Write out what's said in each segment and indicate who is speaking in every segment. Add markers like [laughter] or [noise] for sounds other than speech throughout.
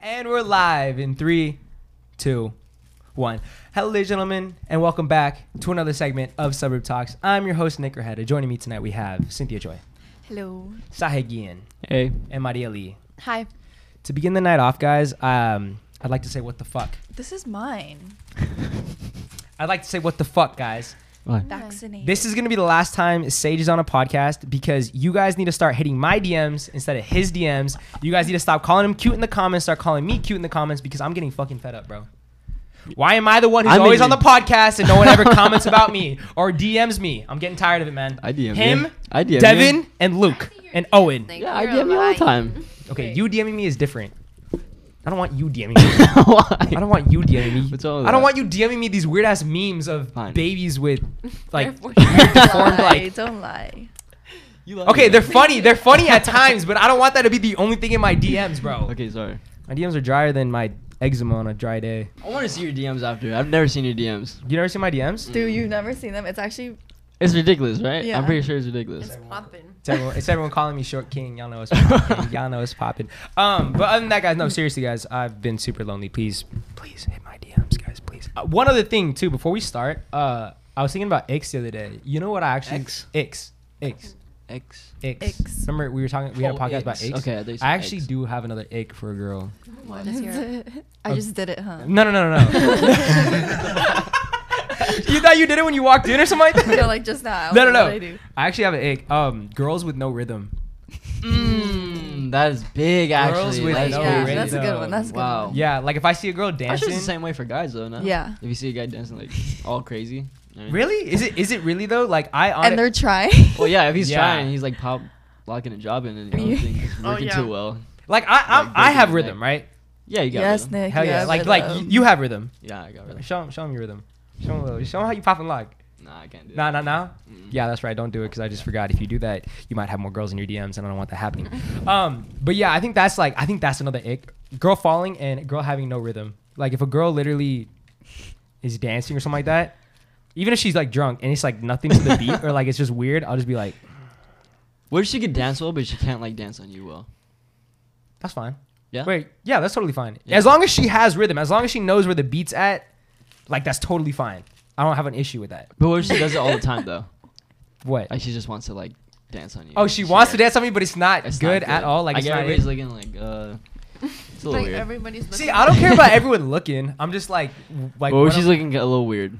Speaker 1: And we're live in three, two, one. Hello, ladies and gentlemen, and welcome back to another segment of Suburb Talks. I'm your host, Nick Raheda. Joining me tonight, we have Cynthia Joy,
Speaker 2: Hello.
Speaker 1: Sahe Gian,
Speaker 3: Hey.
Speaker 1: and Maria Lee.
Speaker 2: Hi.
Speaker 1: E. To begin the night off, guys, um, I'd like to say what the fuck.
Speaker 2: This is mine.
Speaker 1: [laughs] I'd like to say what the fuck, guys.
Speaker 2: Vaccinated.
Speaker 1: This is gonna be the last time Sage is on a podcast because you guys need to start hitting my DMs instead of his DMs. You guys need to stop calling him cute in the comments, start calling me cute in the comments because I'm getting fucking fed up, bro. Why am I the one who's
Speaker 3: I'm
Speaker 1: always on
Speaker 3: in-
Speaker 1: the podcast and no one ever
Speaker 3: [laughs]
Speaker 1: comments about me or DMs me? I'm getting tired of it, man.
Speaker 3: I DM
Speaker 1: him,
Speaker 3: you. I DM you.
Speaker 1: Devin, and Luke and Owen.
Speaker 3: Yeah, I DM you all the
Speaker 2: [laughs]
Speaker 3: time. [laughs]
Speaker 1: Okay, you DMing me is different. I don't want you DMing
Speaker 3: [laughs]
Speaker 1: me.
Speaker 3: Why?
Speaker 1: I don't want you DMing me.
Speaker 3: What's wrong with
Speaker 1: I don't
Speaker 3: that?
Speaker 1: want you DMing me these weird ass memes of
Speaker 3: Fine.
Speaker 1: babies with [laughs] like
Speaker 2: Don't
Speaker 1: deformed
Speaker 2: lie.
Speaker 1: like
Speaker 2: Don't lie.
Speaker 1: Okay, they're funny. They're funny at times, but I don't want that to be the only thing in my DMs, bro.
Speaker 3: Okay, sorry.
Speaker 1: My DMs are drier than my eczema on a dry day.
Speaker 3: I want to see your DMs after. I've never seen your DMs.
Speaker 1: You never see my DMs?
Speaker 2: Dude, you've never seen them. It's actually
Speaker 3: It's ridiculous, right?
Speaker 2: Yeah.
Speaker 3: I'm pretty sure it's ridiculous.
Speaker 1: It's everyone,
Speaker 2: [laughs]
Speaker 1: it's everyone calling me Short King. Y'all know it's
Speaker 3: [laughs]
Speaker 1: popping. Y'all know it's popping. Um, but other than that, guys, no, seriously, guys, I've been super lonely. Please, please hit my DMs, guys, please. Uh, one other thing too, before we start, uh, I was thinking about Ix the other day. You know what I actually
Speaker 3: X?
Speaker 1: Ix Ix
Speaker 3: X.
Speaker 1: Ix.
Speaker 2: Ix.
Speaker 1: Remember we were talking. We had a
Speaker 3: Oh,
Speaker 1: podcast
Speaker 3: Ix.
Speaker 1: about Ix.
Speaker 3: Okay, I thought you said
Speaker 1: I actually
Speaker 3: Ix.
Speaker 1: do have another ick for a girl.
Speaker 2: I just did it, huh?
Speaker 1: No, no, no, no,
Speaker 3: [laughs]
Speaker 1: no. you thought you did it when you walked in or something like
Speaker 2: [laughs]
Speaker 1: that?
Speaker 2: [laughs] No, like just now.
Speaker 1: No, no,
Speaker 2: What I
Speaker 1: no.
Speaker 2: do.
Speaker 1: I actually have an ick. Um, girls with no rhythm.
Speaker 3: Mm, that is big, actually.
Speaker 1: Girls with
Speaker 3: That's
Speaker 1: no
Speaker 3: crazy.
Speaker 2: yeah,
Speaker 1: really
Speaker 2: that's a good one. That's a good
Speaker 3: Wow.
Speaker 2: one.
Speaker 1: Yeah, like if I see a girl
Speaker 3: I'm sure
Speaker 1: dancing.
Speaker 3: it's the same way for guys, though, no?
Speaker 2: Yeah.
Speaker 3: If you see a guy dancing, like, all crazy. I mean-
Speaker 1: Really? Is it? Is it really though? Like I. On
Speaker 2: And they're trying.
Speaker 3: Well, yeah, if he's
Speaker 1: Yeah.
Speaker 3: trying, he's, like, pop locking a job in and everything. It's
Speaker 2: Oh,
Speaker 3: working
Speaker 2: [laughs] yeah.
Speaker 3: too well.
Speaker 1: like I. I'm,
Speaker 3: Like,
Speaker 1: I
Speaker 3: breaking
Speaker 1: have
Speaker 3: the
Speaker 1: rhythm, right?
Speaker 3: Yeah, you got
Speaker 2: yes,
Speaker 3: rhythm.
Speaker 2: Nick.
Speaker 1: Hell yeah! Like like
Speaker 2: Oh,
Speaker 1: y- you have rhythm.
Speaker 3: Yeah, I got rhythm.
Speaker 1: Show 'em- show 'em your rhythm. Show 'em a little- show 'em how you pop and lock.
Speaker 3: Nah, I can't do Mm.
Speaker 1: Nah,
Speaker 3: that.
Speaker 1: nah, nah.
Speaker 3: Mm-hmm.
Speaker 1: Yeah, that's right. Don't do it because I just forgot. If you do that, you might have more girls in your DMs, and I don't want that happening. um, but yeah, I think that's like I think that's another ick. Girl falling and girl having no rhythm. Like if a girl literally is dancing or something like that, even if she's like drunk and it's like nothing to the beat or like it's just weird, I'll just be like,
Speaker 3: What if she could dance well, but she can't, like, dance on you well?
Speaker 1: that's fine.
Speaker 3: Yeah?
Speaker 1: Wait, yeah, that's totally fine.
Speaker 3: Yeah.
Speaker 1: As long as she has rhythm, as long as she knows where the beat's at, like that's totally fine. I don't have an issue with that.
Speaker 3: But what if she does it all the time, though?
Speaker 1: What?
Speaker 3: Like, she just wants to, like, dance on you.
Speaker 1: Oh, she wants to
Speaker 3: like-
Speaker 1: dance on me, but it's not
Speaker 3: It's not
Speaker 1: good at all. Like
Speaker 3: I
Speaker 1: it's
Speaker 3: get
Speaker 1: not
Speaker 3: everybody's looking like uh, it's a little weird.
Speaker 4: everybody's
Speaker 1: See, I don't care about everyone looking. I'm just like, w- like.
Speaker 3: well,
Speaker 1: what
Speaker 3: Oh, she's
Speaker 1: I'm-
Speaker 3: looking a little weird.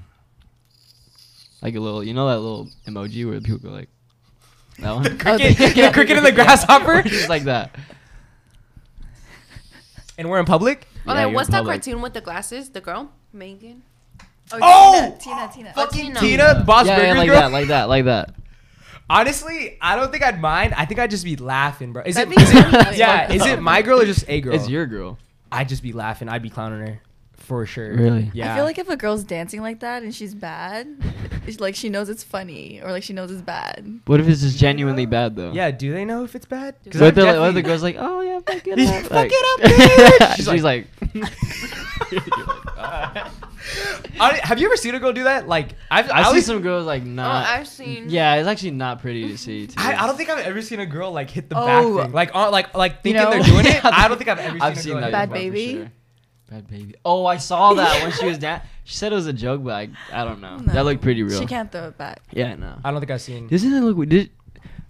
Speaker 3: Like a little, you know that little emoji where people go like that
Speaker 1: [laughs]
Speaker 3: one. [laughs]
Speaker 1: cricket, the cricket and the grasshopper,
Speaker 3: Just like that.
Speaker 1: and we're in public.
Speaker 4: Oh,
Speaker 3: Yeah,
Speaker 4: like,
Speaker 3: you're
Speaker 4: what's that
Speaker 3: public.
Speaker 4: cartoon with the glasses? The girl, Megan.
Speaker 1: Oh!
Speaker 2: Tina, Tina. Tina.
Speaker 4: Fucking
Speaker 1: Tina, Uh, Boss
Speaker 3: yeah,
Speaker 1: Burger
Speaker 3: yeah, like
Speaker 1: girl.
Speaker 3: that, like that, like that.
Speaker 1: Honestly, I don't think I'd mind. I think I'd just be laughing, bro. Is it?
Speaker 4: That'd be
Speaker 1: is it-
Speaker 4: funny.
Speaker 1: yeah. Is
Speaker 3: [laughs]
Speaker 1: it my girl or just a girl?
Speaker 3: It's your girl.
Speaker 1: I'd just be laughing. I'd be clowning her, for sure.
Speaker 3: Really?
Speaker 1: Yeah.
Speaker 2: I feel like if a girl's dancing like that and she's bad, it's like she knows it's funny or like she knows it's bad.
Speaker 3: What if it's just genuinely bad though?
Speaker 1: Yeah. Do they know if it's bad? 'Cause
Speaker 3: What if the,
Speaker 1: I'm
Speaker 3: what if
Speaker 1: definitely-
Speaker 3: the girl's like, oh yeah,
Speaker 1: [laughs]
Speaker 3: fuck it
Speaker 1: You
Speaker 3: up.
Speaker 1: fuck
Speaker 3: like-
Speaker 1: it
Speaker 3: [laughs]
Speaker 1: up, bitch.
Speaker 3: She's,
Speaker 1: She's
Speaker 3: like,
Speaker 1: [laughs] Hon- Have you ever seen a girl do that? Like, I've,
Speaker 3: I
Speaker 1: at
Speaker 3: see
Speaker 1: least-
Speaker 3: some girls like not.
Speaker 4: I've seen-
Speaker 3: Yeah, it's actually not pretty to see. Too.
Speaker 1: I, I don't think I've ever seen a girl like hit the
Speaker 2: Oh.
Speaker 1: back thing. Like on like like thinking
Speaker 2: know?
Speaker 1: they're
Speaker 3: [laughs]
Speaker 1: doing it. I don't think I've ever seen
Speaker 3: I've
Speaker 1: a
Speaker 3: seen
Speaker 1: girl
Speaker 3: that.
Speaker 1: like
Speaker 2: Bad
Speaker 3: before, for
Speaker 2: Baby?
Speaker 3: sure. Bad baby. Oh, I saw that when she
Speaker 1: [laughs]
Speaker 3: was down. She said it was a joke, but I, I don't know.
Speaker 2: No.
Speaker 3: That looked pretty real.
Speaker 2: She can't thw it back.
Speaker 3: Yeah, no.
Speaker 1: I don't think I've seen.
Speaker 3: Doesn't it look weird? Did,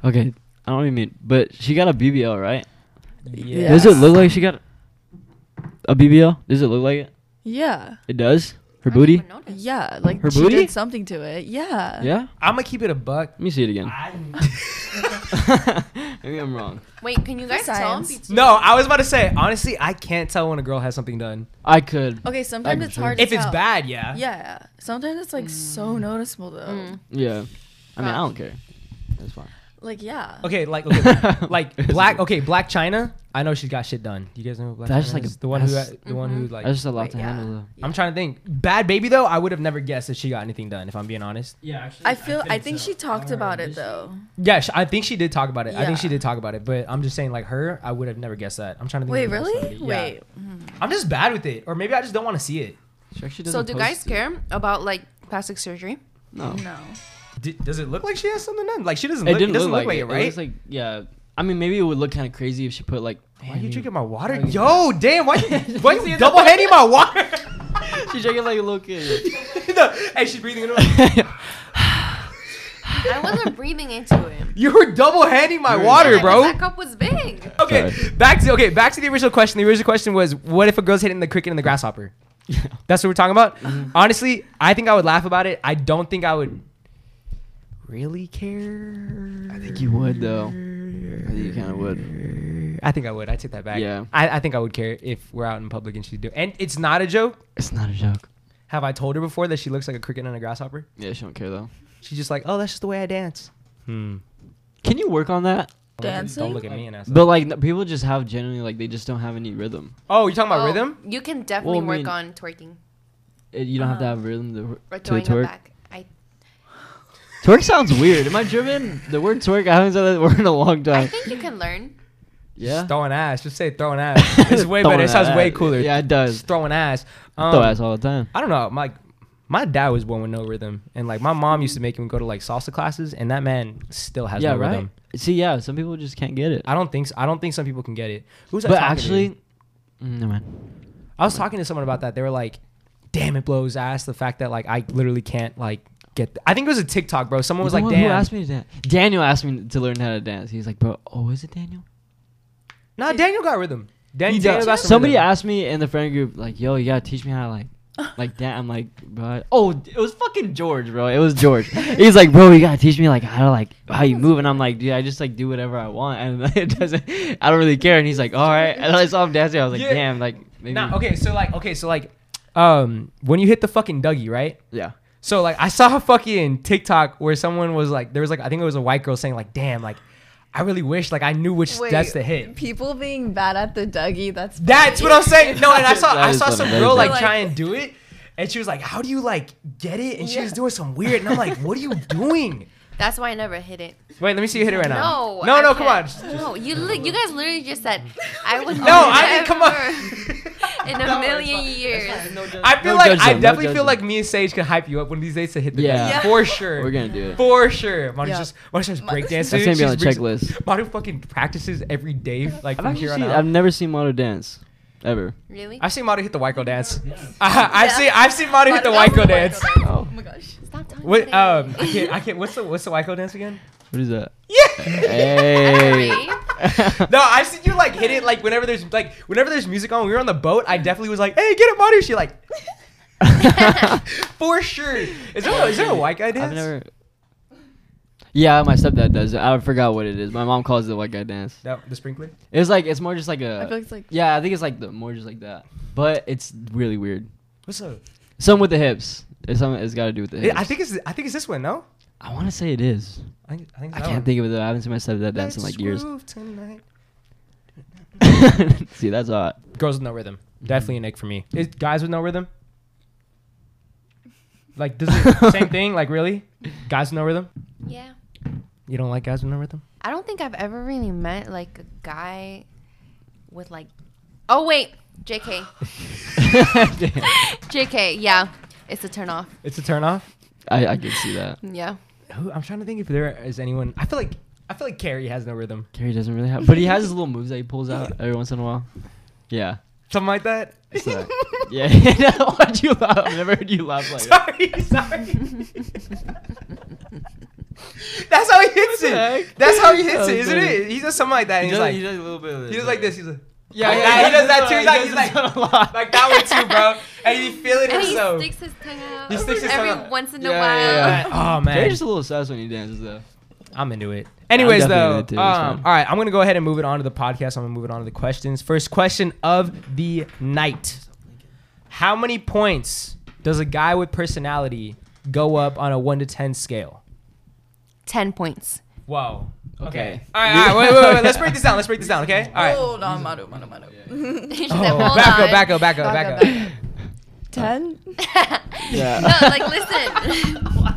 Speaker 3: okay, I don't even mean. But she got a BBL, right?
Speaker 1: Yeah.
Speaker 3: Does it look like she got a BBL? Does it look like it?
Speaker 2: Yeah.
Speaker 3: It does. Her
Speaker 4: I didn't
Speaker 3: booty.
Speaker 4: even notice.
Speaker 2: Yeah. Like
Speaker 3: Her
Speaker 2: she
Speaker 3: booty?
Speaker 2: did something to it. Yeah.
Speaker 3: Yeah.
Speaker 1: I'm gonna keep it a buck.
Speaker 3: Let me see it again. [laughs] Maybe I'm wrong.
Speaker 4: Wait, can you guys tell?
Speaker 1: [laughs]
Speaker 2: Science.
Speaker 1: no, I was about to say honestly, I can't tell when a girl has something done.
Speaker 3: I could.
Speaker 2: Okay, sometimes
Speaker 3: I'm
Speaker 2: it's
Speaker 3: sure.
Speaker 2: hard to
Speaker 1: If it's
Speaker 2: tell.
Speaker 1: bad, yeah.
Speaker 2: Yeah. Mm. Sometimes it's like so noticeable though.
Speaker 3: Yeah. I mean, I don't care. That's fine.
Speaker 2: Like yeah.
Speaker 1: Okay, like okay, like black. Okay, Black China. I know she's got shit done. You guys know who Black.
Speaker 3: That's just
Speaker 1: China
Speaker 3: like a-
Speaker 1: is? the one who
Speaker 3: that's-
Speaker 1: the one who like.
Speaker 3: That's just a lot
Speaker 2: Wait,
Speaker 3: to
Speaker 2: yeah.
Speaker 3: handle. Though.
Speaker 1: I'm trying to think. Bad baby though. I would have never guessed that she got anything done. If I'm being honest.
Speaker 5: Yeah, actually,
Speaker 2: I feel. I think
Speaker 5: so.
Speaker 2: she talked
Speaker 5: don't
Speaker 2: about
Speaker 5: know,
Speaker 2: it
Speaker 5: did she?
Speaker 2: though.
Speaker 1: Yeah, sh- I think she did talk about it. I think she
Speaker 2: Yeah.
Speaker 1: did talk about it. But I'm just saying, like her, I would have never guessed that. I'm trying to think.
Speaker 2: Wait,
Speaker 1: of the last
Speaker 2: really?
Speaker 1: lady. Yeah.
Speaker 2: Wait.
Speaker 1: I'm just bad with it, or maybe I just don't want to see it.
Speaker 3: She actually
Speaker 4: So
Speaker 3: doesn't
Speaker 4: do
Speaker 3: post
Speaker 4: guys
Speaker 3: it.
Speaker 4: care about like plastic surgery?
Speaker 1: Oh.
Speaker 3: No.
Speaker 2: No.
Speaker 1: D- does it look like she has something done? Like she doesn't.
Speaker 3: It
Speaker 1: Look, it
Speaker 3: didn't
Speaker 1: doesn't
Speaker 3: look like, it,
Speaker 1: right?
Speaker 3: It looks like yeah. I mean, maybe it would look kind of crazy if she put like.
Speaker 1: why are you
Speaker 3: damn,
Speaker 1: drinking my water? Yo, damn!
Speaker 3: [laughs]
Speaker 1: Why you, why you double handing my water?
Speaker 3: She drinking like a little kid.
Speaker 1: [laughs] No, hey, she's breathing it. in.
Speaker 4: I [laughs] wasn't breathing into it.
Speaker 1: You were double handing my water,
Speaker 4: Yeah, 'cause
Speaker 1: bro.
Speaker 4: That cup was big.
Speaker 1: Okay,
Speaker 3: Sorry.
Speaker 1: back to okay, back to the original question. The original question was, what if a girl's hitting the cricket and the grasshopper? That's what we're talking about. Honestly, I think I would laugh about it. I don't think I would really care.
Speaker 3: I think you would though. I think you kind of would.
Speaker 1: I think I would. I take that back.
Speaker 3: Yeah.
Speaker 1: I, I think I would care if we're out in public and she's doing. And it's not a joke.
Speaker 3: It's not a joke.
Speaker 1: Have I told her before that she looks like a cricket and a grasshopper?
Speaker 3: Yeah, she don't care though.
Speaker 1: She's just like, oh, that's just the way I dance. Hmm.
Speaker 3: Can you work on that?
Speaker 2: Dancing.
Speaker 1: Don't look at me and ask.
Speaker 3: But like n- people just have generally like they just don't have any rhythm.
Speaker 1: Oh, you're talking about
Speaker 4: Oh,
Speaker 1: rhythm?
Speaker 4: You can definitely
Speaker 3: Well, I
Speaker 4: work
Speaker 3: mean-
Speaker 4: on twerking
Speaker 3: It, you don't have to have rhythm to,
Speaker 4: or
Speaker 3: to
Speaker 4: throwing it
Speaker 3: twerk.
Speaker 4: back. I
Speaker 3: Twerk sounds weird. Am I German? The word twerk I haven't said that word in a long
Speaker 4: I
Speaker 3: time.
Speaker 4: think you can learn.
Speaker 3: Yeah.
Speaker 1: Just throwing ass. Just say throwing ass.
Speaker 3: [laughs]
Speaker 1: It's way better. It
Speaker 3: Throwing
Speaker 1: sounds way
Speaker 3: ass.
Speaker 1: cooler.
Speaker 3: Yeah, it does.
Speaker 1: Just throwing ass. Um,
Speaker 3: Throw ass all the time.
Speaker 1: I don't know. My my dad was born with no rhythm, and like my mom used to make him go to like salsa classes, and that man still has
Speaker 3: yeah,
Speaker 1: no
Speaker 3: right.
Speaker 1: rhythm.
Speaker 3: See, yeah, some people just can't get it.
Speaker 1: I don't think s I don't think some people can get it. Who's I
Speaker 3: but
Speaker 1: talking to?
Speaker 3: actually, mm, no man.
Speaker 1: I was talking to someone about that. They were like, "Damn, it blows ass." The fact that like I literally can't like get. I think it was a TikTok, bro. Someone was like,
Speaker 3: who
Speaker 1: "Damn,
Speaker 3: asked me to dance? Daniel asked me to learn how to dance. He's like, bro, oh, is it Daniel?
Speaker 1: nah, Daniel got rhythm." Dan-
Speaker 3: He
Speaker 1: Daniel
Speaker 3: does.
Speaker 1: got some
Speaker 3: Somebody
Speaker 1: rhythm.
Speaker 3: asked me in the friend group, like, yo, you gotta teach me how to like, like that. I'm like, bro. Oh, it was fucking George, bro. It was George. He's like, bro, you gotta teach me like how to like how you move. And I'm like, dude, I just like do whatever I want, and [laughs] it doesn't. I don't really care. And he's like, all right. And I saw him dancing. I was like,
Speaker 1: Yeah.
Speaker 3: damn, like maybe.
Speaker 1: Nah, okay, so like, okay, so like, um, when you hit the fucking Dougie, right?
Speaker 3: Yeah.
Speaker 1: So like I saw a fucking TikTok where someone was like there was like I think it was a white girl saying like damn like I really wish like I knew which
Speaker 2: Wait,
Speaker 1: steps to hit.
Speaker 2: People being bad at the Dougie. That's.
Speaker 1: That's what I'm saying. No, and
Speaker 2: [laughs]
Speaker 1: I saw
Speaker 3: That
Speaker 1: I
Speaker 3: is
Speaker 1: saw some
Speaker 3: amazing.
Speaker 1: girl like
Speaker 2: Like-
Speaker 1: try and do it and she was like how do you like get it and she was
Speaker 2: Yeah.
Speaker 1: doing some weird and I'm like what are you doing?
Speaker 4: That's why I never hit it.
Speaker 1: Wait, let me see you hit it right now.
Speaker 4: No.
Speaker 1: No,
Speaker 4: I
Speaker 1: no, come on.
Speaker 4: can't. No, you li- you guys literally just said I would.
Speaker 1: No, I mean come on.
Speaker 4: never [laughs]
Speaker 1: [laughs]
Speaker 4: In a million years.
Speaker 1: I feel
Speaker 3: No
Speaker 1: like
Speaker 3: judge
Speaker 1: I
Speaker 3: them, no
Speaker 1: definitely
Speaker 3: judge
Speaker 1: feel
Speaker 3: them.
Speaker 1: like me and Sage could hype you up one of these days to hit the
Speaker 3: Yeah.
Speaker 1: Dougie.
Speaker 3: Yeah.
Speaker 1: for sure.
Speaker 3: We're gonna do it.
Speaker 1: For sure. Manu
Speaker 2: Yeah.
Speaker 1: just Manu just
Speaker 2: Ma-
Speaker 1: breakdancing.
Speaker 3: That's gonna be on
Speaker 1: She's
Speaker 3: the
Speaker 1: breaks-
Speaker 3: checklist.
Speaker 1: Manu fucking practices every day, like
Speaker 3: I've
Speaker 1: from
Speaker 3: actually
Speaker 1: here on
Speaker 3: seen,
Speaker 1: out.
Speaker 3: I've never seen Moto dance, ever.
Speaker 4: Really?
Speaker 1: I've seen Mado hit the white girl dance. [laughs] I, I've seen I've seen Mado hit the
Speaker 2: Mado
Speaker 1: white girl
Speaker 2: hit the white
Speaker 1: dance.
Speaker 2: girl
Speaker 3: Oh,
Speaker 2: Oh my gosh.
Speaker 4: Stop talking.
Speaker 1: What
Speaker 4: about
Speaker 1: um
Speaker 4: it.
Speaker 1: I can't, I can't what's the what's the white girl dance
Speaker 3: [laughs]
Speaker 1: again?
Speaker 3: what is that?
Speaker 1: Yeah.
Speaker 3: Hey. [laughs]
Speaker 1: No, I've seen you like hit it like whenever there's like whenever there's music on. When we were on the boat.
Speaker 3: Mm.
Speaker 1: I definitely was like, "Hey, get it, Mado!" She
Speaker 3: [laughs]
Speaker 1: like, for sure. Is there a, is there a white guy dance?
Speaker 3: I've never. Yeah, my stepdad does it. I forgot what it is. My mom calls it the white guy dance.
Speaker 1: That, the sprinkler.
Speaker 3: It's like it's more just like
Speaker 2: I
Speaker 3: a.
Speaker 2: feel like it's like.
Speaker 3: yeah, I think it's like the more just like that, but it's really weird.
Speaker 1: What's up?
Speaker 3: Some with the hips. It's something. It's got to do with the hips.
Speaker 1: I think it's I think it's this one. No,
Speaker 3: I want to say it is.
Speaker 1: I think I think
Speaker 3: I can't think of it though. I haven't seen my stepdad dance in like years. [laughs] See, that's hot.
Speaker 1: Girls with no rhythm, definitely a nick for me. Is guys with no rhythm? Like does [laughs] it, same thing? Like really? Guys with no rhythm?
Speaker 4: [laughs] yeah.
Speaker 1: You don't like guys with no rhythm?
Speaker 4: I don't think I've ever really met like a guy with like. Oh wait,
Speaker 1: [laughs]
Speaker 4: JK,
Speaker 3: Damn.
Speaker 4: JK, yeah, it's a turn off.
Speaker 1: It's a turn off.
Speaker 3: [laughs] I I can see that.
Speaker 4: Yeah,
Speaker 1: Who, I'm trying to think if there is anyone. I feel like I feel like Carrie has no rhythm.
Speaker 3: Carrie doesn't really have, but he has his little moves that he pulls out every once in a while. Yeah.
Speaker 1: Something like that. [laughs]
Speaker 3: It's like, yeah. [laughs] Why'd you laugh? I've never heard you laugh like that.
Speaker 1: sorry, [laughs] sorry.
Speaker 3: [laughs]
Speaker 1: That's how he hits
Speaker 3: the
Speaker 1: it.
Speaker 3: heck?
Speaker 1: That's how he hits
Speaker 3: That
Speaker 1: it,
Speaker 3: was
Speaker 1: isn't
Speaker 3: funny.
Speaker 1: it? He does something like that. And he's like,
Speaker 3: does a little bit of
Speaker 1: he does like this. He's like.
Speaker 3: Yeah,
Speaker 1: Like
Speaker 3: yeah,
Speaker 1: that,
Speaker 3: yeah,
Speaker 1: he does that too.
Speaker 3: he
Speaker 1: He's like,
Speaker 3: does
Speaker 1: he's
Speaker 3: this
Speaker 1: like,
Speaker 3: a lot.
Speaker 1: like that [laughs] one too, bro. And you feel it
Speaker 4: and he
Speaker 1: himself.
Speaker 4: sticks his tongue out
Speaker 1: He sticks his
Speaker 4: every
Speaker 1: tongue out.
Speaker 4: once in a
Speaker 3: Yeah,
Speaker 4: while.
Speaker 3: yeah, yeah.
Speaker 1: oh
Speaker 3: Carrie's
Speaker 1: man,
Speaker 3: just a little sus when he dances though.
Speaker 1: I'm into it. Anyways,
Speaker 3: I'm
Speaker 1: though,
Speaker 3: definitely into it. It's
Speaker 1: um,
Speaker 3: fine.
Speaker 1: all right, I'm gonna go ahead and move it on to the podcast. I'm gonna move it on to the questions. First question of the night: How many points does a guy with personality go up on a one to ten scale?
Speaker 4: [laughs] Ten points.
Speaker 1: Wow. Okay. [laughs]
Speaker 3: Okay.
Speaker 1: All right, all right. Wait, wait, wait. Let's break this down. Let's break this down. Okay. All right.
Speaker 2: Hold on, Maru, Maru, Maru.
Speaker 4: She's like,
Speaker 1: Oh,
Speaker 4: "Hold
Speaker 1: back up,
Speaker 4: on."
Speaker 1: back up, back up,
Speaker 4: Back
Speaker 1: back
Speaker 4: up,
Speaker 1: up.
Speaker 2: Ten.
Speaker 3: Yeah.
Speaker 4: no, like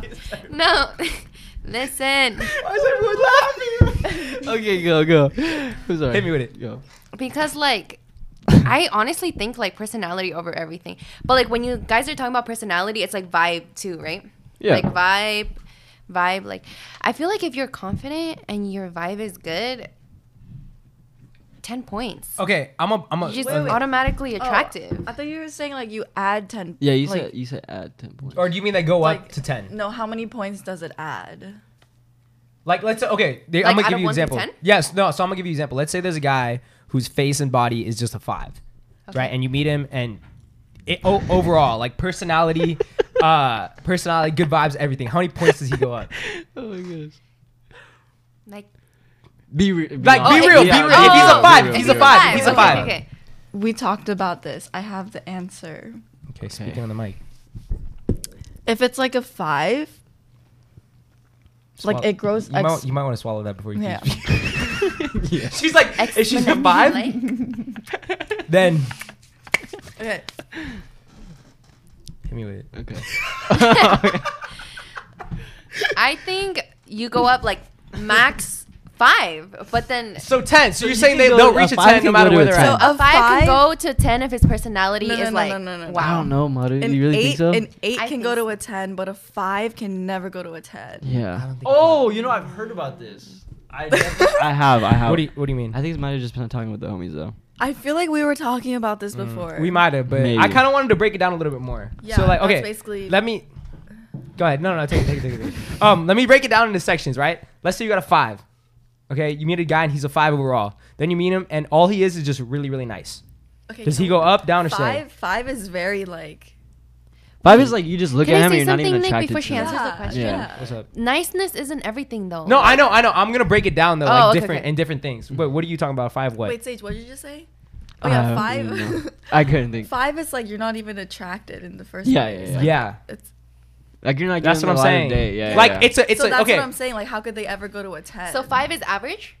Speaker 1: [laughs]
Speaker 4: listen. [laughs] no, listen.
Speaker 1: Why is everyone laughing?
Speaker 3: [laughs] okay, go, go. I'm sorry.
Speaker 1: Hit me with it.
Speaker 3: Go.
Speaker 4: Because like I honestly think like personality over everything. But like when you guys are talking about personality, it's like vibe too, right?
Speaker 3: [laughs] Yeah.
Speaker 4: Like vibe, vibe. Like I feel like if you're confident and your vibe is good, ten points.
Speaker 1: Okay, I'm a, I'm a.
Speaker 4: You're just
Speaker 1: Oh, wait, wait.
Speaker 4: automatically
Speaker 2: Oh.
Speaker 4: attractive.
Speaker 2: I thought you were saying like you add ten.
Speaker 3: Yeah, you
Speaker 2: like,
Speaker 3: said you said add ten points.
Speaker 1: Or do you mean they go up
Speaker 2: Like-
Speaker 1: to ten?
Speaker 2: No, how many points does it add?
Speaker 1: Like let's say, okay, they,
Speaker 4: Like,
Speaker 1: I'm gonna
Speaker 4: out
Speaker 1: give
Speaker 4: of
Speaker 1: you
Speaker 4: one to
Speaker 1: example.
Speaker 4: 10?
Speaker 1: Yes, no. So I'm gonna give you example. Let's say there's a guy whose face and body is just a five, right? And you meet him, and it, o- overall, like personality, uh, personality, good vibes, everything. How many points does he go up?
Speaker 3: Oh my gosh.
Speaker 4: Like
Speaker 3: Be, re- be
Speaker 1: Like, be
Speaker 3: honest.
Speaker 1: real, be
Speaker 3: Yeah,
Speaker 1: real. If he's a
Speaker 4: oh,
Speaker 1: five,
Speaker 3: be
Speaker 1: if
Speaker 3: real,
Speaker 1: he's a
Speaker 3: be real.
Speaker 1: five, if he's a
Speaker 4: okay,
Speaker 1: five.
Speaker 3: [laughs]
Speaker 4: Okay.
Speaker 2: We talked about this. I have the answer.
Speaker 1: Okay, speaking on the mic.
Speaker 2: If it's like a five, Like,
Speaker 1: Swall-
Speaker 2: it grows
Speaker 1: You,
Speaker 2: ex-
Speaker 1: might, you might want to swallow that before you. [laughs]
Speaker 2: Yeah.
Speaker 3: [laughs]
Speaker 1: finish. She's like, if she's a
Speaker 4: Exponentially,
Speaker 1: five,
Speaker 4: like-
Speaker 1: then
Speaker 2: okay.
Speaker 1: hit me with it.
Speaker 3: [laughs] Okay.
Speaker 4: I think you go up like max five, but then
Speaker 1: So ten. So, you're
Speaker 3: you
Speaker 1: saying
Speaker 3: can
Speaker 1: they
Speaker 3: go-
Speaker 1: don't
Speaker 3: a
Speaker 1: reach a
Speaker 3: five
Speaker 1: ten no
Speaker 3: can
Speaker 1: matter
Speaker 3: go to
Speaker 1: where
Speaker 3: a
Speaker 1: they're
Speaker 3: 10.
Speaker 1: at.
Speaker 4: a
Speaker 2: A
Speaker 4: five, can
Speaker 2: five?
Speaker 4: go to ten if his personality
Speaker 2: No, no,
Speaker 4: is
Speaker 2: no, no,
Speaker 4: like
Speaker 2: no, no, no.
Speaker 4: wow.
Speaker 3: I don't know, Maru.
Speaker 2: An
Speaker 3: You really
Speaker 2: eight,
Speaker 3: think so?
Speaker 2: an eight
Speaker 4: I
Speaker 2: can
Speaker 4: think
Speaker 2: go
Speaker 4: so.
Speaker 2: to a ten, but a five can never go to a ten.
Speaker 3: yeah.
Speaker 1: Oh,
Speaker 3: you know I've heard about this. [laughs] I I have. I have.
Speaker 1: What do you What do you mean?
Speaker 3: I think it might have just been talking with the homies though.
Speaker 2: I feel like we were talking about this before.
Speaker 1: We might have, but
Speaker 3: Maybe.
Speaker 1: I kind of wanted to break it down a little bit more.
Speaker 2: Yeah,
Speaker 1: so like,
Speaker 2: that's
Speaker 1: okay,
Speaker 2: basically-
Speaker 1: let me go ahead. No, no, take it, take it, take it. take it. Um, let me break it down into sections, right? Let's say you got a five. Okay, you meet a guy and he's a five overall. Then you meet him and all he is is just really, really nice.
Speaker 2: Okay,
Speaker 1: Does
Speaker 2: so
Speaker 1: he go up, down, or stay?
Speaker 2: Five. Five is very like.
Speaker 3: Five is like you just look
Speaker 4: Can
Speaker 3: at
Speaker 4: I
Speaker 3: him
Speaker 4: say
Speaker 3: and you're not
Speaker 4: something,
Speaker 3: even
Speaker 4: Nick,
Speaker 3: attracted
Speaker 4: before
Speaker 3: to
Speaker 4: she
Speaker 3: him.
Speaker 4: answers? the question.
Speaker 3: Yeah.
Speaker 1: What's up?
Speaker 4: Niceness isn't everything
Speaker 2: Uh,
Speaker 4: though.
Speaker 1: No, I know, I know. I'm gonna break it down though,
Speaker 4: Oh,
Speaker 1: like
Speaker 4: okay,
Speaker 1: different
Speaker 4: okay.
Speaker 1: and different things. But what are you talking about? Five what?
Speaker 2: Wait, Sage, what did you just say? Oh
Speaker 3: I
Speaker 2: yeah,
Speaker 3: don't
Speaker 2: five.
Speaker 3: even know.
Speaker 2: [laughs]
Speaker 3: I couldn't think.
Speaker 2: five is like you're not even attracted in the first.
Speaker 3: Yeah,
Speaker 2: place.
Speaker 3: yeah,
Speaker 2: It's like-
Speaker 1: yeah,
Speaker 2: It's,
Speaker 3: Like you're not.
Speaker 1: that's
Speaker 3: giving
Speaker 1: what I'm
Speaker 3: him the light
Speaker 1: saying.
Speaker 3: of Day. Yeah.
Speaker 1: like
Speaker 3: yeah.
Speaker 1: it's a, it's
Speaker 2: so
Speaker 1: a,
Speaker 2: that's
Speaker 1: okay.
Speaker 2: what I'm saying. Like, how could they ever go to a ten?
Speaker 4: So five is average.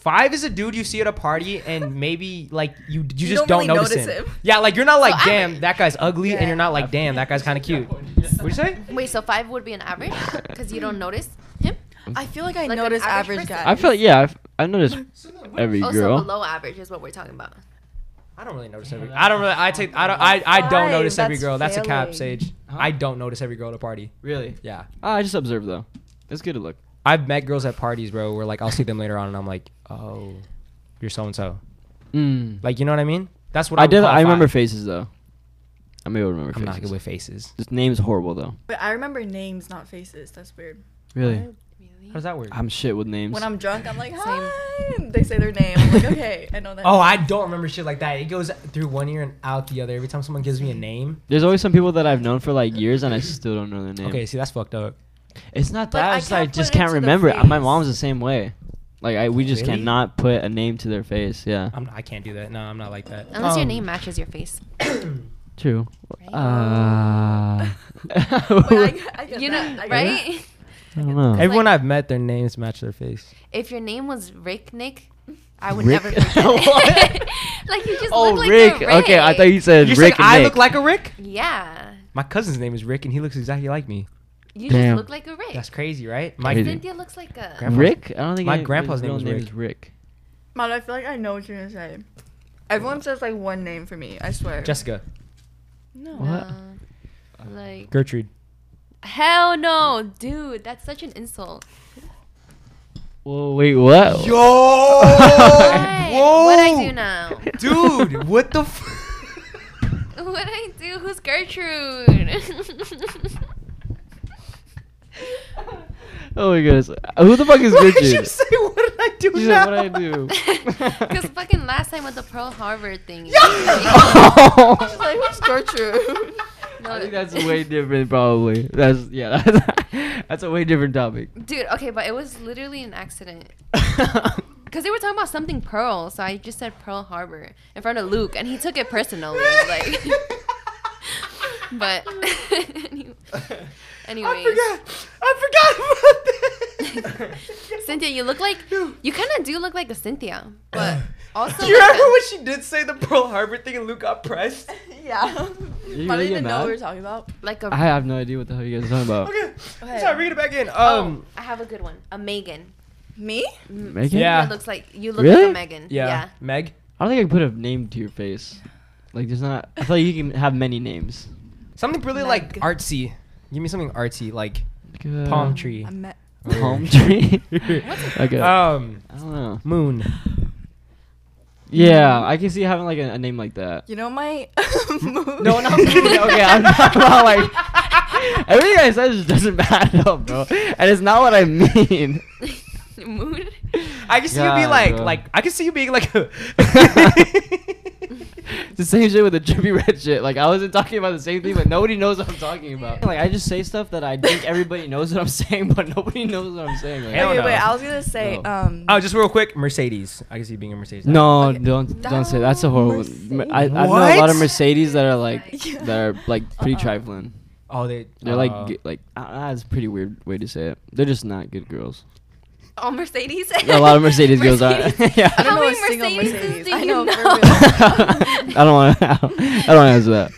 Speaker 1: Five is a dude you see at a party and maybe like you you just
Speaker 2: don't
Speaker 1: don't,
Speaker 2: really
Speaker 1: notice,
Speaker 2: notice
Speaker 1: him.
Speaker 2: him.
Speaker 1: Yeah, like you're not like
Speaker 4: So
Speaker 1: damn
Speaker 4: average.
Speaker 1: that guy's ugly and
Speaker 2: Yeah.
Speaker 1: you're not like damn that guy's kind of cute. What'd you say?
Speaker 4: Wait, so five would be an average because you don't notice him.
Speaker 2: I feel like I
Speaker 4: Like an
Speaker 2: notice
Speaker 4: average
Speaker 2: average,
Speaker 4: person.
Speaker 2: guys.
Speaker 3: I feel like yeah. I've, I've noticed every
Speaker 4: Also
Speaker 3: girl.
Speaker 4: below average is what we're talking about.
Speaker 1: I don't really notice every. I don't really. I take. I don't. I, I don't
Speaker 2: Five,
Speaker 1: notice every
Speaker 2: that's
Speaker 1: girl. That's a cap,
Speaker 2: failing.
Speaker 1: Sage.
Speaker 3: Huh?
Speaker 1: I don't notice every girl at a party.
Speaker 3: Really?
Speaker 1: Yeah,
Speaker 3: Ah, I just observe though. It's good to look.
Speaker 1: I've met girls at parties, bro, where like I'll see them later on and I'm like, oh, you're so and so.
Speaker 3: Mm.
Speaker 1: Like you know what I mean? That's what I,
Speaker 3: I
Speaker 1: would
Speaker 3: did.
Speaker 1: call
Speaker 3: I remember
Speaker 1: five.
Speaker 3: faces though. I'm able to remember
Speaker 1: I'm
Speaker 3: faces.
Speaker 1: not good with faces.
Speaker 3: This name's horrible though.
Speaker 2: But I remember names, not faces. That's weird.
Speaker 3: Really?
Speaker 1: How does that work?
Speaker 3: I'm shit with names.
Speaker 2: When I'm drunk, I'm like,
Speaker 4: Same.
Speaker 2: hi. and They say their name. I'm like, okay, I know that.
Speaker 1: Oh, I don't remember shit like that. It goes through one ear and out the other. Every time someone gives me a name,
Speaker 3: There's always some people that I've known for like years and I still don't know their name.
Speaker 1: okay, see that's fucked up.
Speaker 3: It's not
Speaker 2: But
Speaker 3: that.
Speaker 2: I
Speaker 3: I just, I
Speaker 2: can't put
Speaker 3: just
Speaker 2: it
Speaker 3: can't
Speaker 2: to the
Speaker 3: remember. it. My
Speaker 2: face.
Speaker 3: mom's the same way. Like I, we just
Speaker 1: Really?
Speaker 3: cannot put a name to their face. Yeah.
Speaker 1: I'm, I can't do that. No, I'm not like that.
Speaker 4: Unless your
Speaker 1: Um,
Speaker 4: name matches your face.
Speaker 3: True.
Speaker 4: Right.
Speaker 3: Uh,
Speaker 2: Wait, I, I get
Speaker 4: You
Speaker 2: that.
Speaker 4: know,
Speaker 2: I get
Speaker 4: right?
Speaker 3: [laughs] I don't know.
Speaker 1: Everyone
Speaker 4: like-
Speaker 1: I've met, their names match their face.
Speaker 4: [laughs] If your name was Rick Nick, I would
Speaker 3: Rick-
Speaker 4: never
Speaker 3: [laughs]
Speaker 4: forget.
Speaker 3: What?
Speaker 4: it. [laughs] like you just
Speaker 3: oh,
Speaker 4: look like
Speaker 3: Rick.
Speaker 4: the
Speaker 3: Okay, I
Speaker 4: Rick.
Speaker 3: thought you said
Speaker 1: You
Speaker 3: Rick
Speaker 1: said
Speaker 3: and
Speaker 1: I
Speaker 3: Nick.
Speaker 1: look like a Rick.
Speaker 4: Yeah,
Speaker 1: My cousin's name is Rick, and he looks exactly like me.
Speaker 4: you
Speaker 3: Damn.
Speaker 4: just look like a Rick.
Speaker 1: That's crazy, right? My
Speaker 3: Crazy.
Speaker 4: Cynthia looks like a.
Speaker 1: Grandpa.
Speaker 3: Rick? I don't think
Speaker 1: My
Speaker 3: any- his
Speaker 1: grandpa's name
Speaker 3: real
Speaker 1: was Rick.
Speaker 3: is Rick.
Speaker 2: Mom, I feel like I know what you're gonna say. Everyone says like one name for me. I swear.
Speaker 1: Jessica,
Speaker 2: no.
Speaker 3: What?
Speaker 4: No. uh, Like
Speaker 1: Gertrude.
Speaker 4: hell no, dude. That's such an
Speaker 3: [laughs]
Speaker 4: insult.
Speaker 3: Whoa, wait, what?
Speaker 1: [laughs]
Speaker 3: [laughs]
Speaker 1: Yo,
Speaker 4: What? What I do
Speaker 3: [laughs]
Speaker 4: now?
Speaker 1: dude? What the? F-
Speaker 4: What I do? Who's
Speaker 3: [laughs]
Speaker 4: Gertrude? [laughs]
Speaker 3: Oh my goodness. Who the fuck is
Speaker 1: Why did
Speaker 3: [laughs]
Speaker 1: you
Speaker 3: Gertrude?
Speaker 1: say [laughs] what did I do
Speaker 3: She
Speaker 1: now?
Speaker 3: said, what I do?
Speaker 4: Because fucking last time with the Pearl Harbor
Speaker 1: [laughs]
Speaker 4: thing. [laughs]
Speaker 2: She's like, who's Gertrude?
Speaker 3: [laughs] I think Oh, that's way different, probably. That's yeah. [laughs] That's, that's a way different topic.
Speaker 4: Dude, okay, but it was literally an accident.
Speaker 1: [laughs]
Speaker 4: Because they were talking about something Pearl, so I just said Pearl Harbor in front of Luke, and he took it personally. Like, [laughs] but [laughs] anyway,
Speaker 1: I forgot. I forgot about
Speaker 4: [laughs] Cynthia, you look like you kind of do look like a Cynthia, but also
Speaker 1: Do you
Speaker 4: like
Speaker 1: remember
Speaker 4: a-
Speaker 1: when she did say the Pearl Harbor thing and Luke got pressed?
Speaker 2: [laughs] yeah.
Speaker 3: You
Speaker 2: I
Speaker 3: really
Speaker 2: don't
Speaker 3: get
Speaker 2: even know what we were
Speaker 3: mad?
Speaker 2: talking about.
Speaker 4: like a
Speaker 3: I have no idea what the hell you guys are talking about.
Speaker 1: Okay,
Speaker 2: Okay.
Speaker 1: sorry, bring it back in.
Speaker 4: oh,
Speaker 1: Um,
Speaker 4: I have a good one. A Megan.
Speaker 2: Me?
Speaker 3: Megan?
Speaker 1: Yeah.
Speaker 4: It looks like you look
Speaker 3: Really?
Speaker 4: like a Megan.
Speaker 1: yeah.
Speaker 4: yeah.
Speaker 1: Meg.
Speaker 3: I don't think I can put a name to your face. Like there's not. I feel like you can have many names.
Speaker 1: Something really like
Speaker 2: Meg.
Speaker 1: artsy. Give me something artsy, like
Speaker 3: Like, uh,
Speaker 1: palm tree.
Speaker 2: I met.
Speaker 3: Palm
Speaker 1: [laughs]
Speaker 3: tree. like a,
Speaker 1: Um,
Speaker 3: I don't know.
Speaker 1: moon.
Speaker 3: Yeah, I can see having like a, a name like that.
Speaker 2: You know my [laughs] mood.
Speaker 3: [laughs] No, not moon. [laughs] Okay, I'm
Speaker 2: [laughs]
Speaker 3: not about like everything I said just doesn't [laughs] matter, bro. And it's not what I mean.
Speaker 4: [laughs] Mood.
Speaker 1: I can see you be
Speaker 3: God,
Speaker 1: like,
Speaker 3: bro.
Speaker 1: like I can see you being like.
Speaker 3: [laughs]
Speaker 4: [laughs]
Speaker 1: A [laughs]
Speaker 3: the same shit with the drippy red shit. Like I wasn't talking about the same thing, but nobody knows what I'm talking about. Like I just say stuff that I think everybody knows what I'm saying, but nobody knows what I'm saying. Like,
Speaker 1: Hell
Speaker 2: Wait,
Speaker 1: no.
Speaker 2: wait. I was gonna say.
Speaker 3: No.
Speaker 2: Um.
Speaker 1: oh, just real quick, Mercedes. I can see you being a Mercedes.
Speaker 3: No,
Speaker 2: Okay.
Speaker 3: don't don't say that's a horrible.
Speaker 2: Mercedes.
Speaker 3: I, I know a lot
Speaker 1: What?
Speaker 3: of Mercedes that are
Speaker 2: [laughs]
Speaker 3: like
Speaker 2: Yeah.
Speaker 3: that are like pretty
Speaker 2: Uh-uh.
Speaker 3: trifling.
Speaker 1: Oh, they.
Speaker 3: They're
Speaker 1: uh,
Speaker 3: like g- like uh, that's a pretty weird way to say it. They're just not good girls.
Speaker 4: Oh, Mercedes.
Speaker 3: A lot of Mercedes girls are.
Speaker 2: I
Speaker 3: [laughs] yeah.
Speaker 2: don't
Speaker 4: How
Speaker 2: know a
Speaker 4: many
Speaker 2: single
Speaker 4: Mercedes
Speaker 2: Mercedes.
Speaker 4: do
Speaker 2: I
Speaker 4: you
Speaker 2: know, for
Speaker 4: know?
Speaker 2: real.
Speaker 3: [laughs] I
Speaker 4: [laughs]
Speaker 3: don't want to. [laughs] I don't answer that.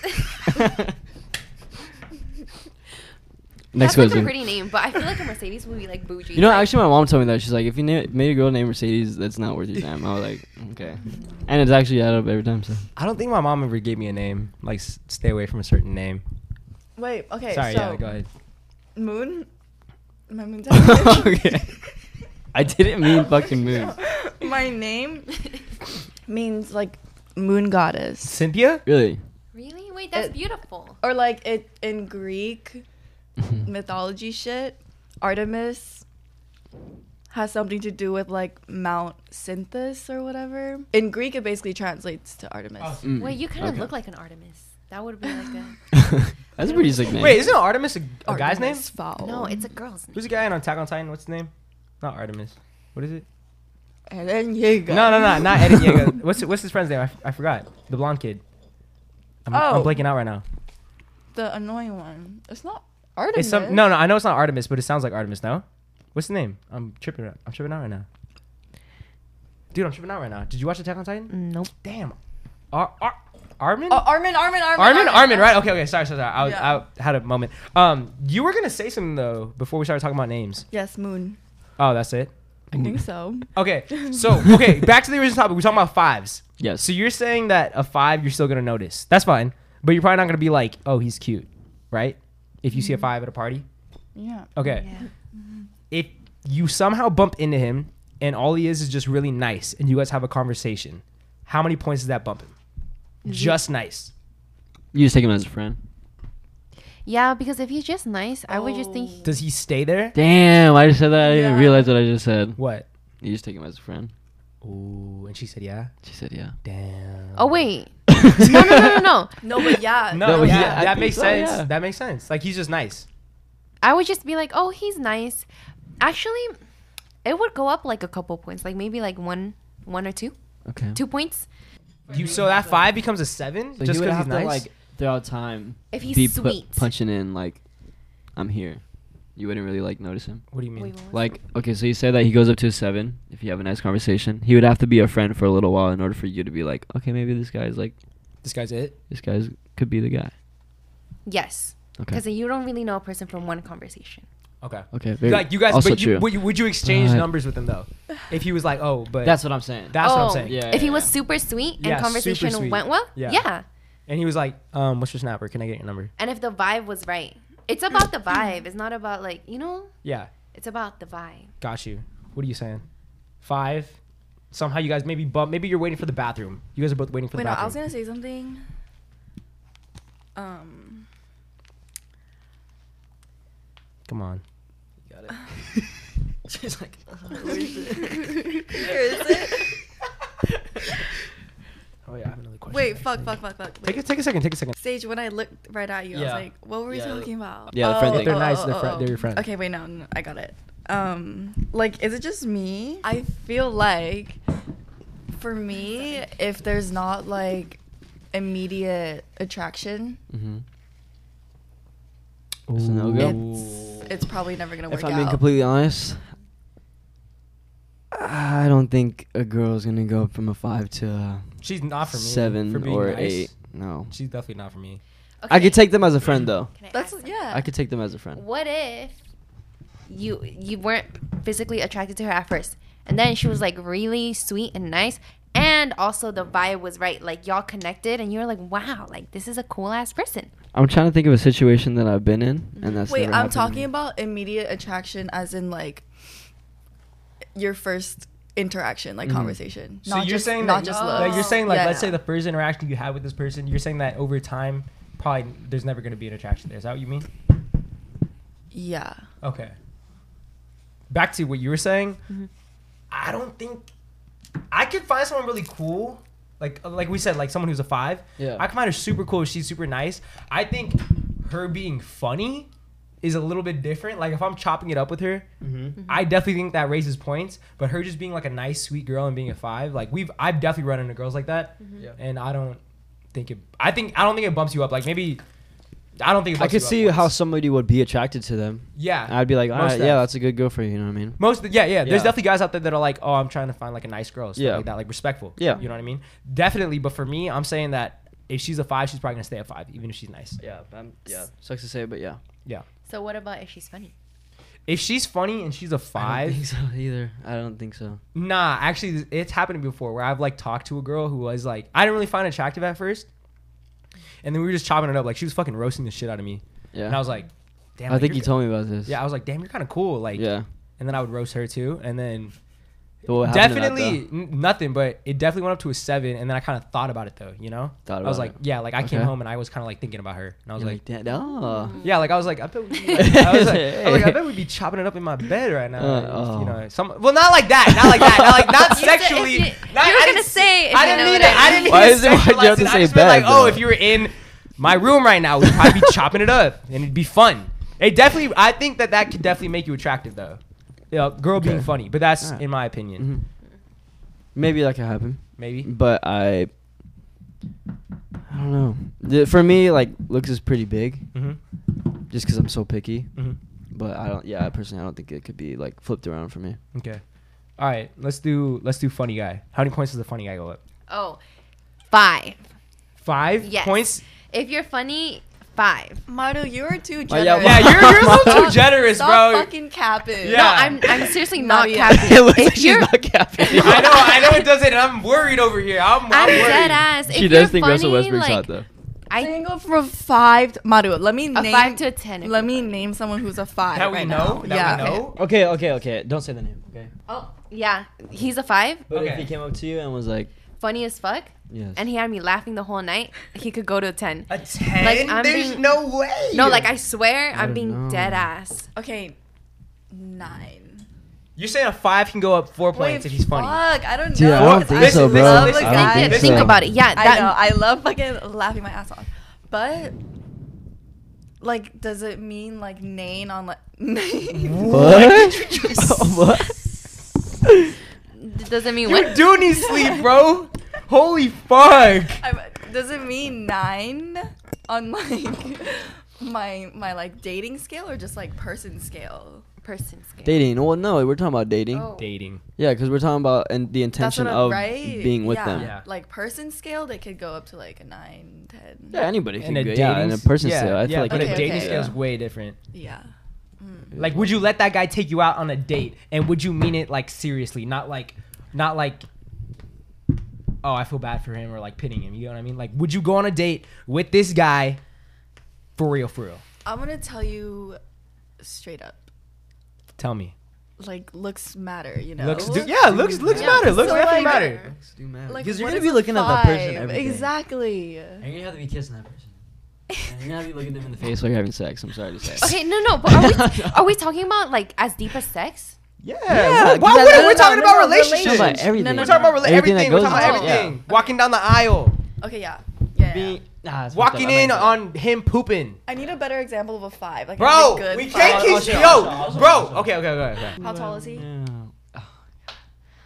Speaker 2: [laughs]
Speaker 3: Next
Speaker 4: That's like a
Speaker 3: question.
Speaker 4: pretty name, but I feel like a Mercedes would be like bougie.
Speaker 3: You know,
Speaker 4: like,
Speaker 3: actually, my mom told me that. She's like, if you na- made a girl named Mercedes, that's not worth your time. I was like, okay. And it's actually added up every time. So
Speaker 1: I don't think my mom ever gave me a name. Like, s- stay away from a certain name.
Speaker 2: Wait. Okay.
Speaker 1: Sorry.
Speaker 2: so
Speaker 1: yeah. Go ahead.
Speaker 2: Moon. My
Speaker 3: [laughs]
Speaker 2: moon. [laughs]
Speaker 3: okay. I didn't mean fucking moon.
Speaker 2: My name means like moon goddess,
Speaker 1: Cynthia.
Speaker 3: Really?
Speaker 4: [laughs]
Speaker 3: [laughs]
Speaker 4: Really? Wait, that's
Speaker 2: It-
Speaker 4: beautiful.
Speaker 2: or like it in Greek
Speaker 3: Mm.
Speaker 2: mythology shit. Artemis has something to do with like Mount Synthus or whatever. In Greek, it basically translates to Artemis.
Speaker 1: Oh,
Speaker 3: Mm.
Speaker 4: Wait, you kind of
Speaker 3: okay. [laughs]
Speaker 4: look like an Artemis. That would be like a.
Speaker 3: that's a pretty sick name.
Speaker 1: Wait, isn't Artemis a, a guy's name?
Speaker 2: Artemis Fowl.
Speaker 4: [laughs] No,
Speaker 3: Oh.
Speaker 4: it's a girl's name.
Speaker 1: Who's the guy in Attack on Titan? What's his name? Not Artemis. What is it?
Speaker 2: and then you go.
Speaker 1: No, no, no, not Eddie
Speaker 2: [laughs]
Speaker 1: Diego. What's what's his friend's name? I, f- I forgot. The blonde kid. I'm, I'm
Speaker 2: Oh.
Speaker 1: blanking out right now.
Speaker 2: The annoying one. It's not Artemis.
Speaker 1: It's some no, no. I know it's not Artemis, but it sounds like Artemis. No, what's the name? I'm tripping. out- I'm tripping out right now. Dude, I'm tripping out right now. Did you watch Attack on Titan?
Speaker 4: Nope.
Speaker 1: Damn. Ar- Ar- Armin.
Speaker 2: Oh, Armin, Armin, Armin,
Speaker 1: Armin, Armin, right? Okay, okay. Sorry, sorry, sorry. I, was,
Speaker 2: Yeah.
Speaker 1: I had a moment. Um, you were gonna say something though before we started talking about names.
Speaker 2: Yes, Moon.
Speaker 1: Oh, that's it.
Speaker 2: I think so.
Speaker 1: Okay,
Speaker 2: [laughs]
Speaker 1: so okay, back to the original topic. We're talking about fives.
Speaker 3: Yes.
Speaker 1: So you're saying that a five, you're still gonna notice. That's fine, but you're probably not gonna be like, oh, he's cute, right? If you see a five at a party,
Speaker 2: Yeah.
Speaker 1: okay.
Speaker 4: Yeah.
Speaker 1: If you somehow bump into him and all he is is just really nice, and you guys have a conversation, how many points does that bump him? Just nice.
Speaker 3: You just take him as a friend.
Speaker 4: Yeah, because if he's just nice, I would just think.
Speaker 2: Oh.
Speaker 1: Does he stay there?
Speaker 3: Damn, I just said that. I didn't
Speaker 2: Yeah.
Speaker 3: realize what I just said.
Speaker 1: What?
Speaker 3: You just take him as a friend.
Speaker 1: Ooh, and she said, yeah.
Speaker 3: She said, yeah.
Speaker 1: Damn.
Speaker 4: Oh wait. [laughs] No, no, no, no, no.
Speaker 2: No, but yeah.
Speaker 1: No,
Speaker 3: Uh, No,
Speaker 1: yeah,
Speaker 3: yeah,
Speaker 1: that
Speaker 3: I think
Speaker 1: makes
Speaker 3: so,
Speaker 1: sense.
Speaker 3: yeah.
Speaker 1: That makes sense. Like he's just nice.
Speaker 4: I would just be like, oh, he's nice. Actually, it would go up like a couple points, like maybe like one, one or two,
Speaker 3: [laughs] Okay.
Speaker 4: two points.
Speaker 1: You so that five becomes a seven
Speaker 3: So
Speaker 1: just
Speaker 3: he would
Speaker 1: because he's
Speaker 3: have
Speaker 1: nice.
Speaker 3: to like throughout time
Speaker 4: If he's
Speaker 3: be pu-
Speaker 4: sweet.
Speaker 3: punching in like, I'm here. You wouldn't really like notice him.
Speaker 1: what do you mean?
Speaker 4: Wait, what was
Speaker 3: Like, okay, so you said that he goes up to a seven if you have a nice conversation. He would have to be a friend for a little while in order for you to be like, okay, maybe this guy's like,
Speaker 1: This guy's it.
Speaker 3: this guy's could be the guy.
Speaker 4: it? yes,
Speaker 3: Okay.
Speaker 4: because you don't really know a person from one conversation.
Speaker 1: Okay.
Speaker 3: Okay. Very,
Speaker 1: Like you guys,
Speaker 3: also
Speaker 1: but you,
Speaker 3: true.
Speaker 1: would, you, would you exchange
Speaker 3: Right.
Speaker 1: numbers with him though? If he was like, oh, but
Speaker 3: That's what I'm saying.
Speaker 1: that's what I'm
Speaker 4: Oh,
Speaker 1: saying.
Speaker 3: Yeah,
Speaker 4: if he
Speaker 3: yeah,
Speaker 4: was
Speaker 3: yeah.
Speaker 4: super sweet and
Speaker 1: Yeah, super
Speaker 4: conversation
Speaker 1: sweet.
Speaker 4: went well,
Speaker 1: Yeah.
Speaker 4: yeah.
Speaker 1: And he was like, um, what's your snapper? Can I get your number?
Speaker 4: And if the vibe was right, it's about the vibe. It's not about like you know.
Speaker 1: Yeah,
Speaker 4: It's about the vibe.
Speaker 1: got you. What are you saying? Five. Somehow you guys maybe bump. Maybe you're waiting for the bathroom. You guys are both waiting for
Speaker 2: Wait,
Speaker 1: the
Speaker 2: no,
Speaker 1: bathroom.
Speaker 2: I was gonna say something. [laughs] Um,
Speaker 1: Come on.
Speaker 3: She's like,
Speaker 2: where is it? [laughs]
Speaker 1: Oh yeah, I have another question.
Speaker 2: Wait, fuck, fuck, fuck, fuck.
Speaker 1: Take a,
Speaker 2: Wait.
Speaker 1: take a second. Take a second.
Speaker 2: Sage, when I looked right at you, I was
Speaker 3: Yeah.
Speaker 2: like, "What were we
Speaker 3: Yeah,
Speaker 2: talking about?" oh,
Speaker 3: yeah, the friend thing. If
Speaker 1: they're nice, they're fri- they're your friend.
Speaker 2: Okay, wait, no, no, I got it. Um, like, is it just me? I feel like, for me, if there's not like immediate attraction,
Speaker 3: mm-hmm. It's a no-go.
Speaker 2: it's it's probably never gonna work
Speaker 3: If I'm
Speaker 2: out.
Speaker 3: being completely honest, I don't think a girl's gonna go up from a five to a
Speaker 1: She's not for me. for
Speaker 3: seven
Speaker 1: being
Speaker 3: or
Speaker 1: nice.
Speaker 3: eight. No,
Speaker 1: She's definitely not for me.
Speaker 3: I could take them as a friend though.
Speaker 4: Can I
Speaker 2: That's
Speaker 4: ask
Speaker 2: yeah.
Speaker 3: I could take them as a friend.
Speaker 4: What if you you weren't physically attracted to her at first, and then she was like really sweet and nice, and also the vibe was right, like y'all connected, and you were like, wow, like this is a cool ass person.
Speaker 3: I'm trying to think of a situation that I've been in, and that's
Speaker 2: Wait,
Speaker 3: never
Speaker 2: I'm
Speaker 3: happened to
Speaker 2: talking
Speaker 3: me.
Speaker 2: about immediate attraction, as in like your first interaction,
Speaker 3: Mm-hmm.
Speaker 2: like conversation.
Speaker 1: So you're
Speaker 2: just,
Speaker 1: saying
Speaker 2: not
Speaker 1: that,
Speaker 2: just
Speaker 4: Oh.
Speaker 2: looks.
Speaker 1: like, you're saying like
Speaker 2: Yeah,
Speaker 1: let's
Speaker 2: no.
Speaker 1: say the first interaction you had with this person, you're saying that over time, probably there's never going to be an attraction there. Is that what you mean?
Speaker 2: yeah.
Speaker 1: Okay. Back to what you were saying. I don't think I could find someone really cool. Like uh, like we said, like someone who's a five.
Speaker 3: Yeah.
Speaker 1: I can find her super cool. She's super nice. I think her being funny is a little bit different. Like if I'm chopping it up with her,
Speaker 3: Mm-hmm.
Speaker 1: I definitely think that raises points. But her just being like a nice, sweet girl and being a five, like we've I've definitely run into girls like that.
Speaker 3: Yeah.
Speaker 1: And I don't think it. I think I don't think it bumps you up. Like maybe. I don't think it
Speaker 3: I
Speaker 1: bumps
Speaker 3: could
Speaker 1: you up
Speaker 3: see how
Speaker 1: once.
Speaker 3: somebody would be attracted to them.
Speaker 1: Yeah.
Speaker 3: I'd be like,
Speaker 1: Most
Speaker 3: all right, yeah,
Speaker 1: definitely.
Speaker 3: that's a good girl for you. You know what I mean?
Speaker 1: Most, yeah, yeah,
Speaker 3: Yeah.
Speaker 1: There's definitely guys out there that are like, oh, I'm trying to find like a nice girl, stuff
Speaker 3: Yeah.
Speaker 1: like that, like respectful.
Speaker 3: Yeah.
Speaker 1: you know what I mean. Definitely, but for me, I'm saying that if she's a five, she's probably gonna stay at five, even if she's nice.
Speaker 3: Yeah, I'm, yeah. Sucks to say, but yeah.
Speaker 1: Yeah.
Speaker 4: So what about if she's funny?
Speaker 1: If she's funny and she's a
Speaker 3: I don't
Speaker 1: five,
Speaker 3: think so [laughs] either. I don't think so.
Speaker 1: nah. Actually, it's happened to me before where I've like talked to a girl who was like, I didn't really find attractive at first, and then we were just chopping it up. Like she was fucking roasting the shit out of me,
Speaker 3: Yeah.
Speaker 1: and I was like, damn.
Speaker 3: I
Speaker 1: like,
Speaker 3: think
Speaker 1: you're
Speaker 3: you
Speaker 1: ki-
Speaker 3: told me about this.
Speaker 1: Yeah, I was like, damn, you're kind of cool. Like,
Speaker 3: Yeah.
Speaker 1: and then I would roast her too, and then
Speaker 3: Well, what happened to that,
Speaker 1: definitely n- nothing, but it definitely went up to a seven, and then I kind of thought about it though, you know.
Speaker 3: Thought
Speaker 1: I was
Speaker 3: about
Speaker 1: like,
Speaker 3: it.
Speaker 1: yeah, like I came
Speaker 3: Okay.
Speaker 1: home and I was kind of like thinking about her, and I was
Speaker 3: though? You're
Speaker 1: like,
Speaker 3: like, "Da- oh.
Speaker 1: yeah, like I was like, I bet we,
Speaker 3: [laughs]
Speaker 1: I was like, I was like, I bet we'd be chopping it up in my bed right now,
Speaker 3: Uh,
Speaker 1: Just,
Speaker 3: oh.
Speaker 1: you know, some, well, not like that, not like that, not like not
Speaker 4: [laughs] You said if
Speaker 1: sexually.
Speaker 4: you-
Speaker 1: not,
Speaker 4: you were
Speaker 1: I
Speaker 4: gonna
Speaker 1: didn't-
Speaker 4: say if
Speaker 1: I
Speaker 4: you
Speaker 1: didn't
Speaker 4: know
Speaker 1: mean it.
Speaker 4: what I
Speaker 1: I didn't
Speaker 4: mean.
Speaker 1: mean
Speaker 3: Why
Speaker 1: to
Speaker 3: is it- why'd you
Speaker 1: sexualize
Speaker 3: have to
Speaker 1: it. I
Speaker 3: say
Speaker 1: just meant like,
Speaker 3: bed,
Speaker 1: oh,
Speaker 3: though?
Speaker 1: if you were in my room right now, we'd probably be chopping it up, and it'd be fun. It definitely, I think that that could definitely make you attractive though. Yeah, girl being
Speaker 3: Okay.
Speaker 1: funny, but that's
Speaker 3: Alright.
Speaker 1: in my opinion.
Speaker 3: Mhm. Maybe that could happen,
Speaker 1: Maybe.
Speaker 3: but I. I don't know. The- For me, like looks is pretty big,
Speaker 1: Mm-hmm.
Speaker 3: just because I'm so picky.
Speaker 1: Mm-hmm.
Speaker 3: But I don't. Yeah, personally, I don't think it could be like flipped around for me.
Speaker 1: Okay. All right. Let's do let's do funny guy. How many points does the funny guy go up?
Speaker 4: Oh, five.
Speaker 1: Five
Speaker 4: Yes.
Speaker 1: points.
Speaker 4: If you're funny, five.
Speaker 2: Maru, you are too
Speaker 3: Oh, yeah,
Speaker 2: generous.
Speaker 1: Yeah,
Speaker 2: [laughs]
Speaker 1: you're you're a little too
Speaker 2: Stop-
Speaker 1: generous,
Speaker 2: Stop
Speaker 1: bro.
Speaker 2: fucking capping.
Speaker 1: Yeah.
Speaker 4: [laughs] No, I'm I'm seriously not
Speaker 2: Not yet.
Speaker 4: capping. if you're
Speaker 3: capping.
Speaker 1: [laughs] I know. I know it doesn't. and I'm worried over here. I'm, I'm,
Speaker 4: I'm
Speaker 1: worried.
Speaker 4: dead ass. If
Speaker 3: She
Speaker 4: you're
Speaker 3: does think Russell
Speaker 4: funny,
Speaker 3: Westbrook's
Speaker 4: like,
Speaker 3: hot though.
Speaker 2: I
Speaker 4: I
Speaker 2: can go from five to Maru. Let me
Speaker 4: a
Speaker 2: name
Speaker 4: five to a ten. if
Speaker 2: Let
Speaker 4: you're
Speaker 2: me
Speaker 4: funny.
Speaker 2: name someone who's a five
Speaker 1: That we
Speaker 2: right
Speaker 1: know.
Speaker 2: now.
Speaker 1: That
Speaker 2: yeah.
Speaker 1: we know.
Speaker 3: Okay, okay, okay. Don't say the name. Okay.
Speaker 4: Oh yeah, he's a five.
Speaker 3: But if
Speaker 1: Okay.
Speaker 3: he came up to you and was like,
Speaker 4: Funny as fuck.
Speaker 3: yes.
Speaker 4: [laughs] and he had me laughing the whole night, he could go to a 10.
Speaker 1: A ten.
Speaker 4: Like, I'm
Speaker 1: There's
Speaker 4: being-
Speaker 1: no way.
Speaker 4: No, like I swear I'm
Speaker 3: don't
Speaker 4: being
Speaker 3: know.
Speaker 4: dead ass.
Speaker 2: Okay, nine.
Speaker 1: You're saying a five can go up four points if he's funny.
Speaker 2: Fuck, I don't
Speaker 3: Dude,
Speaker 2: know.
Speaker 3: I don't think
Speaker 1: so, bro.
Speaker 2: love a
Speaker 1: I don't
Speaker 2: guy-
Speaker 1: think
Speaker 4: Think
Speaker 1: so.
Speaker 4: about it. Yeah,
Speaker 2: I know.
Speaker 4: that
Speaker 2: I love fucking laughing my ass off. But like, does it mean like nane on like
Speaker 1: [laughs]
Speaker 2: [laughs] nane?
Speaker 3: what? what?
Speaker 4: d- doesn't mean
Speaker 1: You
Speaker 4: what.
Speaker 1: do need sleep, bro. Holy fuck.
Speaker 2: I- does it mean nine on like [laughs] my my like dating scale or just like person scale?
Speaker 4: Person scale.
Speaker 3: dating? Well, no, we're talking about dating.
Speaker 4: Oh.
Speaker 1: Dating.
Speaker 3: Yeah, because we're talking about and the
Speaker 2: That's
Speaker 3: intention
Speaker 2: what
Speaker 3: of
Speaker 2: I'm right.
Speaker 3: being with
Speaker 2: yeah.
Speaker 3: them.
Speaker 1: Yeah.
Speaker 3: Yeah,
Speaker 2: Like person scale, they could go up to like a nine, ten.
Speaker 3: anybody
Speaker 1: And
Speaker 3: can
Speaker 1: a
Speaker 3: go.
Speaker 1: dating.
Speaker 3: Yeah, and a
Speaker 1: s-
Speaker 3: person
Speaker 1: yeah,
Speaker 3: scale. I
Speaker 1: yeah,
Speaker 3: feel like
Speaker 1: but
Speaker 2: Okay,
Speaker 1: a dating
Speaker 2: okay.
Speaker 1: scale is way different.
Speaker 2: Yeah.
Speaker 1: Like, would you let that guy take you out on a date? And would you mean it like seriously? Not like, not like, oh, I feel bad for him or like pitting him. You know what I mean? Like, would you go on a date with this guy for real, for real?
Speaker 2: I'm gonna tell you straight up.
Speaker 1: Tell me.
Speaker 2: Like looks matter, you know.
Speaker 1: Looks, do, yeah, looks, looks matter. Looks
Speaker 2: So,
Speaker 1: definitely
Speaker 2: like-
Speaker 1: matter.
Speaker 2: Like,
Speaker 3: Because you're
Speaker 2: what
Speaker 3: gonna
Speaker 2: is
Speaker 3: be
Speaker 2: a
Speaker 3: looking at that person
Speaker 2: five?
Speaker 3: every day.
Speaker 2: Exactly.
Speaker 3: And you're gonna have to be kissing that person. And you're gonna have to be looking them in the face while you're having sex. I'm sorry to say.
Speaker 4: Okay, no, no.
Speaker 3: [laughs]
Speaker 4: But are we, are we talking about like as deep as sex?
Speaker 1: Yeah. why
Speaker 3: Yeah, no,
Speaker 1: wouldn't
Speaker 3: no, no,
Speaker 1: we're talking
Speaker 2: no,
Speaker 1: about
Speaker 2: no,
Speaker 1: relationships?
Speaker 3: Talking about everything.
Speaker 2: no,
Speaker 1: We're talking about rela-
Speaker 3: Everything
Speaker 1: everything.
Speaker 3: that
Speaker 1: We're
Speaker 3: goes
Speaker 1: talking about
Speaker 2: on.
Speaker 3: into it, yeah.
Speaker 1: everything. Walking down the aisle,
Speaker 2: Okay, yeah. Yeah. yeah, yeah.
Speaker 3: Being- Nah, it's fucked up.
Speaker 1: walking
Speaker 3: I meant
Speaker 1: in
Speaker 3: that.
Speaker 1: on him pooping.
Speaker 2: I need a better example of a five. Like, I need a
Speaker 1: Bro,
Speaker 2: good
Speaker 1: we
Speaker 2: five.
Speaker 1: can't keep
Speaker 3: I'll show, I'll show,
Speaker 1: yo,
Speaker 3: I'll show, I'll
Speaker 1: bro.
Speaker 3: show.
Speaker 1: Okay, okay, okay, okay.
Speaker 2: How tall is he?
Speaker 3: Yeah.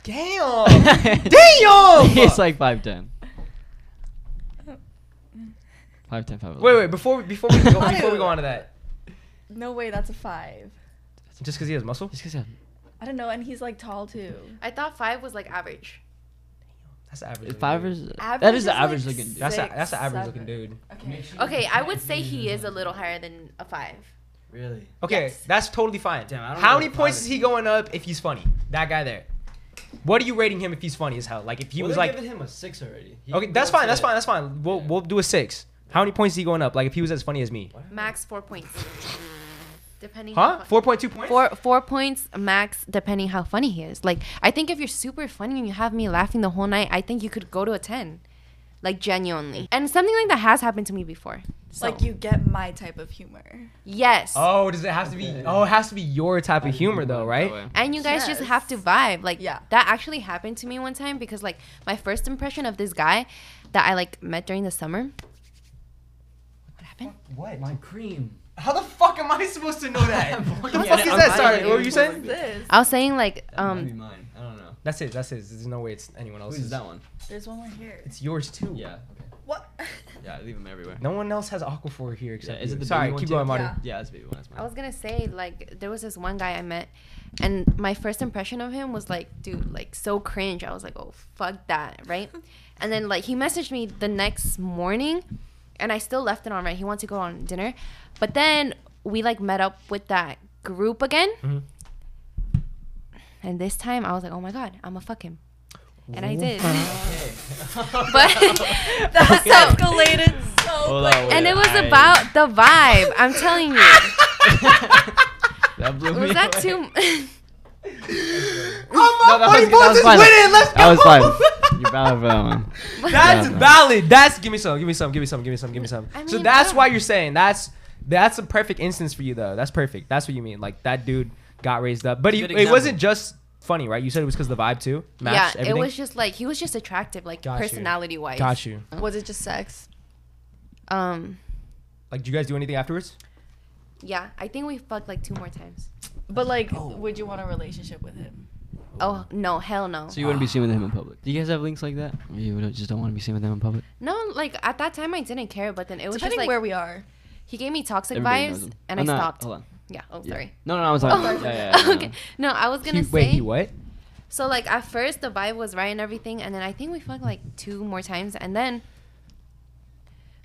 Speaker 1: Damn. Oh, Damn. [laughs]
Speaker 3: [laughs] He's like 5'10. 5'10, 5'11.
Speaker 1: Wait, wait, before before we go,
Speaker 2: How
Speaker 1: before we
Speaker 2: do-
Speaker 1: go on to that,
Speaker 2: No way, that's a five.
Speaker 1: just because he has muscle,
Speaker 3: Just 'cause I-
Speaker 2: I don't know, and he's like tall too.
Speaker 4: I thought five was like average.
Speaker 1: That's average.
Speaker 3: Five
Speaker 1: looking
Speaker 3: is that
Speaker 2: Average
Speaker 3: is
Speaker 2: is
Speaker 3: the
Speaker 2: like
Speaker 3: average looking. Dude.
Speaker 1: That's a,
Speaker 2: six,
Speaker 1: that's an average looking
Speaker 2: seven.
Speaker 1: dude.
Speaker 2: Okay.
Speaker 4: Okay, I would say he is a little higher than a five.
Speaker 3: Really?
Speaker 1: Okay,
Speaker 4: Yes.
Speaker 1: that's totally fine.
Speaker 3: Damn, I don't
Speaker 1: how
Speaker 3: know
Speaker 1: many
Speaker 3: if
Speaker 1: points is
Speaker 3: five is-
Speaker 1: he going up if he's funny? That guy there. What are you rating him if he's funny as hell? Like if he was like,
Speaker 3: him a six already.
Speaker 1: okay, that's fine, that's fine, that's fine. We'll we'll do a six. How many points is he going up? Like if he was as funny as me,
Speaker 4: Max four points. Depending
Speaker 1: huh?
Speaker 4: how
Speaker 1: Four point two points.
Speaker 4: four four points max depending how funny he is like i think if you're super funny and you have me laughing the whole night i think you could go to a 10 like genuinely and something like that has happened to me before so.
Speaker 2: Like you get my type of humor.
Speaker 4: yes
Speaker 1: Oh, does it have to be? Oh, it has to be your type of humor though, right?
Speaker 4: and you guys just
Speaker 2: Yes.
Speaker 4: have to vibe like
Speaker 2: Yeah.
Speaker 4: that actually happened to me one time because like my first impression of this guy that i like met during the summer what happened
Speaker 1: What?
Speaker 3: My cream.
Speaker 1: How the fuck am I supposed to know that? what the
Speaker 4: Yeah,
Speaker 1: fuck is
Speaker 4: I'm
Speaker 1: that?
Speaker 4: not
Speaker 1: Sorry,
Speaker 4: even-
Speaker 1: what were you
Speaker 2: What is
Speaker 1: saying?
Speaker 2: this?
Speaker 4: i was saying like
Speaker 3: Um, be
Speaker 4: um
Speaker 3: mine. I don't know.
Speaker 1: That's it. That's it. There's no way it's anyone else's.
Speaker 3: Who's that one?
Speaker 2: There's one more here.
Speaker 1: It's yours too.
Speaker 3: Yeah. Okay.
Speaker 2: What?
Speaker 3: Yeah, I leave them everywhere.
Speaker 1: No one else has Aquaphor here
Speaker 3: Yeah,
Speaker 1: except.
Speaker 3: is
Speaker 1: you.
Speaker 3: it the
Speaker 1: Sorry,
Speaker 3: baby one
Speaker 1: keep
Speaker 3: too?
Speaker 1: going, Marty. [laughs]
Speaker 2: Yeah.
Speaker 3: Yeah, that's the baby one. That's
Speaker 4: I
Speaker 3: mine.
Speaker 4: was gonna say like there was this one guy I met, and my first impression of him was like, dude, like so cringe. I was like, oh fuck that, right?
Speaker 2: [laughs]
Speaker 4: and then like he messaged me the next morning, and I still left it on right. He wanted to go on dinner, but then we like met up with that group again,
Speaker 1: Mhm.
Speaker 4: Mm-hmm. and this time I was like, oh my god, I'ma fuck him, and I did. [laughs]
Speaker 2: [laughs]
Speaker 4: but [laughs]
Speaker 2: That's [laughs]
Speaker 4: so-
Speaker 2: escalated so
Speaker 3: Hold
Speaker 2: quick.
Speaker 3: on, wait,
Speaker 4: and it was
Speaker 3: I-
Speaker 4: about the vibe. I'm telling
Speaker 3: [laughs]
Speaker 4: you. [laughs]
Speaker 3: that blew me
Speaker 4: Was that
Speaker 3: away.
Speaker 4: too? [laughs]
Speaker 1: Oh,
Speaker 3: that
Speaker 1: my
Speaker 3: was- that was
Speaker 1: voice is
Speaker 3: fine.
Speaker 1: winning. Let's go.
Speaker 3: That was
Speaker 1: [laughs]
Speaker 3: fine. You're valid for that one.
Speaker 1: That's
Speaker 3: Yeah.
Speaker 1: valid. That's give me some, give me some, give me some, give me some, give me some.
Speaker 4: I
Speaker 1: so
Speaker 4: mean,
Speaker 1: that's
Speaker 4: yeah.
Speaker 1: why you're saying that's that's a perfect instance for you though. That's perfect. That's what you mean. Like that dude got raised up, but he,
Speaker 3: Good
Speaker 1: it wasn't
Speaker 3: example.
Speaker 1: just funny, right? You said it was because the vibe too. Matched
Speaker 4: yeah,
Speaker 1: everything?
Speaker 4: it was just like he was just attractive, like
Speaker 1: Got you.
Speaker 4: personality wise.
Speaker 1: Got you.
Speaker 2: [laughs] Was it just sex?
Speaker 4: Um,
Speaker 1: Like, do you guys do anything afterwards?
Speaker 4: yeah, I think we fucked like two more times.
Speaker 2: But like, would you want a relationship with him?
Speaker 4: Oh no, hell no.
Speaker 3: So you wouldn't be seen with him in public. Do you guys have links like that? Or You would- just don't want to be seen with them in public.
Speaker 4: no, like at that time I didn't care, but then it was
Speaker 2: Depending
Speaker 4: just like
Speaker 2: where we are.
Speaker 4: he gave me toxic
Speaker 3: Everybody knows
Speaker 4: vibes,
Speaker 3: him.
Speaker 4: and
Speaker 3: Oh,
Speaker 4: I
Speaker 3: no,
Speaker 4: stopped.
Speaker 3: Hold on.
Speaker 4: Yeah. Oh,
Speaker 3: Yeah.
Speaker 4: sorry.
Speaker 3: No, no, no, I was
Speaker 4: Oh, [laughs]
Speaker 3: like,
Speaker 2: [laughs]
Speaker 3: yeah, yeah, yeah, no, no.
Speaker 4: okay. No, I was gonna
Speaker 1: He,
Speaker 4: say.
Speaker 1: [laughs] wait, he what?
Speaker 4: So like at first the vibe was right and everything, and then I think we fucked like two more times, and then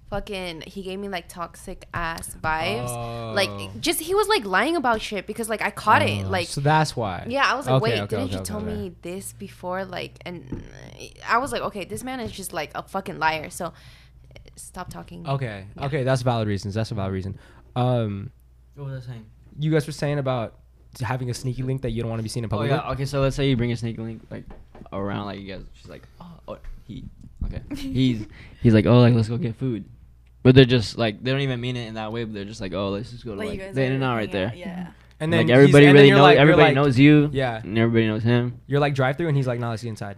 Speaker 4: fucking he gave me like toxic ass vibes.
Speaker 1: Oh.
Speaker 4: Like just he was like lying about shit because like I caught it.
Speaker 1: Oh,
Speaker 4: Like
Speaker 1: so that's why.
Speaker 4: yeah, I was like,
Speaker 1: Okay,
Speaker 4: wait,
Speaker 1: okay,
Speaker 4: didn't
Speaker 1: okay,
Speaker 4: you
Speaker 1: okay,
Speaker 4: tell
Speaker 1: okay.
Speaker 4: me this before? Like, and I was like, okay, this man is just like a fucking liar. So eh, stop talking.
Speaker 1: Okay, okay, that's valid reasons. That's a valid reason. Um,
Speaker 3: What was I saying?
Speaker 1: you guys were saying about having a sneaky link that you don't want to be seen in
Speaker 3: Oh
Speaker 1: public.
Speaker 3: yeah. Okay, so let's say you bring a sneak link like around, like you guys. She's like, oh, oh he, okay,
Speaker 2: [laughs]
Speaker 3: he's he's like, oh, like let's go get food, but they're just like they don't even mean it in that way, but they're just like, oh, let's just go to
Speaker 2: Like,
Speaker 3: like,
Speaker 2: you guys
Speaker 3: the
Speaker 2: are
Speaker 3: in and out right
Speaker 2: hanging
Speaker 3: there.
Speaker 2: out, Yeah.
Speaker 1: and
Speaker 3: And
Speaker 1: then
Speaker 3: like
Speaker 1: he's-
Speaker 3: everybody
Speaker 1: and then
Speaker 3: really
Speaker 1: you're
Speaker 3: knows,
Speaker 1: like- you're
Speaker 3: everybody
Speaker 1: like-
Speaker 3: knows you.
Speaker 1: Yeah.
Speaker 3: and everybody knows him.
Speaker 1: You're like drive through, and he's like, "No, let's get inside."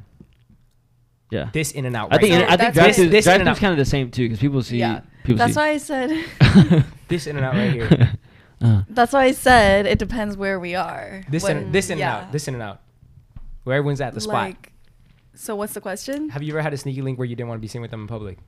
Speaker 3: Yeah.
Speaker 1: This in and out.
Speaker 3: I think
Speaker 2: So
Speaker 3: I think
Speaker 2: that's
Speaker 3: drive
Speaker 2: why-
Speaker 3: through
Speaker 1: This- this
Speaker 3: drive
Speaker 1: in and out.
Speaker 3: through's kind of the same too, because people see
Speaker 2: Yeah.
Speaker 3: people
Speaker 2: That's
Speaker 3: see.
Speaker 2: why I said. [laughs]
Speaker 3: [laughs]
Speaker 1: this in and out right here.
Speaker 2: That's why I said it depends where we are.
Speaker 1: This in
Speaker 2: When-
Speaker 1: this in and
Speaker 2: yeah.
Speaker 1: out. This in and out. Where everyone's at the spot.
Speaker 2: Like, so what's the question?
Speaker 1: Have you ever had a sneaky link where you didn't want to be seen with them in public?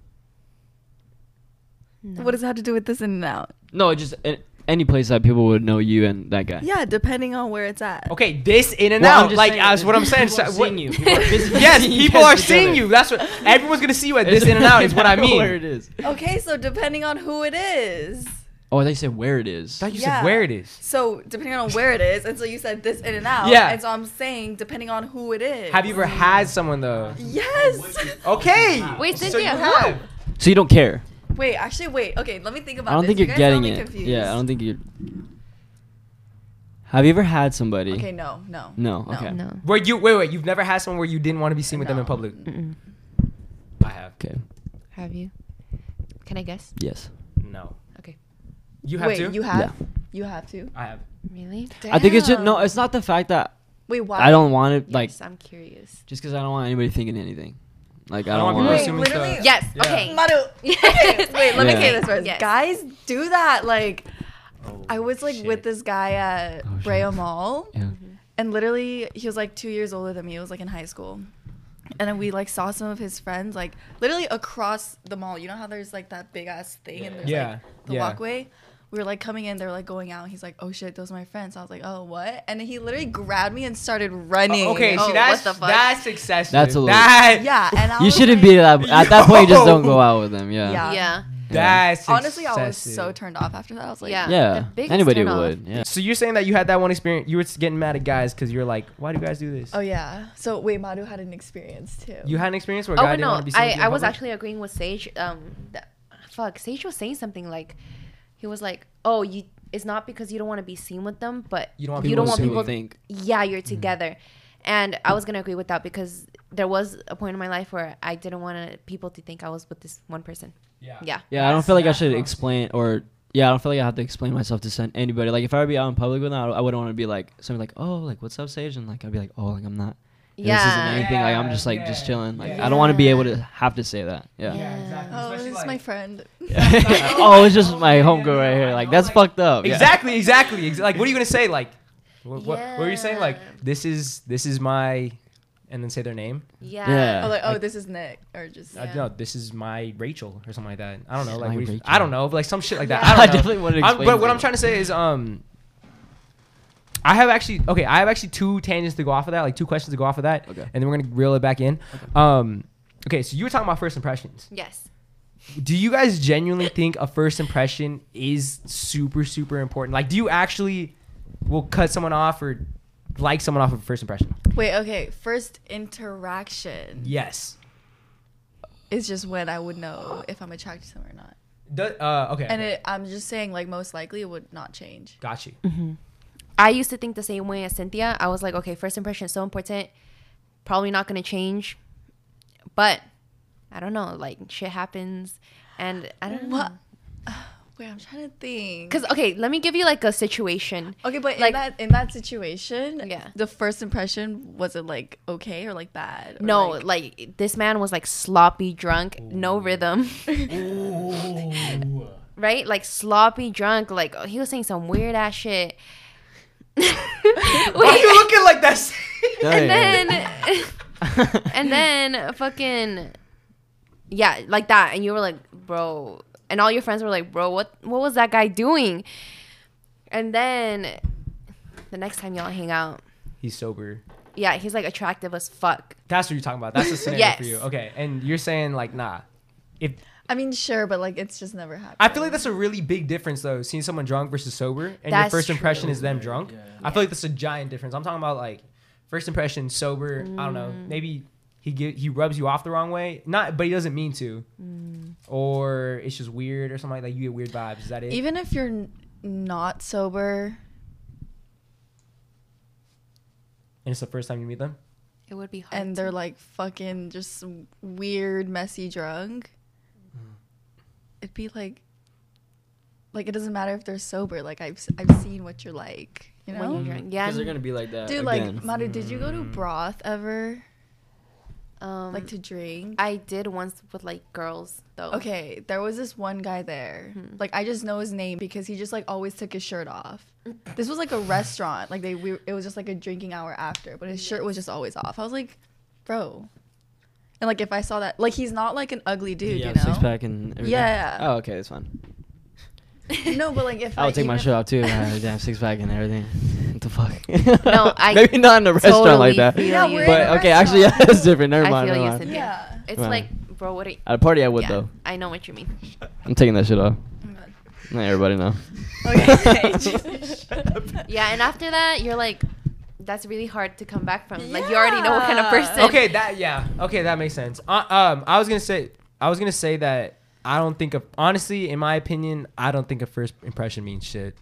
Speaker 2: What does it have to do with this in and out?
Speaker 3: no, just a- any place that people would know you and that guy.
Speaker 2: Yeah, depending on where it's at.
Speaker 1: Okay, this in and
Speaker 3: Well, I'm
Speaker 1: out.
Speaker 3: just
Speaker 1: Like
Speaker 3: saying,
Speaker 1: that's what I'm saying.
Speaker 3: people are
Speaker 1: So-
Speaker 3: seeing
Speaker 1: what- [laughs]
Speaker 3: [laughs] you. People are physically
Speaker 1: yes,
Speaker 3: seeing
Speaker 1: people
Speaker 3: guys
Speaker 1: are seeing
Speaker 3: together.
Speaker 1: you. That's what everyone's gonna see you at this in and out. Is what I mean.
Speaker 3: [laughs] where it is.
Speaker 2: Okay, so depending on who it is.
Speaker 3: Oh, they said where it is.
Speaker 1: thought you
Speaker 2: Yeah.
Speaker 1: said where it is.
Speaker 2: So depending on where it is, and so you said this in and out.
Speaker 1: Yeah.
Speaker 2: And so I'm saying depending on who it is.
Speaker 1: Have you ever had someone though?
Speaker 2: Yes.
Speaker 1: Okay.
Speaker 4: Wait,
Speaker 1: so
Speaker 4: Cynthia,
Speaker 1: you
Speaker 4: who?
Speaker 1: have.
Speaker 3: So you don't care.
Speaker 2: wait, actually, wait. Okay, let me think about.
Speaker 3: I don't
Speaker 2: this.
Speaker 3: think
Speaker 2: You
Speaker 3: you're
Speaker 2: guys got
Speaker 3: getting
Speaker 2: me
Speaker 3: it.
Speaker 2: Confused.
Speaker 3: Yeah, I don't think you're. Have you ever had somebody?
Speaker 2: Okay, no, no.
Speaker 3: No. Okay.
Speaker 4: No.
Speaker 1: Where you wait wait you've never had someone where you didn't want to be seen with them in
Speaker 2: No.
Speaker 1: public?
Speaker 4: Mm-mm.
Speaker 1: I have.
Speaker 3: Okay.
Speaker 4: Have you? Can I guess?
Speaker 3: Yes.
Speaker 1: No.
Speaker 4: Okay.
Speaker 1: You have
Speaker 2: wait,
Speaker 1: to.
Speaker 2: you have.
Speaker 3: Yeah.
Speaker 2: You have to.
Speaker 1: I have.
Speaker 4: Really?
Speaker 3: I think it's just no.
Speaker 2: Damn.
Speaker 3: It's not the fact that
Speaker 2: Wait, why?
Speaker 3: I don't want it. Like
Speaker 4: Yes, I'm curious.
Speaker 3: just because I don't want anybody thinking anything. Like I
Speaker 1: I
Speaker 3: don't
Speaker 1: don't want people assuming
Speaker 3: want.
Speaker 2: Wait,
Speaker 1: stuff.
Speaker 2: literally-
Speaker 4: Yes.
Speaker 1: Yeah.
Speaker 4: Okay. [laughs]
Speaker 2: Maru. Okay, [laughs] wait, let me
Speaker 3: Yeah.
Speaker 2: say this first.
Speaker 4: Yes.
Speaker 2: Guys do that. Like,
Speaker 1: Oh,
Speaker 2: I was like
Speaker 1: shit.
Speaker 2: with this guy at
Speaker 3: Oh, shit.
Speaker 2: Brea Mall, Mm-hmm.
Speaker 3: Yeah.
Speaker 2: and literally he was like two years older than me. It was like in high school, and then we like saw some of his friends like literally across the mall. You know how there's like that big ass thing and there's
Speaker 1: Yeah.
Speaker 2: like the
Speaker 1: Yeah.
Speaker 2: walkway. we were like coming in, they were like going out. He's like, oh shit, those are my friends. I was like, oh what? And he literally grabbed me and started running.
Speaker 1: okay,
Speaker 4: Oh,
Speaker 1: see
Speaker 4: what
Speaker 1: that's
Speaker 4: the fuck?
Speaker 1: that's successful.
Speaker 3: That's a little-
Speaker 1: that,
Speaker 2: yeah, and I
Speaker 3: You
Speaker 2: was
Speaker 3: shouldn't
Speaker 2: like-
Speaker 3: be at that. At that point, you just don't
Speaker 1: Yo. [laughs]
Speaker 3: go out with them. Yeah.
Speaker 2: Yeah.
Speaker 4: yeah.
Speaker 1: That's
Speaker 2: Honestly, I was
Speaker 1: excessive.
Speaker 2: so turned off after that. I was like,
Speaker 4: Yeah. The
Speaker 3: Yeah.
Speaker 4: biggest
Speaker 3: Anybody
Speaker 4: turn off.
Speaker 3: would. Yeah.
Speaker 1: So you're saying that you had that one experience? You were just getting mad at guys because you're like, why do you guys do this?
Speaker 2: oh yeah. So wait, Madu had an experience too.
Speaker 1: You had an experience where a
Speaker 4: Oh,
Speaker 1: guy
Speaker 4: but
Speaker 1: didn't
Speaker 4: no,
Speaker 1: want to be seen
Speaker 4: I,
Speaker 1: with you in
Speaker 4: I was
Speaker 1: public?
Speaker 4: actually agreeing with Sage. Um, th- fuck, Sage was saying something like, he was like, "Oh, you, it's not because you don't want to be seen with them, but
Speaker 1: You don't want
Speaker 4: you
Speaker 1: people
Speaker 4: don't
Speaker 1: to
Speaker 4: want
Speaker 1: see
Speaker 4: people
Speaker 1: you.
Speaker 3: think.
Speaker 4: yeah, you're
Speaker 3: Mm-hmm.
Speaker 4: together." And I was gonna agree with that because there was a point in my life where I didn't want people to think I was with this one person. Yeah.
Speaker 3: Yeah, I don't
Speaker 1: That's-
Speaker 3: feel like I
Speaker 1: that's
Speaker 3: should
Speaker 1: what I'm
Speaker 3: explain or yeah, I don't feel like I have to explain myself to sen- anybody. Like if I were to be out in public with them, I don't- I wouldn't want to be like somebody like, oh, like what's up, Sage, and like I'd be like, oh, like I'm not. Yeah. This isn't
Speaker 4: Yeah.
Speaker 3: anything. Like I'm
Speaker 1: Yeah,
Speaker 3: just like
Speaker 1: yeah,
Speaker 3: just chilling. Like
Speaker 1: yeah.
Speaker 3: I don't want to be able to have to say that. Yeah.
Speaker 4: Yeah.
Speaker 1: exactly.
Speaker 2: Oh,
Speaker 1: Especially,
Speaker 2: this is
Speaker 1: like-
Speaker 2: my friend.
Speaker 3: [laughs] oh, it's just my homegirl right here. Like that's fucked up. Yeah.
Speaker 1: Exactly, exactly. ex- Like, what are you gonna say? Like, what, what, what were you saying? Like,
Speaker 4: Yeah.
Speaker 1: this is this is my, and then say their name.
Speaker 4: Yeah.
Speaker 3: Yeah.
Speaker 2: I was like, oh,
Speaker 1: Like-
Speaker 2: this is Nick, or just
Speaker 1: I
Speaker 4: Yeah.
Speaker 1: don't know. This is my Rachel or something like that. I don't know.
Speaker 3: This is
Speaker 1: Like,
Speaker 3: my
Speaker 1: what do you-
Speaker 3: Rachel.
Speaker 1: I don't know. Like some shit like that.
Speaker 4: Yeah.
Speaker 1: I
Speaker 3: [laughs] [laughs] I
Speaker 1: don't know.
Speaker 3: definitely wanted to
Speaker 1: I'm-
Speaker 3: explain
Speaker 1: but what I'm
Speaker 3: that.
Speaker 1: trying to say is, um, I have actually okay. I have actually two tangents to go off of that. Like two questions to go off of that.
Speaker 3: Okay.
Speaker 1: And then we're gonna reel it back in. Um, okay. So you were talking about first impressions.
Speaker 4: Yes.
Speaker 1: Do you guys genuinely think a first impression is super super important? Like, do you actually will cut someone off or like someone off of a first impression?
Speaker 2: wait. Okay, first interaction
Speaker 1: Yes.
Speaker 2: is just when I would know if I'm attracted to them or not.
Speaker 1: Do, uh, okay.
Speaker 2: And
Speaker 1: okay.
Speaker 2: it, I'm just saying, like most likely, it would not change.
Speaker 1: got [laughs] you.
Speaker 4: I used to think the same way as Cynthia. I was like, okay, first impression is so important. Probably not going to change. But I don't know, like shit happens and I don't know. [laughs]
Speaker 2: What? Wait, I'm trying to think.
Speaker 4: Cuz okay, let me give you like a situation.
Speaker 2: okay, but in
Speaker 4: like-
Speaker 2: that in that situation,
Speaker 4: Yeah.
Speaker 2: the first impression was it like okay or like bad? Or,
Speaker 4: No,
Speaker 2: like,
Speaker 4: like, this man was like sloppy drunk, no rhythm. [laughs] right? Like sloppy drunk, like oh, he was saying some weird ass shit.
Speaker 1: Why are you
Speaker 4: Wait,
Speaker 1: looking like that?
Speaker 4: [laughs] and then
Speaker 3: [laughs]
Speaker 4: and then fucking yeah like that and you were like bro and all your friends were like bro what what was that guy doing and then the next time y'all hang out
Speaker 1: He's sober.
Speaker 4: yeah he's like attractive as fuck
Speaker 1: That's what you're talking about.
Speaker 2: [laughs]
Speaker 1: That's the scenario for
Speaker 4: Yes.
Speaker 1: you. Okay, and you're saying like, nah. If
Speaker 2: I mean, sure, but like it's just never happened.
Speaker 1: I feel like that's a really big difference though, seeing someone drunk versus sober, and your
Speaker 4: That's
Speaker 1: first impression
Speaker 4: true.
Speaker 1: is them drunk. I feel like that's a giant difference. I'm talking about like first impression sober. I don't
Speaker 4: Mm.
Speaker 1: know. Maybe he get, he rubs you off the wrong way, not, but he doesn't mean to,
Speaker 4: Mm.
Speaker 1: or it's just weird or something like that. You get weird vibes. Is that it?
Speaker 2: even if you're n- not sober,
Speaker 1: and it's the first time you meet them.
Speaker 4: it would be hard
Speaker 2: and they're like fucking just weird, messy drunk, it'd be like, like it doesn't matter if they're sober. Like I've s- I've seen what you're like, you
Speaker 4: when
Speaker 2: know.
Speaker 4: you're drunk yeah
Speaker 3: they're gonna be like that.
Speaker 2: Dude, like Madu, did you go to broth ever,
Speaker 4: um
Speaker 2: like to drink?
Speaker 4: i did once with like girls though [laughs]
Speaker 2: Okay, [laughs] there was this one guy there. Like I just know his name because he just like always took his shirt off. This was like a restaurant. Like they we, it was just like a drinking hour after, but his shirt was just always off. I was like, "Bro." And like if I saw that, like he's not like an ugly dude,
Speaker 3: yeah,
Speaker 2: you know.
Speaker 3: six pack and everything.
Speaker 2: Yeah.
Speaker 3: Oh, okay, that's fine.
Speaker 2: [laughs] No, but like if
Speaker 3: I
Speaker 2: I
Speaker 3: would take my
Speaker 2: even-
Speaker 3: shirt off too. I have a damn
Speaker 2: [laughs]
Speaker 3: six pack and everything. What the fuck? [laughs]
Speaker 4: No, I
Speaker 3: maybe not in a restaurant
Speaker 4: totally
Speaker 3: like that.
Speaker 4: feel
Speaker 2: Yeah,
Speaker 4: you.
Speaker 2: we're in
Speaker 3: But
Speaker 2: a
Speaker 3: okay, actually, yeah,
Speaker 2: restaurant.
Speaker 3: that's different. Never
Speaker 4: I
Speaker 3: mind.
Speaker 4: feel
Speaker 3: never
Speaker 4: you,
Speaker 3: mind.
Speaker 4: Cynthia.
Speaker 2: Yeah.
Speaker 4: it's
Speaker 3: Wow.
Speaker 4: like bro what are you
Speaker 3: At a party, I would
Speaker 4: yeah,
Speaker 3: though.
Speaker 4: i know what you mean
Speaker 3: I'm taking that shit off.
Speaker 2: God.
Speaker 3: Not
Speaker 1: [laughs]
Speaker 3: everybody know.
Speaker 2: [laughs] Okay.
Speaker 4: Yeah, and after that, you're like, that's really hard to come back from. Like, you already know what kind of person.
Speaker 1: okay that yeah okay that makes sense uh, um i was gonna say i was gonna say that i don't think of honestly in my opinion i don't think a first impression means shit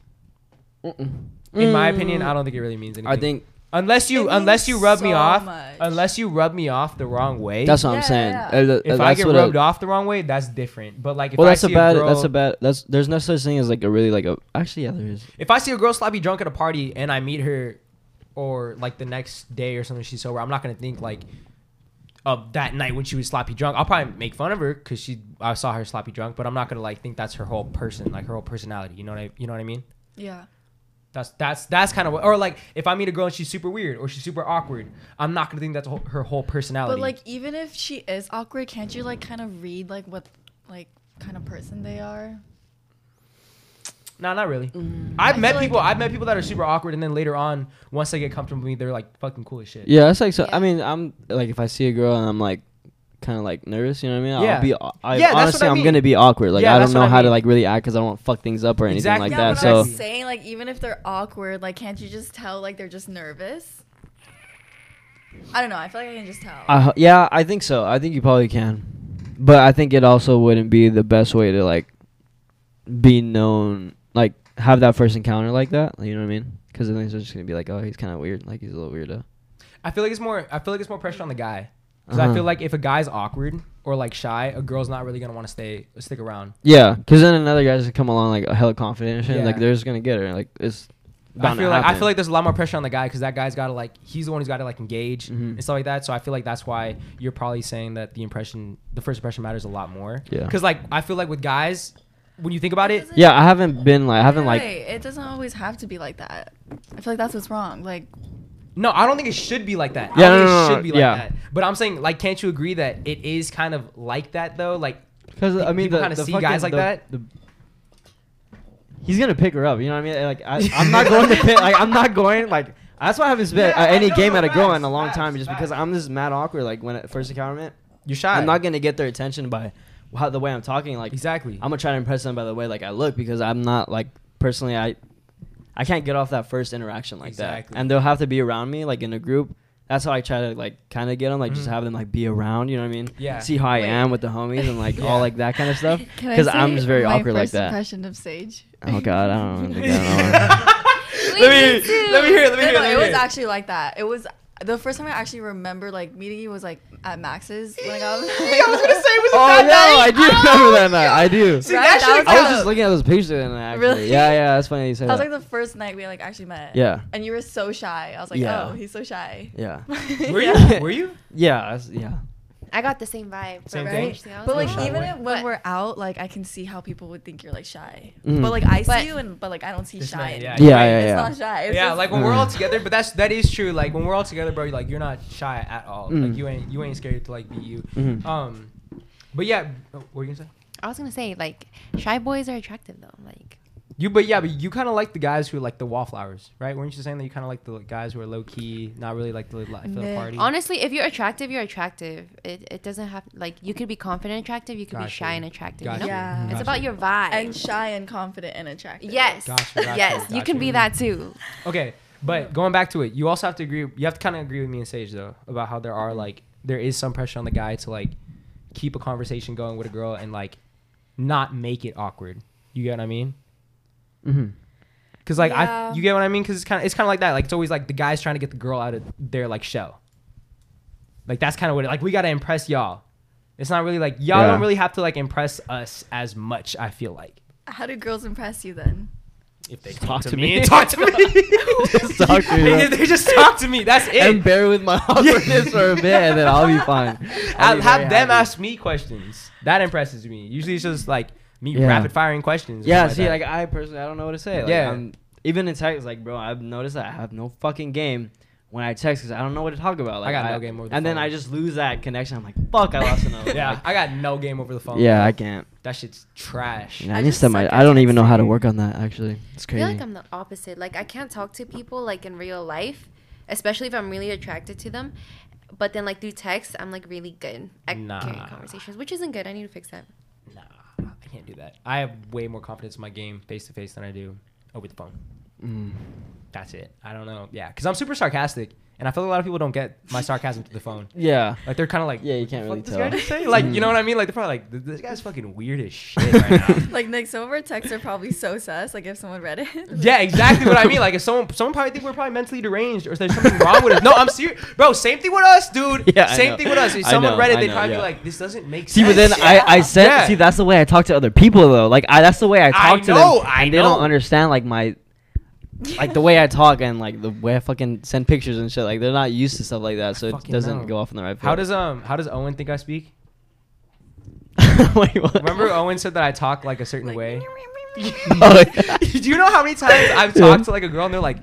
Speaker 1: in
Speaker 4: Mm.
Speaker 1: my opinion i don't think it really means anything
Speaker 3: I think
Speaker 1: unless you
Speaker 2: It
Speaker 1: unless you
Speaker 2: means
Speaker 1: rub me
Speaker 2: so
Speaker 1: off
Speaker 2: much.
Speaker 1: unless you rub me off the wrong way
Speaker 3: that's what
Speaker 2: Yeah,
Speaker 3: I'm saying.
Speaker 2: yeah.
Speaker 3: Uh, th-
Speaker 1: if i
Speaker 3: that's
Speaker 1: get
Speaker 3: what a-
Speaker 1: rubbed off the wrong way that's different but like if
Speaker 3: Well,
Speaker 1: i
Speaker 3: that's a
Speaker 1: see
Speaker 3: bad.
Speaker 1: girl
Speaker 3: that's a bad. That's there's no such thing as like a really like a. Actually, yeah, there is.
Speaker 1: if i see a girl sloppy drunk at a party and i meet her or like the next day or something she's sober i'm not gonna think like of that night when she was sloppy drunk. I'll probably make fun of her because she I saw her sloppy drunk, but I'm not gonna like think that's her whole person, like her whole personality. You know what I you know what I mean?
Speaker 2: yeah.
Speaker 1: That's that's that's kind of what, or like if I meet a girl and she's super weird or she's super awkward, I'm not gonna think that's whole, her whole personality.
Speaker 2: But like even if she is awkward, can't you like kind of read like what like kind of person they are?
Speaker 1: No, not really. I've met
Speaker 4: Mm. feel like-
Speaker 1: people. I've met people that are super awkward, and then later on, once they get comfortable with me, they're like fucking cool as shit.
Speaker 3: Yeah, that's like so.
Speaker 4: Yeah.
Speaker 3: I mean, I'm like if I see a girl and I'm like kind of like nervous, you know what I mean?
Speaker 1: Yeah.
Speaker 3: I'll be. au- I,
Speaker 1: Yeah, that's what
Speaker 3: honestly,
Speaker 1: I
Speaker 3: I am
Speaker 1: mean.
Speaker 3: gonna be awkward. Like
Speaker 1: Yeah,
Speaker 3: I
Speaker 1: that's
Speaker 3: don't know
Speaker 1: what I
Speaker 3: how to
Speaker 1: mean.
Speaker 3: like really act because I don't want to fuck things up or anything
Speaker 1: Exactly. Yeah,
Speaker 3: like that.
Speaker 2: but
Speaker 3: So
Speaker 2: I'm saying like even if they're awkward, like can't you just tell like they're just nervous? I don't know. I feel like I can just tell.
Speaker 3: I ho- yeah, I think so. I think you probably can, but I think it also wouldn't be the best way to like be known, like have that first encounter like that. You know what I mean? Because then they're just gonna be like, oh, he's kind of weird. Like he's a little weirdo.
Speaker 1: I feel like it's more. I feel like it's more pressure on the guy. Because I
Speaker 3: Uh-huh.
Speaker 1: feel like if a guy's awkward or like shy, a girl's not really gonna want to stay stick around.
Speaker 3: Yeah, because then another guy's gonna come along like hella confident and shit.
Speaker 1: Yeah.
Speaker 3: Like they're just gonna get her. Like it's.
Speaker 1: I
Speaker 3: bound to
Speaker 1: feel like I
Speaker 3: happen.
Speaker 1: feel like there's a lot more pressure on the guy because that guy's got to like he's the one who's got to like engage
Speaker 3: Mhm.
Speaker 1: and stuff like that. So I feel like that's why you're probably saying that the impression, the first impression matters a lot more.
Speaker 3: Yeah.
Speaker 1: Because like I feel like with guys, when you think about it,
Speaker 3: Yeah, I haven't been like I haven't
Speaker 2: Right,
Speaker 3: like
Speaker 2: it doesn't always have to be like that. I feel like that's what's wrong. Like
Speaker 1: No, I don't think it should be like that.
Speaker 3: Yeah,
Speaker 1: I don't
Speaker 3: no,
Speaker 1: think
Speaker 3: no,
Speaker 1: it
Speaker 3: no,
Speaker 1: should be
Speaker 3: no,
Speaker 1: like
Speaker 3: yeah.
Speaker 1: that. But I'm saying, like, can't you agree that it is kind of like that though? Like,
Speaker 3: because I
Speaker 1: Pe-
Speaker 3: mean
Speaker 1: people
Speaker 3: the,
Speaker 1: kinda
Speaker 3: the
Speaker 1: see
Speaker 3: fucking-
Speaker 1: guys like
Speaker 3: the-
Speaker 1: that.
Speaker 3: the- he's gonna pick her up. You know what I mean? Like
Speaker 1: [laughs]
Speaker 3: I, I'm not going to pick. Like I'm not going. Like that's why I haven't been
Speaker 1: Yeah,
Speaker 3: at
Speaker 1: I
Speaker 3: any
Speaker 1: know,
Speaker 3: game
Speaker 1: no,
Speaker 3: at a girl in a
Speaker 1: facts,
Speaker 3: long time
Speaker 1: facts,
Speaker 3: just because
Speaker 1: facts.
Speaker 3: I'm just mad awkward. Like when at first encounterment,
Speaker 1: you're shy.
Speaker 3: I'm not
Speaker 1: [laughs]
Speaker 3: gonna get their attention by how the way I'm talking. Like
Speaker 1: exactly.
Speaker 3: I'm gonna try to impress them by the way like I look because I'm not like personally I I can't get off that first interaction like
Speaker 1: Exactly.
Speaker 3: that. And they'll have to be around me like in a group. That's how I try to like kind of get them like just
Speaker 1: Mhm.
Speaker 3: have them like be around, you know what I mean?
Speaker 1: Yeah.
Speaker 3: See how I am with the homies and like
Speaker 1: Yeah.
Speaker 3: all like
Speaker 2: [laughs]
Speaker 3: that kind of stuff.
Speaker 2: Can I
Speaker 3: Because
Speaker 2: say
Speaker 3: I'm just very
Speaker 2: my
Speaker 3: awkward like
Speaker 2: first
Speaker 3: that.
Speaker 2: Impression of Sage.
Speaker 3: Oh god, I don't
Speaker 2: [laughs]
Speaker 3: know.
Speaker 1: let me let me hear. it, Let me
Speaker 2: No,
Speaker 1: hear.
Speaker 2: no,
Speaker 1: let
Speaker 2: it
Speaker 1: me
Speaker 2: was
Speaker 1: hear. [laughs]
Speaker 2: actually like that. It was the first time I actually remember like meeting you was like at Max's when
Speaker 1: [laughs]
Speaker 2: I
Speaker 1: I
Speaker 2: got.
Speaker 1: was gonna say
Speaker 2: [laughs]
Speaker 1: it was
Speaker 3: Oh
Speaker 1: that
Speaker 3: no, I
Speaker 1: night.
Speaker 3: do remember that night. I do.
Speaker 1: See, that
Speaker 2: That
Speaker 1: shit
Speaker 2: was
Speaker 3: I was
Speaker 2: dope.
Speaker 3: just looking at those pictures and I actually.
Speaker 2: Really?
Speaker 3: Yeah, yeah, that's funny you said
Speaker 2: That was
Speaker 3: that.
Speaker 2: like the first night we like actually met.
Speaker 3: yeah.
Speaker 2: And you were so shy. I was like,
Speaker 3: Yeah.
Speaker 2: oh, he's so shy.
Speaker 3: Yeah.
Speaker 1: Were
Speaker 2: [laughs] Yeah. [laughs]
Speaker 3: [laughs]
Speaker 1: you? Were you?
Speaker 3: Yeah, that's- yeah.
Speaker 4: I got the same vibe.
Speaker 1: Same
Speaker 4: from
Speaker 1: thing?
Speaker 4: Ashley. I
Speaker 3: [laughs]
Speaker 4: was
Speaker 2: But like
Speaker 1: shy
Speaker 2: even
Speaker 1: boy.
Speaker 2: if, when
Speaker 4: But-
Speaker 2: we're out, like I can see how people would think you're like shy.
Speaker 3: Mhm.
Speaker 2: But like I see
Speaker 4: But-
Speaker 2: you, and but like I don't see
Speaker 1: It's
Speaker 2: shy.
Speaker 1: not-
Speaker 2: in
Speaker 1: yeah,
Speaker 2: you.
Speaker 3: Yeah,
Speaker 1: you're right.
Speaker 3: yeah,
Speaker 2: It's
Speaker 3: yeah.
Speaker 2: not shy. It's
Speaker 1: Yeah,
Speaker 2: just-
Speaker 1: like when we're all
Speaker 3: Mm.
Speaker 1: together, but that's that is true. Like when we're all together, bro, you're like you're not shy at all. Like
Speaker 3: Mm.
Speaker 1: you ain't you ain't scared to like be you.
Speaker 3: Mhm.
Speaker 1: Um, but yeah, oh, what were you gonna say?
Speaker 4: I was gonna say like shy boys are attractive though. Like
Speaker 1: You but yeah, but you kind of like the guys who are like the wallflowers, right? Weren't you saying that you kind of like the guys who are low key, not really like the life of the
Speaker 2: Nah.
Speaker 1: party?
Speaker 4: honestly, if you're attractive, you're attractive. It, it doesn't have like you could be confident attractive, you could
Speaker 1: Gotcha.
Speaker 4: be shy and attractive.
Speaker 1: Gotcha.
Speaker 4: You know?
Speaker 2: Yeah.
Speaker 4: It's
Speaker 1: Gotcha.
Speaker 4: about your vibe.
Speaker 2: and shy and confident and attractive.
Speaker 4: yes.
Speaker 1: Gotcha, gotcha,
Speaker 4: yes. You
Speaker 1: gotcha.
Speaker 4: can be that too.
Speaker 1: Okay, but going back to it, you also have to agree. You have to kind of agree with me and Sage though about how there are like there is some pressure on the guy to like keep a conversation going with a girl and like not make it awkward. You get what I mean?
Speaker 3: Mhm.
Speaker 1: Cause like
Speaker 2: Yeah.
Speaker 1: I, you get what I mean? Cause it's kind of it's kind of like that. Like it's always like the guy's trying to get the girl out of their like shell. Like that's kind of what it, like we gotta impress y'all. It's not really like y'all
Speaker 3: Yeah.
Speaker 1: don't really have to like impress us as much. I feel like
Speaker 2: How do girls impress you then? [laughs]
Speaker 1: if they
Speaker 3: talk
Speaker 1: [laughs]
Speaker 3: to me.
Speaker 1: talk to me,
Speaker 3: Just talk to me,
Speaker 1: They-
Speaker 3: bro.
Speaker 1: they just talk to me. That's it.
Speaker 3: and bear with my [laughs] awkwardness for a bit, and then I'll be fine. I'll
Speaker 1: I'll
Speaker 3: be
Speaker 1: have
Speaker 3: very
Speaker 1: them
Speaker 3: happy.
Speaker 1: ask me questions. That impresses me. Usually it's just like me
Speaker 3: Yeah.
Speaker 1: rapid firing questions. or
Speaker 3: Yeah,
Speaker 1: something
Speaker 3: see, like I personally, I don't know what to say. Like,
Speaker 1: Yeah.
Speaker 3: I'm, even in text, like, bro, I've noticed that I have no fucking game when I text because I don't know what to talk about. Like,
Speaker 1: got no game over
Speaker 3: And
Speaker 1: the
Speaker 3: then
Speaker 1: phone.
Speaker 3: I just lose that connection. I'm like, fuck, I lost
Speaker 1: that.
Speaker 3: another. [laughs] one.
Speaker 1: yeah,
Speaker 3: Like,
Speaker 1: I got no game over the phone.
Speaker 3: yeah, I can't.
Speaker 1: that shit's trash.
Speaker 3: Yeah,
Speaker 2: I
Speaker 3: I, need
Speaker 2: just
Speaker 3: some. I,
Speaker 2: suck at
Speaker 3: I don't even know how to
Speaker 2: texting.
Speaker 3: work on that. Actually, it's
Speaker 4: I
Speaker 3: crazy.
Speaker 4: feel like I'm the opposite. Like I can't talk to people like in real life, especially if I'm really attracted to them. But then like through text, I'm like really good at
Speaker 1: Nah.
Speaker 4: carrying conversations, which isn't good. I need to fix that.
Speaker 1: Nah, I can't do that. I have way more confidence in my game face to face than I do over the phone.
Speaker 3: Mm.
Speaker 1: That's it. I don't know. Yeah, because I'm super sarcastic, and I feel like a lot of people don't get my sarcasm through the phone.
Speaker 3: Yeah.
Speaker 1: Like they're kind of like,
Speaker 3: Yeah, you can't really
Speaker 1: "What this guy
Speaker 3: tell.
Speaker 1: just say?" Like you know what I mean? Like they're probably like, "This- "This guy's fucking weird as shit right [laughs] now."
Speaker 2: Like Nick, some of our texts are probably so sus. Like if someone read it.
Speaker 1: Yeah, exactly what I mean. Like, if someone someone probably think we're probably mentally deranged, or there's something wrong with us. No, I'm serious, bro. Same thing with us, dude.
Speaker 3: [laughs] Yeah, I
Speaker 1: same
Speaker 3: know.
Speaker 1: thing with us. If
Speaker 3: I
Speaker 1: someone
Speaker 3: know,
Speaker 1: read it,
Speaker 3: I
Speaker 1: they
Speaker 3: know,
Speaker 1: probably
Speaker 3: yeah.
Speaker 1: be like, "This doesn't make
Speaker 3: See,
Speaker 1: sense."
Speaker 3: but then I, I said,
Speaker 1: Yeah.
Speaker 3: see, that's the way I talk to other people though. Like, I that's the way I
Speaker 1: I
Speaker 3: talk to
Speaker 1: know,
Speaker 3: them,
Speaker 1: I
Speaker 3: and they
Speaker 1: know.
Speaker 3: don't understand like my, like the way I talk and like the way I fucking send pictures and shit. Like, they're not used to stuff like that, so it
Speaker 1: fucking
Speaker 3: doesn't
Speaker 1: know.
Speaker 3: go off in the right.
Speaker 1: how
Speaker 3: foot. [laughs]
Speaker 1: does um how does Owen think I speak?
Speaker 3: Wait, what?
Speaker 1: Remember, um,
Speaker 3: [laughs]
Speaker 1: Owen said that I talk like a certain way.
Speaker 3: Oh,
Speaker 1: [laughs]
Speaker 3: yeah.
Speaker 1: Do you know how many times I've
Speaker 3: Yeah.
Speaker 1: talked to like a girl and they're like,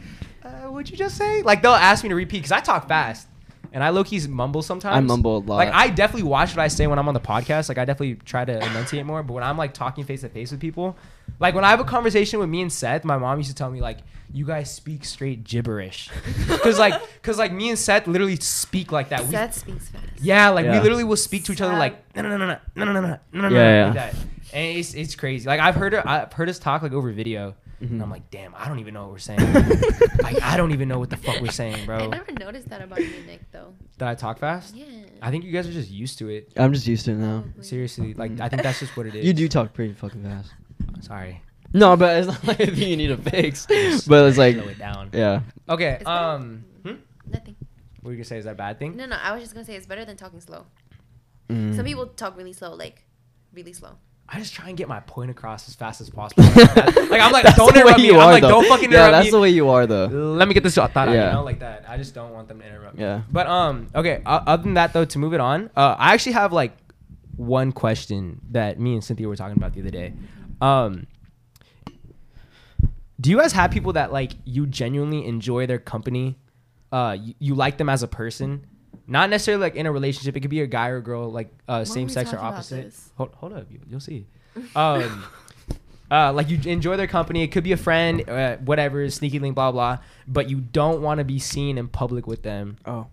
Speaker 1: uh, "What'd you just say?" Like they'll ask me to repeat because I talk fast, and I low key mumble sometimes.
Speaker 3: I mumble a lot.
Speaker 1: Like I definitely watch what I say when I'm on the podcast. Like I definitely try to enunciate more. But when I'm like talking face to face with people, like when I have a conversation with me and Seth, my mom used to tell me like, "You guys speak straight gibberish," [laughs] because like, because like me and Seth literally speak like that. We-
Speaker 4: Seth speaks fast.
Speaker 1: yeah, like we
Speaker 3: Yeah.
Speaker 1: literally will speak to each other like no no no no no no no no no no no
Speaker 3: Yeah,
Speaker 1: like
Speaker 3: yeah.
Speaker 1: that. And it's it's crazy. Like I've heard her I've heard us talk like over video
Speaker 3: Mm-hmm.
Speaker 1: and I'm like, damn, I don't even know what we're
Speaker 3: [laughs]
Speaker 1: saying. like I don't even know what the fuck we're saying,
Speaker 4: [laughs] I
Speaker 1: bro.
Speaker 4: never noticed that about you, Nick, though.
Speaker 1: Did I talk fast?
Speaker 4: Yeah.
Speaker 1: I think you guys are just used to it.
Speaker 3: I'm just used to it now.
Speaker 1: Seriously. Like I think that's just what it is.
Speaker 3: You do talk pretty fucking fast.
Speaker 1: sorry.
Speaker 3: No, but it's not [laughs] like a thing you need a
Speaker 1: [laughs]
Speaker 3: fix. [laughs] But it's like,
Speaker 1: slow it down.
Speaker 3: yeah.
Speaker 1: Okay.
Speaker 4: It's fine.
Speaker 1: Um hmm?
Speaker 4: Nothing.
Speaker 1: what were you gonna say? Is that a bad thing?
Speaker 4: No, no. I was just gonna say it's better than talking slow.
Speaker 3: Mm.
Speaker 4: Some people talk really slow, like really slow.
Speaker 1: I just try and get my point across as fast as
Speaker 3: [laughs]
Speaker 1: possible. like I'm like,
Speaker 3: That's
Speaker 1: don't
Speaker 3: the way
Speaker 1: interrupt me.
Speaker 3: you
Speaker 1: I'm
Speaker 3: are,
Speaker 1: like,
Speaker 3: though.
Speaker 1: don't fucking
Speaker 3: Yeah,
Speaker 1: interrupt
Speaker 3: that's
Speaker 1: me.
Speaker 3: the way you are though.
Speaker 1: let me get this thought out, you
Speaker 3: Yeah.
Speaker 1: know, like that. I just don't want them to interrupt. me.
Speaker 3: Yeah.
Speaker 1: But um, okay. Uh, other than that, though, to move it on, uh, I actually have like one question that me and Cynthia were talking about the other day. Um, do you guys have people that like you genuinely enjoy their company? Uh, you, you like them as a person, not necessarily like in a relationship. It could be a guy or girl, like uh,
Speaker 2: don't
Speaker 1: same
Speaker 2: we
Speaker 1: sex or
Speaker 2: talk about
Speaker 1: opposite.
Speaker 2: this?
Speaker 1: Hold, hold up, you, you'll see. Um. [laughs] uh, like you enjoy their company. It could be a friend, uh, whatever, sneaky link, blah blah. But you don't want to be seen in public with them
Speaker 3: Oh.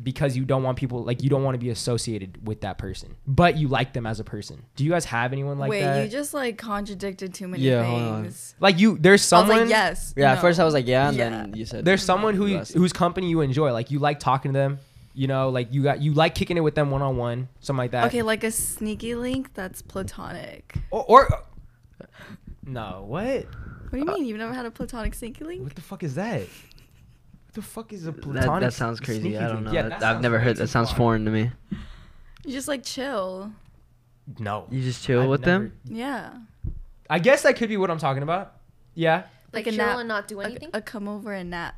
Speaker 1: because you don't want people like you don't want to be associated with that person. But you like them as a person. Do you guys have anyone like
Speaker 2: Wait,
Speaker 1: that?
Speaker 2: you just like contradicted too many
Speaker 3: Yeah, hold on.
Speaker 2: things.
Speaker 1: like you, there's someone.
Speaker 2: I was like, yes.
Speaker 3: Yeah. At
Speaker 2: no.
Speaker 3: first I was like, yeah, and
Speaker 2: Yeah.
Speaker 3: then you said
Speaker 1: There's someone who
Speaker 3: Yes.
Speaker 1: whose company you enjoy. Like you like talking to them. You know, like you got you like kicking it with them one on one, something like
Speaker 3: uh,
Speaker 1: that.
Speaker 2: okay, like a sneaky link that's platonic.
Speaker 1: Or, or no, what?
Speaker 2: What do you mean? You've never had a platonic sneaky link?
Speaker 1: What the fuck is that? What the fuck is a platonic?
Speaker 3: That, that sounds crazy.
Speaker 1: sneaky
Speaker 3: I don't
Speaker 1: link?
Speaker 3: know.
Speaker 1: Yeah,
Speaker 3: That-
Speaker 1: that
Speaker 3: I've
Speaker 1: sounds
Speaker 3: never
Speaker 1: way
Speaker 3: heard.
Speaker 1: too
Speaker 3: That sounds
Speaker 1: far.
Speaker 3: foreign to me.
Speaker 2: You just like chill.
Speaker 1: No.
Speaker 3: You just chill
Speaker 1: I've
Speaker 3: with
Speaker 1: never-
Speaker 3: them.
Speaker 2: Yeah.
Speaker 1: I guess that could be what I'm talking about. Yeah.
Speaker 2: Like
Speaker 4: Like,
Speaker 2: a
Speaker 4: chill
Speaker 2: nap-
Speaker 4: and not do
Speaker 2: A,
Speaker 4: anything,
Speaker 2: a come over and nap.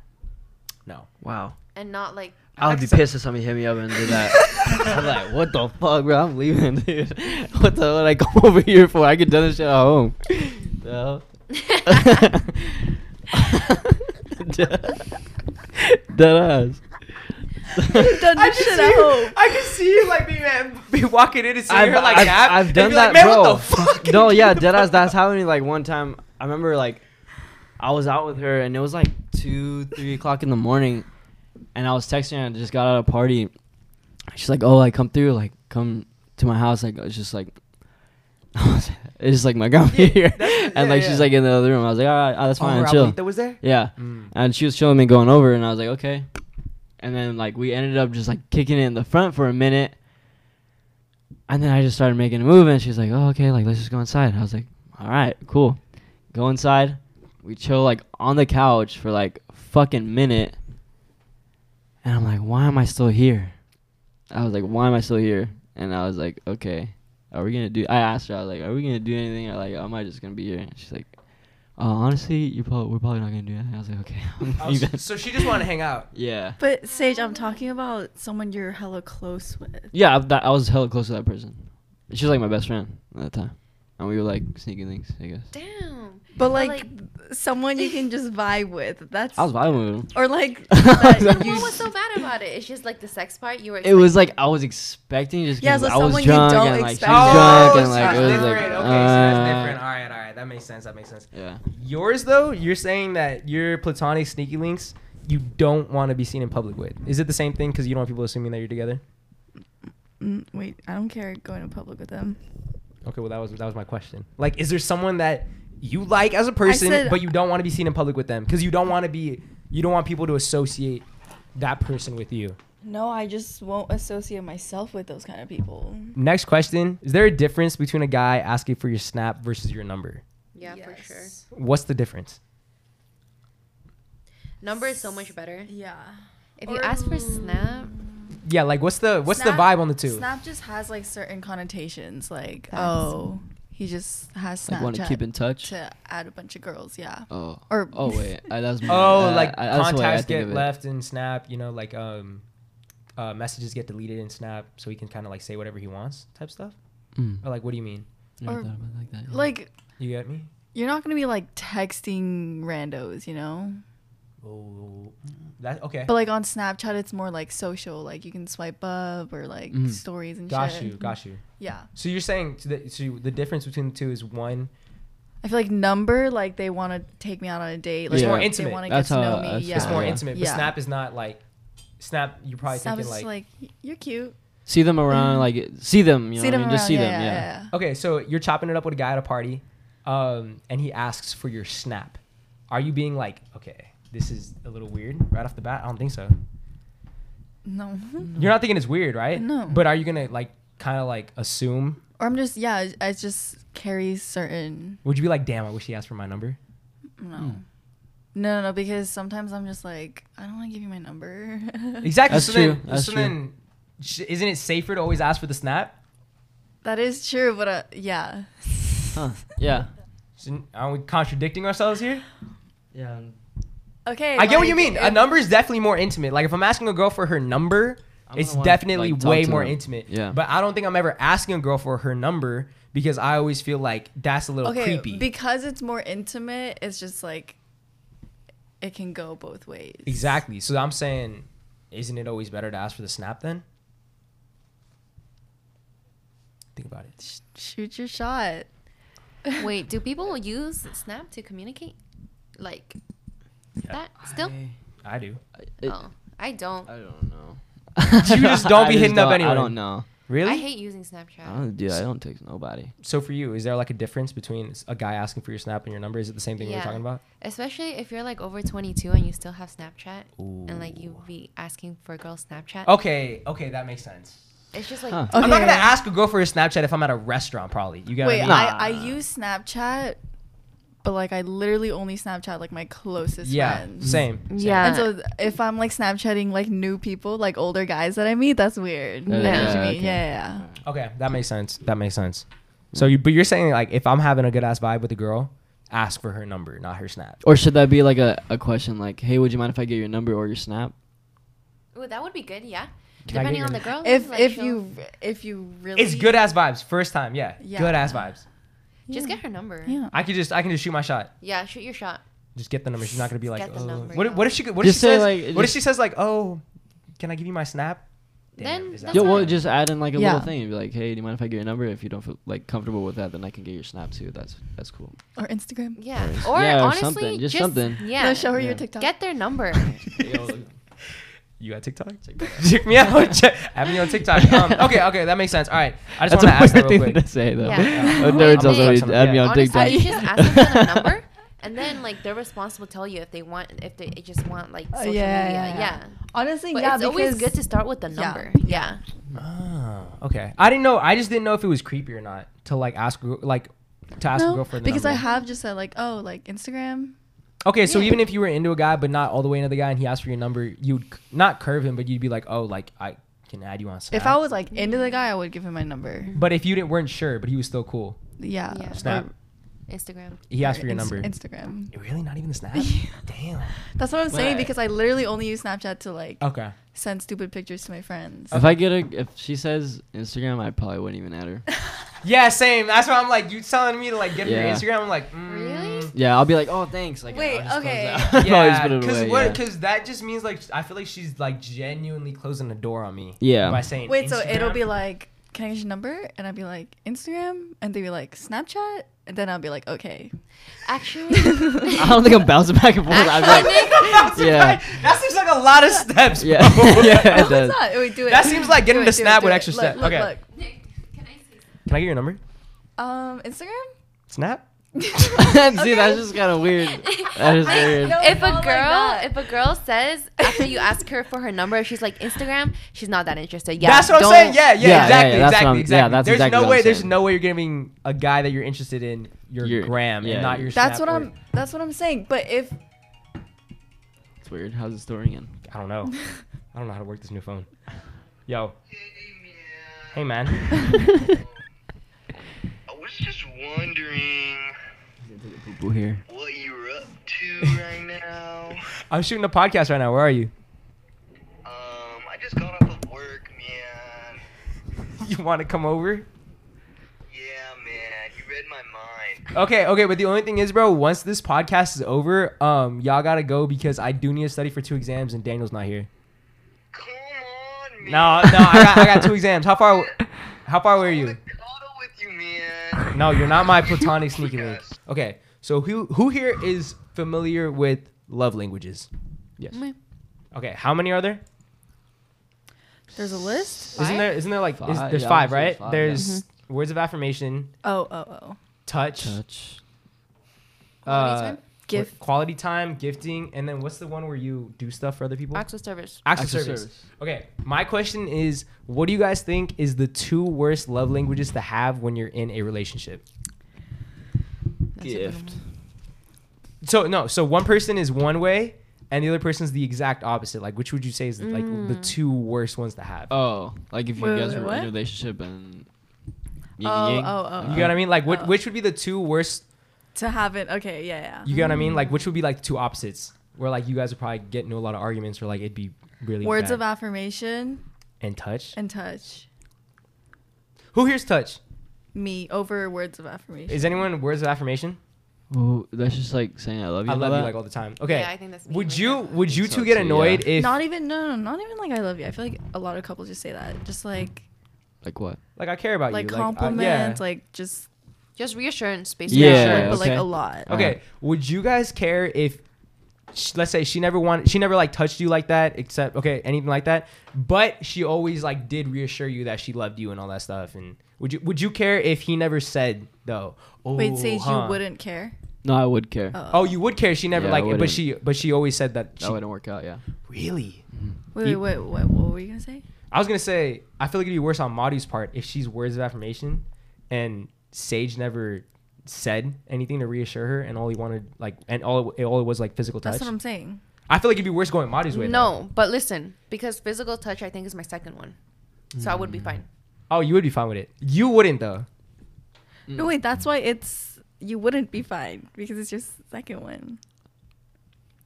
Speaker 1: No.
Speaker 3: Wow.
Speaker 4: and not
Speaker 1: [laughs]
Speaker 4: like [laughs]
Speaker 3: I would
Speaker 1: Like
Speaker 3: be
Speaker 1: some-
Speaker 3: pissed if somebody hit me up and
Speaker 1: [laughs]
Speaker 3: did that. [laughs] I'm like, what the fuck, bro? I'm leaving, [laughs] dude. What the hell did I come [laughs] over here for? I could do this shit at home. The hell? [laughs] Dead [laughs] dead ass.
Speaker 2: Done
Speaker 1: I
Speaker 2: this
Speaker 1: can
Speaker 2: shit
Speaker 1: see
Speaker 2: at
Speaker 1: you.
Speaker 2: home.
Speaker 1: I can see you like be man, [laughs] be walking in and seeing her like
Speaker 3: I've,
Speaker 1: that.
Speaker 3: I've
Speaker 1: and
Speaker 3: done
Speaker 1: be like,
Speaker 3: that,
Speaker 1: man,
Speaker 3: bro. [laughs]
Speaker 1: What the fuck?
Speaker 3: No, yeah, dead ass. That's happening. Like one time, I remember like I was out with her, and it was like two, three o'clock in the morning, and I was texting her. and I just got out of a party. She's like, "Oh, like come through, like come to my house." Like it's just like. [laughs] it's just like my [laughs] grandma
Speaker 1: Yeah,
Speaker 3: here,
Speaker 1: that's-
Speaker 3: and
Speaker 1: yeah,
Speaker 3: like
Speaker 1: yeah.
Speaker 3: was like in the other room. I was like, all right, ah, that's
Speaker 1: Oh,
Speaker 3: fine,
Speaker 1: her
Speaker 3: chill.
Speaker 1: abuelita was there.
Speaker 3: Yeah, and she was showing me going over, and I was like, okay. And then like we ended up just like kicking it in the front for a minute, and then I just started making a move, and she's like, oh okay, like let's just go inside. And I was like, all right, cool. Go inside. We chill like on the couch for like a fucking minute, and I'm like, why am I still here? I was like, why am I still here? And I was like, okay, are we gonna do? I asked her, I was like, are we gonna do anything? Or like, am I just gonna be here? And she's like. Uh, honestly, you probably we're probably not gonna do that. I was like, okay, [laughs] I'm
Speaker 1: I
Speaker 3: leaving.
Speaker 1: was- so she just wanted to hang out.
Speaker 3: yeah,
Speaker 2: But Sage, I'm talking about someone you're hella close with.
Speaker 3: yeah. I, that, I was hella close to that person. She was like my best friend at that time, and we were like sneaking things. I guess
Speaker 4: damn.
Speaker 2: But like,
Speaker 4: like-
Speaker 2: someone you can just vibe with. That's
Speaker 3: I was vibing with him.
Speaker 2: or like that
Speaker 4: What
Speaker 2: you
Speaker 4: was so bad about it? It's just like the sex part you were.
Speaker 3: It was like I was expecting just
Speaker 2: Yeah,
Speaker 3: because
Speaker 2: so
Speaker 3: I was
Speaker 2: someone you
Speaker 3: drunk
Speaker 2: don't
Speaker 3: and like she
Speaker 2: expect.
Speaker 3: was drunk and
Speaker 1: Oh, so
Speaker 3: like
Speaker 1: that's
Speaker 3: it was
Speaker 1: different.
Speaker 3: like
Speaker 1: okay, so that's
Speaker 3: uh,
Speaker 1: different. All right, all right, that makes sense. That makes sense.
Speaker 3: yeah.
Speaker 1: Yours though, you're saying that your platonic sneaky links you don't want to be seen in public with. Is it the same thing? Because you don't want people assuming that you're together.
Speaker 2: Mm, wait, I don't care going to public with them.
Speaker 1: Okay, well that was that was my question. Like, is there someone that you like as a person,
Speaker 2: said-
Speaker 1: but you don't want to be seen in public with them because you don't want to be, you don't want people to associate that person with you.
Speaker 2: No, I just won't associate myself with those kind of people.
Speaker 1: Next question: Is there a difference between a guy asking for your snap versus your number?
Speaker 4: yeah, for sure.
Speaker 1: What's the difference?
Speaker 4: Number is so much better.
Speaker 2: Yeah.
Speaker 4: If you
Speaker 2: Or-
Speaker 4: ask for snap,
Speaker 1: Yeah, like what's the what's the
Speaker 2: Snap-
Speaker 1: vibe on the two?
Speaker 2: Snap just has like certain connotations, like
Speaker 4: Facts.
Speaker 2: oh, he just has Snapchat
Speaker 3: Like want to keep in touch.
Speaker 2: to add a bunch of girls. Yeah.
Speaker 3: Oh.
Speaker 2: Or-
Speaker 3: oh wait, I, that was my,
Speaker 1: Oh,
Speaker 3: I-
Speaker 1: like
Speaker 3: I- that's the way I
Speaker 1: contacts
Speaker 3: think
Speaker 1: get
Speaker 3: of it.
Speaker 1: left in Snap. You know, like um, uh, messages get deleted in Snap, so he can kind of like say whatever he wants, type stuff.
Speaker 3: Mm.
Speaker 1: Or like, what do you mean?
Speaker 3: Never
Speaker 2: Or-
Speaker 3: thought about it like that. yeah.
Speaker 2: Like
Speaker 1: You get me?
Speaker 2: you're not gonna be like texting randos, you know?
Speaker 1: Oh, that okay.
Speaker 2: But like on Snapchat, it's more like social. Like you can swipe up or like
Speaker 3: Mhm.
Speaker 2: stories and
Speaker 1: got
Speaker 2: shit.
Speaker 1: you, got you.
Speaker 2: Yeah,
Speaker 1: So you're saying to the, so you- the difference between the two is one.
Speaker 2: I feel like number like they want to take me out on a date. Like,
Speaker 3: It's more
Speaker 2: they
Speaker 1: intimate.
Speaker 2: wanna
Speaker 3: That's
Speaker 2: get to
Speaker 3: how-
Speaker 2: know me.
Speaker 3: that's-
Speaker 2: yeah,
Speaker 1: It's more
Speaker 3: Yeah.
Speaker 1: intimate, but
Speaker 2: Yeah.
Speaker 1: Snap is not like Snap. You probably
Speaker 2: Snap is
Speaker 1: thinking
Speaker 2: just
Speaker 1: like,
Speaker 2: like, "Y- you're cute.
Speaker 3: See them around, like see them. You know, what I mean? just see
Speaker 2: around,
Speaker 3: them. Yeah.
Speaker 1: okay, so you're chopping it up with a guy at a party, um, and he asks for your Snap. Are you being like, okay, this is a little weird right off the bat? I don't think so.
Speaker 2: No, [laughs]
Speaker 1: You're not thinking it's weird, right?
Speaker 2: No.
Speaker 1: But are you gonna like kind of like assume?
Speaker 2: or I'm just yeah. I- I just carry certain
Speaker 1: Would you be like, damn, I wish he asked for my number?
Speaker 2: no.
Speaker 3: Hmm. Mm.
Speaker 2: No, no, no, because sometimes I'm just like, I don't want to give you my number.
Speaker 1: Exactly.
Speaker 3: That's
Speaker 1: so Then,
Speaker 3: true, that's
Speaker 1: so
Speaker 3: true.
Speaker 1: then, sh- isn't it safer to always ask for the Snap?
Speaker 2: [laughs] that is true, but uh, yeah.
Speaker 3: Huh. Yeah.
Speaker 1: So aren't we contradicting ourselves here?
Speaker 3: Yeah.
Speaker 2: Okay.
Speaker 1: I get what you
Speaker 2: like,
Speaker 1: mean.
Speaker 2: if-
Speaker 1: A number is definitely more intimate. Like if I'm asking a girl for her number,
Speaker 3: I'm
Speaker 1: it's
Speaker 3: gonna wanna,
Speaker 1: definitely
Speaker 3: like, talk
Speaker 1: way
Speaker 3: to
Speaker 1: more
Speaker 3: them.
Speaker 1: intimate.
Speaker 3: Yeah.
Speaker 1: But I don't think I'm ever asking a girl for her number because I always feel like that's a little
Speaker 2: okay,
Speaker 1: creepy.
Speaker 2: because it's more intimate. It's just like it can go both ways.
Speaker 1: exactly. So I'm saying, isn't it always better to ask for the snap then? Think about it.
Speaker 2: Sh- shoot your shot.
Speaker 4: Wait, do people use Snap to communicate? Like that still?
Speaker 1: I do.
Speaker 4: oh, I don't.
Speaker 3: I don't know.
Speaker 1: You
Speaker 3: [laughs]
Speaker 1: just don't be
Speaker 3: I
Speaker 1: hitting up
Speaker 3: don't- I
Speaker 1: anyone.
Speaker 3: don't know.
Speaker 1: Really?
Speaker 4: I hate using Snapchat.
Speaker 3: I don't, dude, I don't text nobody.
Speaker 1: so for you, is there like a difference between a guy asking for your snap and your number? Is it the same thing we were
Speaker 4: Yeah.
Speaker 1: talking about?
Speaker 4: Especially if you're like over 22 and you still have Snapchat and like you be asking for a girl's Snapchat.
Speaker 1: Okay, okay, that makes sense.
Speaker 4: It's just like
Speaker 3: Oh. Huh.
Speaker 2: Okay.
Speaker 1: I'm not gonna ask a girl for a Snapchat if I'm at a restaurant, probably. You got
Speaker 2: Wait,
Speaker 1: I mean?
Speaker 2: I, I use Snapchat, but like I literally only Snapchat like my closest
Speaker 1: yeah,
Speaker 2: friends.
Speaker 1: same. same.
Speaker 4: yeah.
Speaker 2: And so th- if I'm like Snapchatting like new people, like older guys that I meet, that's weird.
Speaker 3: Yeah,
Speaker 2: You know what
Speaker 3: yeah,
Speaker 2: you mean?
Speaker 3: okay.
Speaker 2: yeah, yeah, yeah.
Speaker 1: Okay, that makes sense. That makes sense. So, you, but you're saying like if I'm having a good ass vibe with a girl, ask for her number, not her Snap.
Speaker 3: Or should that be like a, a question like, hey, would you mind if I get your number or your snap?
Speaker 4: Ooh, that would be good. Yeah.
Speaker 1: Can I get
Speaker 4: Depending
Speaker 1: your
Speaker 4: on the
Speaker 1: name?
Speaker 4: girl.
Speaker 2: If
Speaker 4: like,
Speaker 2: if
Speaker 4: she'll-
Speaker 2: you if you really
Speaker 1: It's good ass vibes. First time, yeah.
Speaker 2: Yeah.
Speaker 1: Good ass vibes.
Speaker 4: just get her number.
Speaker 2: Yeah.
Speaker 1: I could just I can just shoot my shot.
Speaker 4: Yeah, shoot your shot.
Speaker 1: Just get the number. She's not gonna be like,
Speaker 4: Get the
Speaker 1: oh.
Speaker 4: number,
Speaker 1: what, if-
Speaker 4: yeah.
Speaker 1: what if she? could- What if
Speaker 3: Just
Speaker 1: she
Speaker 3: say,
Speaker 1: says?
Speaker 3: like,
Speaker 1: what if
Speaker 3: just-
Speaker 1: she says like, oh, can I give you my Snap?
Speaker 4: Then
Speaker 1: is
Speaker 4: that's
Speaker 3: Yeah,
Speaker 4: fine.
Speaker 1: [laughs]
Speaker 3: well, just add in like a
Speaker 2: Yeah.
Speaker 3: little thing and be like, hey, do you mind if I get your number? If you don't feel like comfortable with that, then I can get your snap too. That's that's cool.
Speaker 2: or Instagram.
Speaker 4: Yeah.
Speaker 3: Or-
Speaker 4: Or
Speaker 3: Yeah, or
Speaker 4: honestly,
Speaker 3: something, just
Speaker 4: just,
Speaker 3: something.
Speaker 4: Yeah.
Speaker 2: No, show her
Speaker 3: Yeah.
Speaker 2: your TikTok.
Speaker 4: Get their number.
Speaker 2: [laughs]
Speaker 1: [laughs] You got TikTok? Check me out. Check, have me on TikTok. Um, okay, okay, that makes sense. All right, I just want
Speaker 3: That's
Speaker 1: to
Speaker 3: a
Speaker 1: ask that
Speaker 3: weird
Speaker 1: real
Speaker 3: thing
Speaker 1: quick.
Speaker 3: to say [laughs] though.
Speaker 4: Yeah.
Speaker 3: A nerd
Speaker 1: Wait,
Speaker 3: tells
Speaker 1: wait.
Speaker 3: everybody, add me on
Speaker 4: Honestly,
Speaker 3: TikTok.
Speaker 4: you just ask them for the number, and then like their response will tell you if they want, if they just want like
Speaker 2: Oh,
Speaker 4: social
Speaker 2: yeah,
Speaker 4: media.
Speaker 2: yeah,
Speaker 4: Yeah.
Speaker 2: yeah. Honestly,
Speaker 4: But
Speaker 2: yeah,
Speaker 4: it's
Speaker 2: because
Speaker 4: always good to start with the
Speaker 2: Yeah.
Speaker 4: number. yeah.
Speaker 1: Oh, okay. I didn't know. I just didn't know if it was creepy or not to like ask a gr- like to ask a
Speaker 2: no,
Speaker 1: girl for the
Speaker 2: because I
Speaker 1: number.
Speaker 2: have just said like oh like Instagram.
Speaker 1: Okay, so
Speaker 4: Yeah.
Speaker 1: even if you were into a guy but not all the way into the guy and he asked for your number, you'd c- not curve him, but you'd be like, oh, like I can add you on Snap.
Speaker 2: If I was like into the guy, I would give him my number.
Speaker 1: but if you didn't weren't sure, but he was still cool.
Speaker 2: Yeah.
Speaker 4: Yeah.
Speaker 1: Snap.
Speaker 4: Instagram.
Speaker 1: He asked for your
Speaker 2: Inst-
Speaker 1: number.
Speaker 2: Instagram.
Speaker 1: really? Not even the
Speaker 2: [laughs]
Speaker 1: snap? Damn.
Speaker 2: That's what I'm saying
Speaker 3: Right.
Speaker 2: because I literally only use Snapchat to like
Speaker 1: Okay.
Speaker 2: send stupid pictures to my
Speaker 1: Oh,
Speaker 2: friends.
Speaker 3: [laughs] If I get a, if she says Instagram, I probably wouldn't even add her.
Speaker 1: Yeah, same. That's why I'm like, you telling me to like get
Speaker 3: Yeah.
Speaker 1: on your Instagram. I'm like, mm.
Speaker 4: Really?
Speaker 3: Yeah, I'll be like, oh, thanks. Like,
Speaker 2: Wait,
Speaker 3: I'll just close
Speaker 2: okay.
Speaker 3: it [laughs] out. I'll just
Speaker 1: Yeah,
Speaker 3: put it
Speaker 1: because
Speaker 3: away,
Speaker 1: what?
Speaker 3: yeah.
Speaker 1: Because that just means like I feel like she's like genuinely closing the door on me.
Speaker 3: Yeah.
Speaker 1: By saying
Speaker 2: Wait, so it'll
Speaker 1: Instagram. [laughs]
Speaker 2: be like, can I get your number? And I'd be like, Instagram? And they'd be like, Snapchat? And then I'll be like, okay.
Speaker 3: [laughs]
Speaker 4: Actually,
Speaker 3: I
Speaker 2: [laughs]
Speaker 3: don't think I'm bouncing back and forth. I'm like, Yeah.
Speaker 1: That seems like a lot of steps.
Speaker 3: yeah,
Speaker 1: bro.
Speaker 3: [laughs]
Speaker 2: No,
Speaker 3: yeah, it does.
Speaker 2: it's not. Wait, do it.
Speaker 1: That seems like getting
Speaker 2: Do it,
Speaker 1: to
Speaker 2: do it,
Speaker 1: Snap
Speaker 2: do
Speaker 1: with
Speaker 2: it.
Speaker 1: extra
Speaker 2: Look,
Speaker 1: step.
Speaker 2: look,
Speaker 1: Okay.
Speaker 2: look.
Speaker 4: Nick, can I say something?
Speaker 1: Can I get your number?
Speaker 2: Um, Instagram?
Speaker 1: Snap.
Speaker 3: [laughs] See, that's just kind of weird. That is weird.
Speaker 2: No,
Speaker 4: If
Speaker 2: not
Speaker 4: a
Speaker 2: like
Speaker 4: girl,
Speaker 2: that.
Speaker 4: if a girl says after you ask her for her number, she's like Instagram, she's not that interested. Yeah,
Speaker 1: that's what I'm
Speaker 4: don't-
Speaker 1: saying. Yeah, yeah,
Speaker 3: Yeah, yeah,
Speaker 1: exactly,
Speaker 3: yeah, that's
Speaker 1: exactly,
Speaker 3: what I'm- yeah,
Speaker 1: exactly.
Speaker 3: that's
Speaker 1: there's
Speaker 3: exactly
Speaker 1: no
Speaker 3: what
Speaker 1: way,
Speaker 3: I'm
Speaker 1: there's
Speaker 3: saying.
Speaker 1: no way you're giving a guy that you're interested in your,
Speaker 3: Your-
Speaker 1: gram
Speaker 3: yeah,
Speaker 1: and not your.
Speaker 2: That's
Speaker 1: Snap
Speaker 2: what
Speaker 1: or-
Speaker 2: I'm that's what I'm saying. But if
Speaker 3: It's weird. How's the story again?
Speaker 1: I don't
Speaker 2: [laughs]
Speaker 1: know. I don't know how to work this new phone. Yo. Hey man.
Speaker 2: [laughs]
Speaker 5: I was just wondering
Speaker 3: Boo boo here.
Speaker 5: what you're up to right now.
Speaker 1: I'm shooting a podcast right now. Where are you? [laughs]
Speaker 5: Um, I just got off of work, man.
Speaker 1: You want to come over?
Speaker 5: Yeah, man, you read my mind.
Speaker 1: Okay, okay, but the only thing is, bro, once this podcast is over, um, y'all gotta go because I do need to study for two exams and Daniel's not here.
Speaker 5: Come on, man.
Speaker 1: No, no, I got, I [laughs] got two exams. How far, how far away are you?
Speaker 5: I wanna cuddle with you,
Speaker 1: [laughs]
Speaker 5: man.
Speaker 1: No, you're not my platonic sneaky link. Okay, so who who here is familiar with love languages? Yes.
Speaker 4: Me.
Speaker 1: Okay, how many are there?
Speaker 2: There's a list.
Speaker 1: Isn't there isn't there like is,
Speaker 3: Five,
Speaker 1: there's
Speaker 3: yeah, I
Speaker 1: five
Speaker 3: would say
Speaker 1: right?
Speaker 3: five, yeah. Mm-hmm.
Speaker 1: there's words of affirmation,
Speaker 2: Oh, oh, oh.
Speaker 1: touch,
Speaker 3: Touch.
Speaker 1: uh,
Speaker 4: Quality time?
Speaker 1: what-
Speaker 2: Gift.
Speaker 1: quality time, gifting, and then what's the one where you do stuff for other people?
Speaker 4: Acts of service.
Speaker 1: Acts of
Speaker 3: Acts of
Speaker 1: service.
Speaker 3: service.
Speaker 1: Okay, my question is, what do you guys think is the two worst love languages to have when you're in a relationship?
Speaker 4: That's a good
Speaker 3: Gift.
Speaker 4: one.
Speaker 1: So no, so one person is one way, and the other person's the exact opposite. Like, which would you say is like the two worst ones to have?
Speaker 3: Oh, like if you
Speaker 2: Wait,
Speaker 3: guys
Speaker 2: wait,
Speaker 3: were in
Speaker 2: what?
Speaker 3: a relationship and. yin
Speaker 2: Oh,
Speaker 3: yang,
Speaker 2: oh, oh,
Speaker 1: you
Speaker 3: uh,
Speaker 1: get what I mean? Like, what
Speaker 2: Oh.
Speaker 1: which would be the two worst?
Speaker 2: To have it. Okay, yeah, yeah.
Speaker 1: You get what I mean? Like, which would be like two opposites? Where like you guys would probably get into a lot of arguments, or like it'd be really
Speaker 2: Words
Speaker 1: bad.
Speaker 2: of affirmation
Speaker 1: and touch.
Speaker 2: and touch.
Speaker 1: Who here's touch?
Speaker 2: Me over words of affirmation.
Speaker 1: Is anyone words of affirmation?
Speaker 3: Ooh, that's just like saying I love you.
Speaker 1: I
Speaker 3: and
Speaker 1: love
Speaker 3: all
Speaker 1: you
Speaker 3: that.
Speaker 1: like all the time. Okay.
Speaker 4: Yeah, I think that's me
Speaker 1: would
Speaker 4: right
Speaker 1: you
Speaker 4: now.
Speaker 1: would you
Speaker 3: think
Speaker 1: two
Speaker 3: so
Speaker 1: get
Speaker 3: too,
Speaker 1: annoyed if
Speaker 2: not even no, no, no, not even like I love you. I feel like a lot of couples just say that. Just like
Speaker 3: Like what?
Speaker 1: like uh, I care about
Speaker 2: like
Speaker 1: you?
Speaker 2: compliments,
Speaker 1: Like,
Speaker 2: like, just
Speaker 4: Just reassurance, basically.
Speaker 3: Yeah.
Speaker 2: but
Speaker 3: okay.
Speaker 2: like a lot.
Speaker 3: Uh-huh.
Speaker 1: uh, yeah. Okay. Would you guys care if sh- let's say she never wanted she never like touched you like that except okay anything like that but she always like did reassure you that she loved you and all that stuff and would you would you care if he never said though oh
Speaker 2: Wait, Sage,
Speaker 1: huh.
Speaker 2: you wouldn't care.
Speaker 3: No, I would care.
Speaker 2: Oh.
Speaker 1: oh you would care she never
Speaker 3: Yeah, I
Speaker 1: like but
Speaker 3: wouldn't.
Speaker 1: she but she always said that she,
Speaker 3: That wouldn't work out. Yeah.
Speaker 1: really
Speaker 2: Wait, wait,
Speaker 1: You-
Speaker 2: wait, what, what were you gonna say?
Speaker 1: I was gonna say, I feel like it'd be worse on Maddie's part if she's words of affirmation and Sage never said anything to reassure her, and all he wanted like, and all it, all it was like physical touch.
Speaker 2: That's what I'm saying.
Speaker 1: I feel like it'd be worse going Maddie's way. though.
Speaker 4: No, but listen, because physical touch, I think, is my second one. So I would be fine.
Speaker 1: Oh, you would be fine with it. You wouldn't though. Mm.
Speaker 3: Mm.
Speaker 2: No, wait, that's why it's you wouldn't be fine because it's your second one,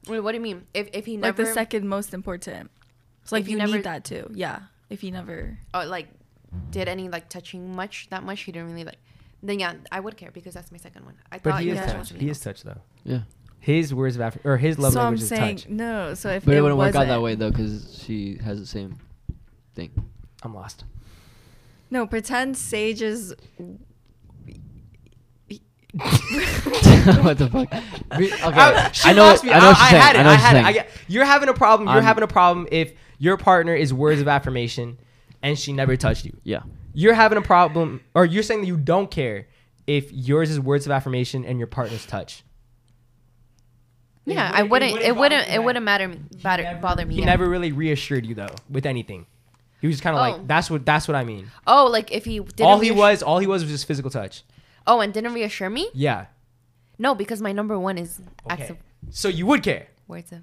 Speaker 4: Wait, what do you mean? If if he
Speaker 2: like
Speaker 4: never
Speaker 2: the second most important. So like
Speaker 4: If
Speaker 2: you,
Speaker 4: you never-
Speaker 2: need that too. Yeah, if you never.
Speaker 4: uh, like did any like touching much that much, he didn't really like. Then yeah, I would care because that's my second one. I
Speaker 1: But
Speaker 4: thought
Speaker 1: he
Speaker 4: you
Speaker 1: is
Speaker 4: guys
Speaker 2: touch.
Speaker 4: wanted
Speaker 1: touch.
Speaker 4: to
Speaker 1: He
Speaker 4: know.
Speaker 1: is touch though.
Speaker 3: Yeah.
Speaker 1: His words of affirmation or his love
Speaker 2: so I'm
Speaker 1: language is
Speaker 2: saying
Speaker 1: touch.
Speaker 2: no. So if
Speaker 3: But it,
Speaker 2: it,
Speaker 3: wouldn't work out that
Speaker 2: wasn't-
Speaker 3: way though, because she has the same thing.
Speaker 1: I'm [laughs] lost.
Speaker 2: No, pretend Sage is
Speaker 3: what the fuck? [laughs] Re- okay.
Speaker 1: I, she
Speaker 3: I know.
Speaker 1: lost me.
Speaker 3: I
Speaker 1: I,
Speaker 3: know.
Speaker 1: I
Speaker 3: what you're saying.
Speaker 1: had it.
Speaker 3: know
Speaker 1: I,
Speaker 3: what you're
Speaker 1: had it. I
Speaker 3: saying.
Speaker 1: get, you're having a problem. You're
Speaker 3: I'm-
Speaker 1: having a problem if your partner is words of affirmation and she never touched you.
Speaker 3: yeah.
Speaker 1: you're having a problem or you're saying that you don't care if yours is words of affirmation and your partner's touch.
Speaker 4: Yeah,
Speaker 1: It
Speaker 4: I
Speaker 1: wouldn't-
Speaker 4: wouldn't.
Speaker 1: it wouldn't
Speaker 4: It wouldn't.
Speaker 1: bother
Speaker 4: It
Speaker 1: me.
Speaker 4: wouldn't matter me. Bother, bother me.
Speaker 1: He
Speaker 4: yeah.
Speaker 1: never really reassured you though with anything. He was just kind of
Speaker 4: Oh.
Speaker 1: like that's what that's what I mean.
Speaker 4: Oh, like if he didn't.
Speaker 1: all he
Speaker 4: reassure-
Speaker 1: was all he was was just physical touch.
Speaker 4: Oh, and didn't reassure me.
Speaker 1: Yeah.
Speaker 4: No, because my number one is acts
Speaker 1: Okay.
Speaker 4: of
Speaker 1: So you would care.
Speaker 4: words of.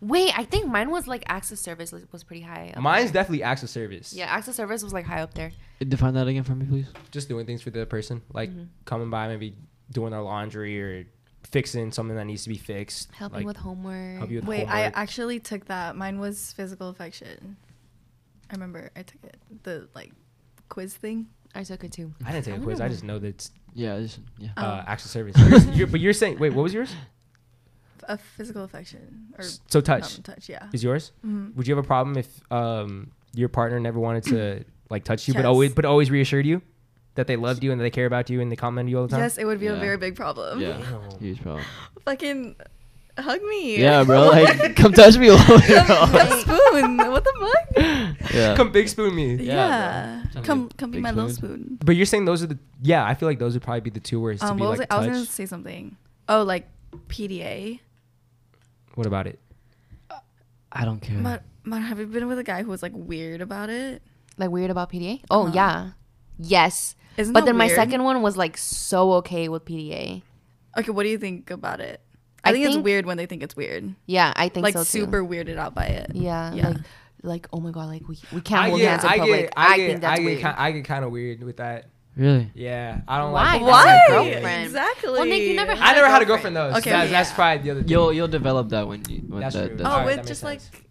Speaker 4: Wait, I think mine was like acts of service was was pretty high. Up
Speaker 1: Mine's
Speaker 4: there.
Speaker 1: definitely acts of service.
Speaker 4: Yeah, acts of service was like high up there.
Speaker 3: Define that again for me, please.
Speaker 1: Just doing things for the other person, like
Speaker 2: Mm-hmm.
Speaker 1: coming by, maybe doing their laundry or fixing something that needs to be fixed.
Speaker 4: Helping
Speaker 1: like,
Speaker 4: with homework.
Speaker 1: help you with
Speaker 2: Wait, I
Speaker 1: homework.
Speaker 2: actually took that. Mine was physical affection. I remember I took it. The like quiz thing.
Speaker 4: I took it too.
Speaker 1: I didn't take a quiz. I just know that it's
Speaker 3: Yeah. Just, yeah.
Speaker 2: Oh.
Speaker 1: uh, acts of service. Yours- you're- but you're saying wait, what was
Speaker 2: [laughs]
Speaker 1: yours?
Speaker 2: A physical affection or
Speaker 1: So touch.
Speaker 2: not touch, yeah.
Speaker 1: is yours.
Speaker 2: Mm-hmm.
Speaker 1: Would you have a problem if um, your partner never wanted
Speaker 2: [coughs]
Speaker 1: to like touch you,
Speaker 2: Yes.
Speaker 1: but always but always reassured you that they loved you and that they care about you and they comment you all the time?
Speaker 2: Yes, it would be a
Speaker 3: Yeah.
Speaker 2: very big problem.
Speaker 3: yeah. Huge problem.
Speaker 2: [laughs] Fucking hug me. [laughs]
Speaker 3: Yeah,
Speaker 4: [laughs]
Speaker 3: bro. Like, come touch me. [laughs]
Speaker 2: Come- come spoon. What the fuck?
Speaker 3: yeah.
Speaker 1: Come big spoon me.
Speaker 2: Yeah.
Speaker 3: bro.
Speaker 2: Come
Speaker 3: Big-
Speaker 2: come be
Speaker 3: big
Speaker 2: my little
Speaker 3: spoon.
Speaker 2: spoon.
Speaker 1: But you're saying those are the yeah. I feel like those would probably be the two words to
Speaker 2: Um
Speaker 1: be
Speaker 2: what was
Speaker 1: like
Speaker 2: it? I was gonna
Speaker 1: touch.
Speaker 2: say something. Oh, like PDA.
Speaker 1: What about it?
Speaker 3: I don't care.
Speaker 2: But but have you been with a guy who was like weird about it?
Speaker 4: Like weird about PDA? Oh
Speaker 2: Uh-huh.
Speaker 4: yeah, yes.
Speaker 2: Isn't
Speaker 4: but
Speaker 2: that
Speaker 4: then my
Speaker 2: weird?
Speaker 4: second one was like so okay with PDA.
Speaker 2: Okay, what do you think about it? I,
Speaker 4: I
Speaker 2: think, it's
Speaker 4: think-
Speaker 2: weird when they think it's weird.
Speaker 4: Yeah, I think
Speaker 2: Like
Speaker 4: so too.
Speaker 2: super weirded out by it.
Speaker 4: Yeah,
Speaker 2: Yeah.
Speaker 4: like like oh my god, like we, we can't hold hands in
Speaker 1: I
Speaker 4: public.
Speaker 1: get,
Speaker 4: I,
Speaker 1: I get,
Speaker 4: think that's
Speaker 1: I get,
Speaker 4: weird.
Speaker 1: ki- I get kind of weird with that.
Speaker 3: really?
Speaker 1: Yeah, I don't
Speaker 4: Why?
Speaker 1: like.
Speaker 4: That's
Speaker 1: I
Speaker 4: my
Speaker 1: don't like
Speaker 4: girlfriend.
Speaker 1: that.
Speaker 2: Exactly.
Speaker 4: Well, Nick, you never
Speaker 1: I never had a girlfriend
Speaker 4: Girlfriend.
Speaker 1: though. so
Speaker 2: Okay,
Speaker 1: that's,
Speaker 2: yeah.
Speaker 1: that's probably the other. thing.
Speaker 3: You'll you'll develop that when you. When
Speaker 1: That's
Speaker 3: that,
Speaker 1: true.
Speaker 3: that-
Speaker 2: Oh,
Speaker 1: Alright, that
Speaker 2: with
Speaker 1: makes
Speaker 2: just
Speaker 1: sense.
Speaker 2: like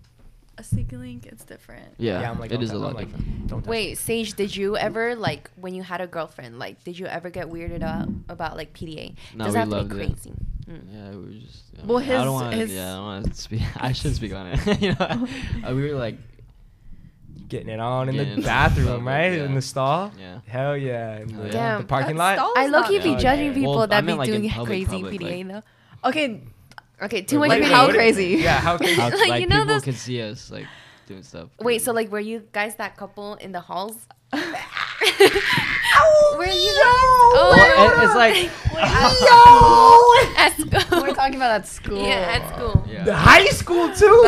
Speaker 2: a sticky link, it's different.
Speaker 3: Yeah,
Speaker 1: Yeah, I'm like,
Speaker 3: it
Speaker 1: don't
Speaker 3: is a
Speaker 1: touch-
Speaker 3: lot
Speaker 1: I'm like,
Speaker 3: different.
Speaker 1: don't touch
Speaker 4: Wait, Sage, did you ever like when you had a girlfriend? Like, did you ever get weirded out about like PDA?
Speaker 3: No, we
Speaker 4: Does that have
Speaker 3: loved it.
Speaker 4: to be crazy? Mm.
Speaker 3: Yeah, we were just. I
Speaker 2: Well,
Speaker 3: mean, I
Speaker 2: his-
Speaker 3: don't wanna, [laughs]
Speaker 2: his-
Speaker 3: yeah, I don't want to speak. I shouldn't speak on it. [laughs] you
Speaker 4: Oh.
Speaker 3: know, Uh, we were like,
Speaker 1: getting it on in
Speaker 3: Getting it
Speaker 1: the
Speaker 3: on.
Speaker 1: bathroom, right?
Speaker 3: Yeah.
Speaker 1: In the
Speaker 4: Oh.
Speaker 1: stall.
Speaker 3: Yeah.
Speaker 1: Hell yeah. In the,
Speaker 3: Damn,
Speaker 1: the parking
Speaker 2: that's
Speaker 1: lot.
Speaker 2: so-
Speaker 4: I low key
Speaker 2: not
Speaker 4: be
Speaker 3: bad.
Speaker 4: judging
Speaker 3: Okay.
Speaker 4: people
Speaker 3: Oh, Well, I
Speaker 4: that be
Speaker 3: meant, like, in
Speaker 4: doing
Speaker 3: public,
Speaker 4: crazy
Speaker 3: public,
Speaker 4: PDA
Speaker 2: Okay,
Speaker 4: though. Okay, too
Speaker 3: Wait,
Speaker 4: much
Speaker 3: wait,
Speaker 4: PDA.
Speaker 2: how crazy?
Speaker 1: Yeah,
Speaker 4: [laughs]
Speaker 1: how crazy.
Speaker 3: how,
Speaker 4: Like,
Speaker 3: like,
Speaker 4: you know
Speaker 3: people
Speaker 4: those-
Speaker 3: can see us like doing stuff.
Speaker 4: Wait, so
Speaker 3: crazy.
Speaker 4: like, were you guys that couple in
Speaker 3: [laughs]
Speaker 4: the halls?
Speaker 2: Ow,
Speaker 4: were you guys?
Speaker 3: Oh, Well,
Speaker 4: Oh,
Speaker 3: it-
Speaker 4: [laughs]
Speaker 3: it's like, [laughs]
Speaker 4: at school.
Speaker 2: we're talking about at school.
Speaker 4: Yeah, at school.
Speaker 1: The [laughs]
Speaker 3: yeah.
Speaker 1: high school too.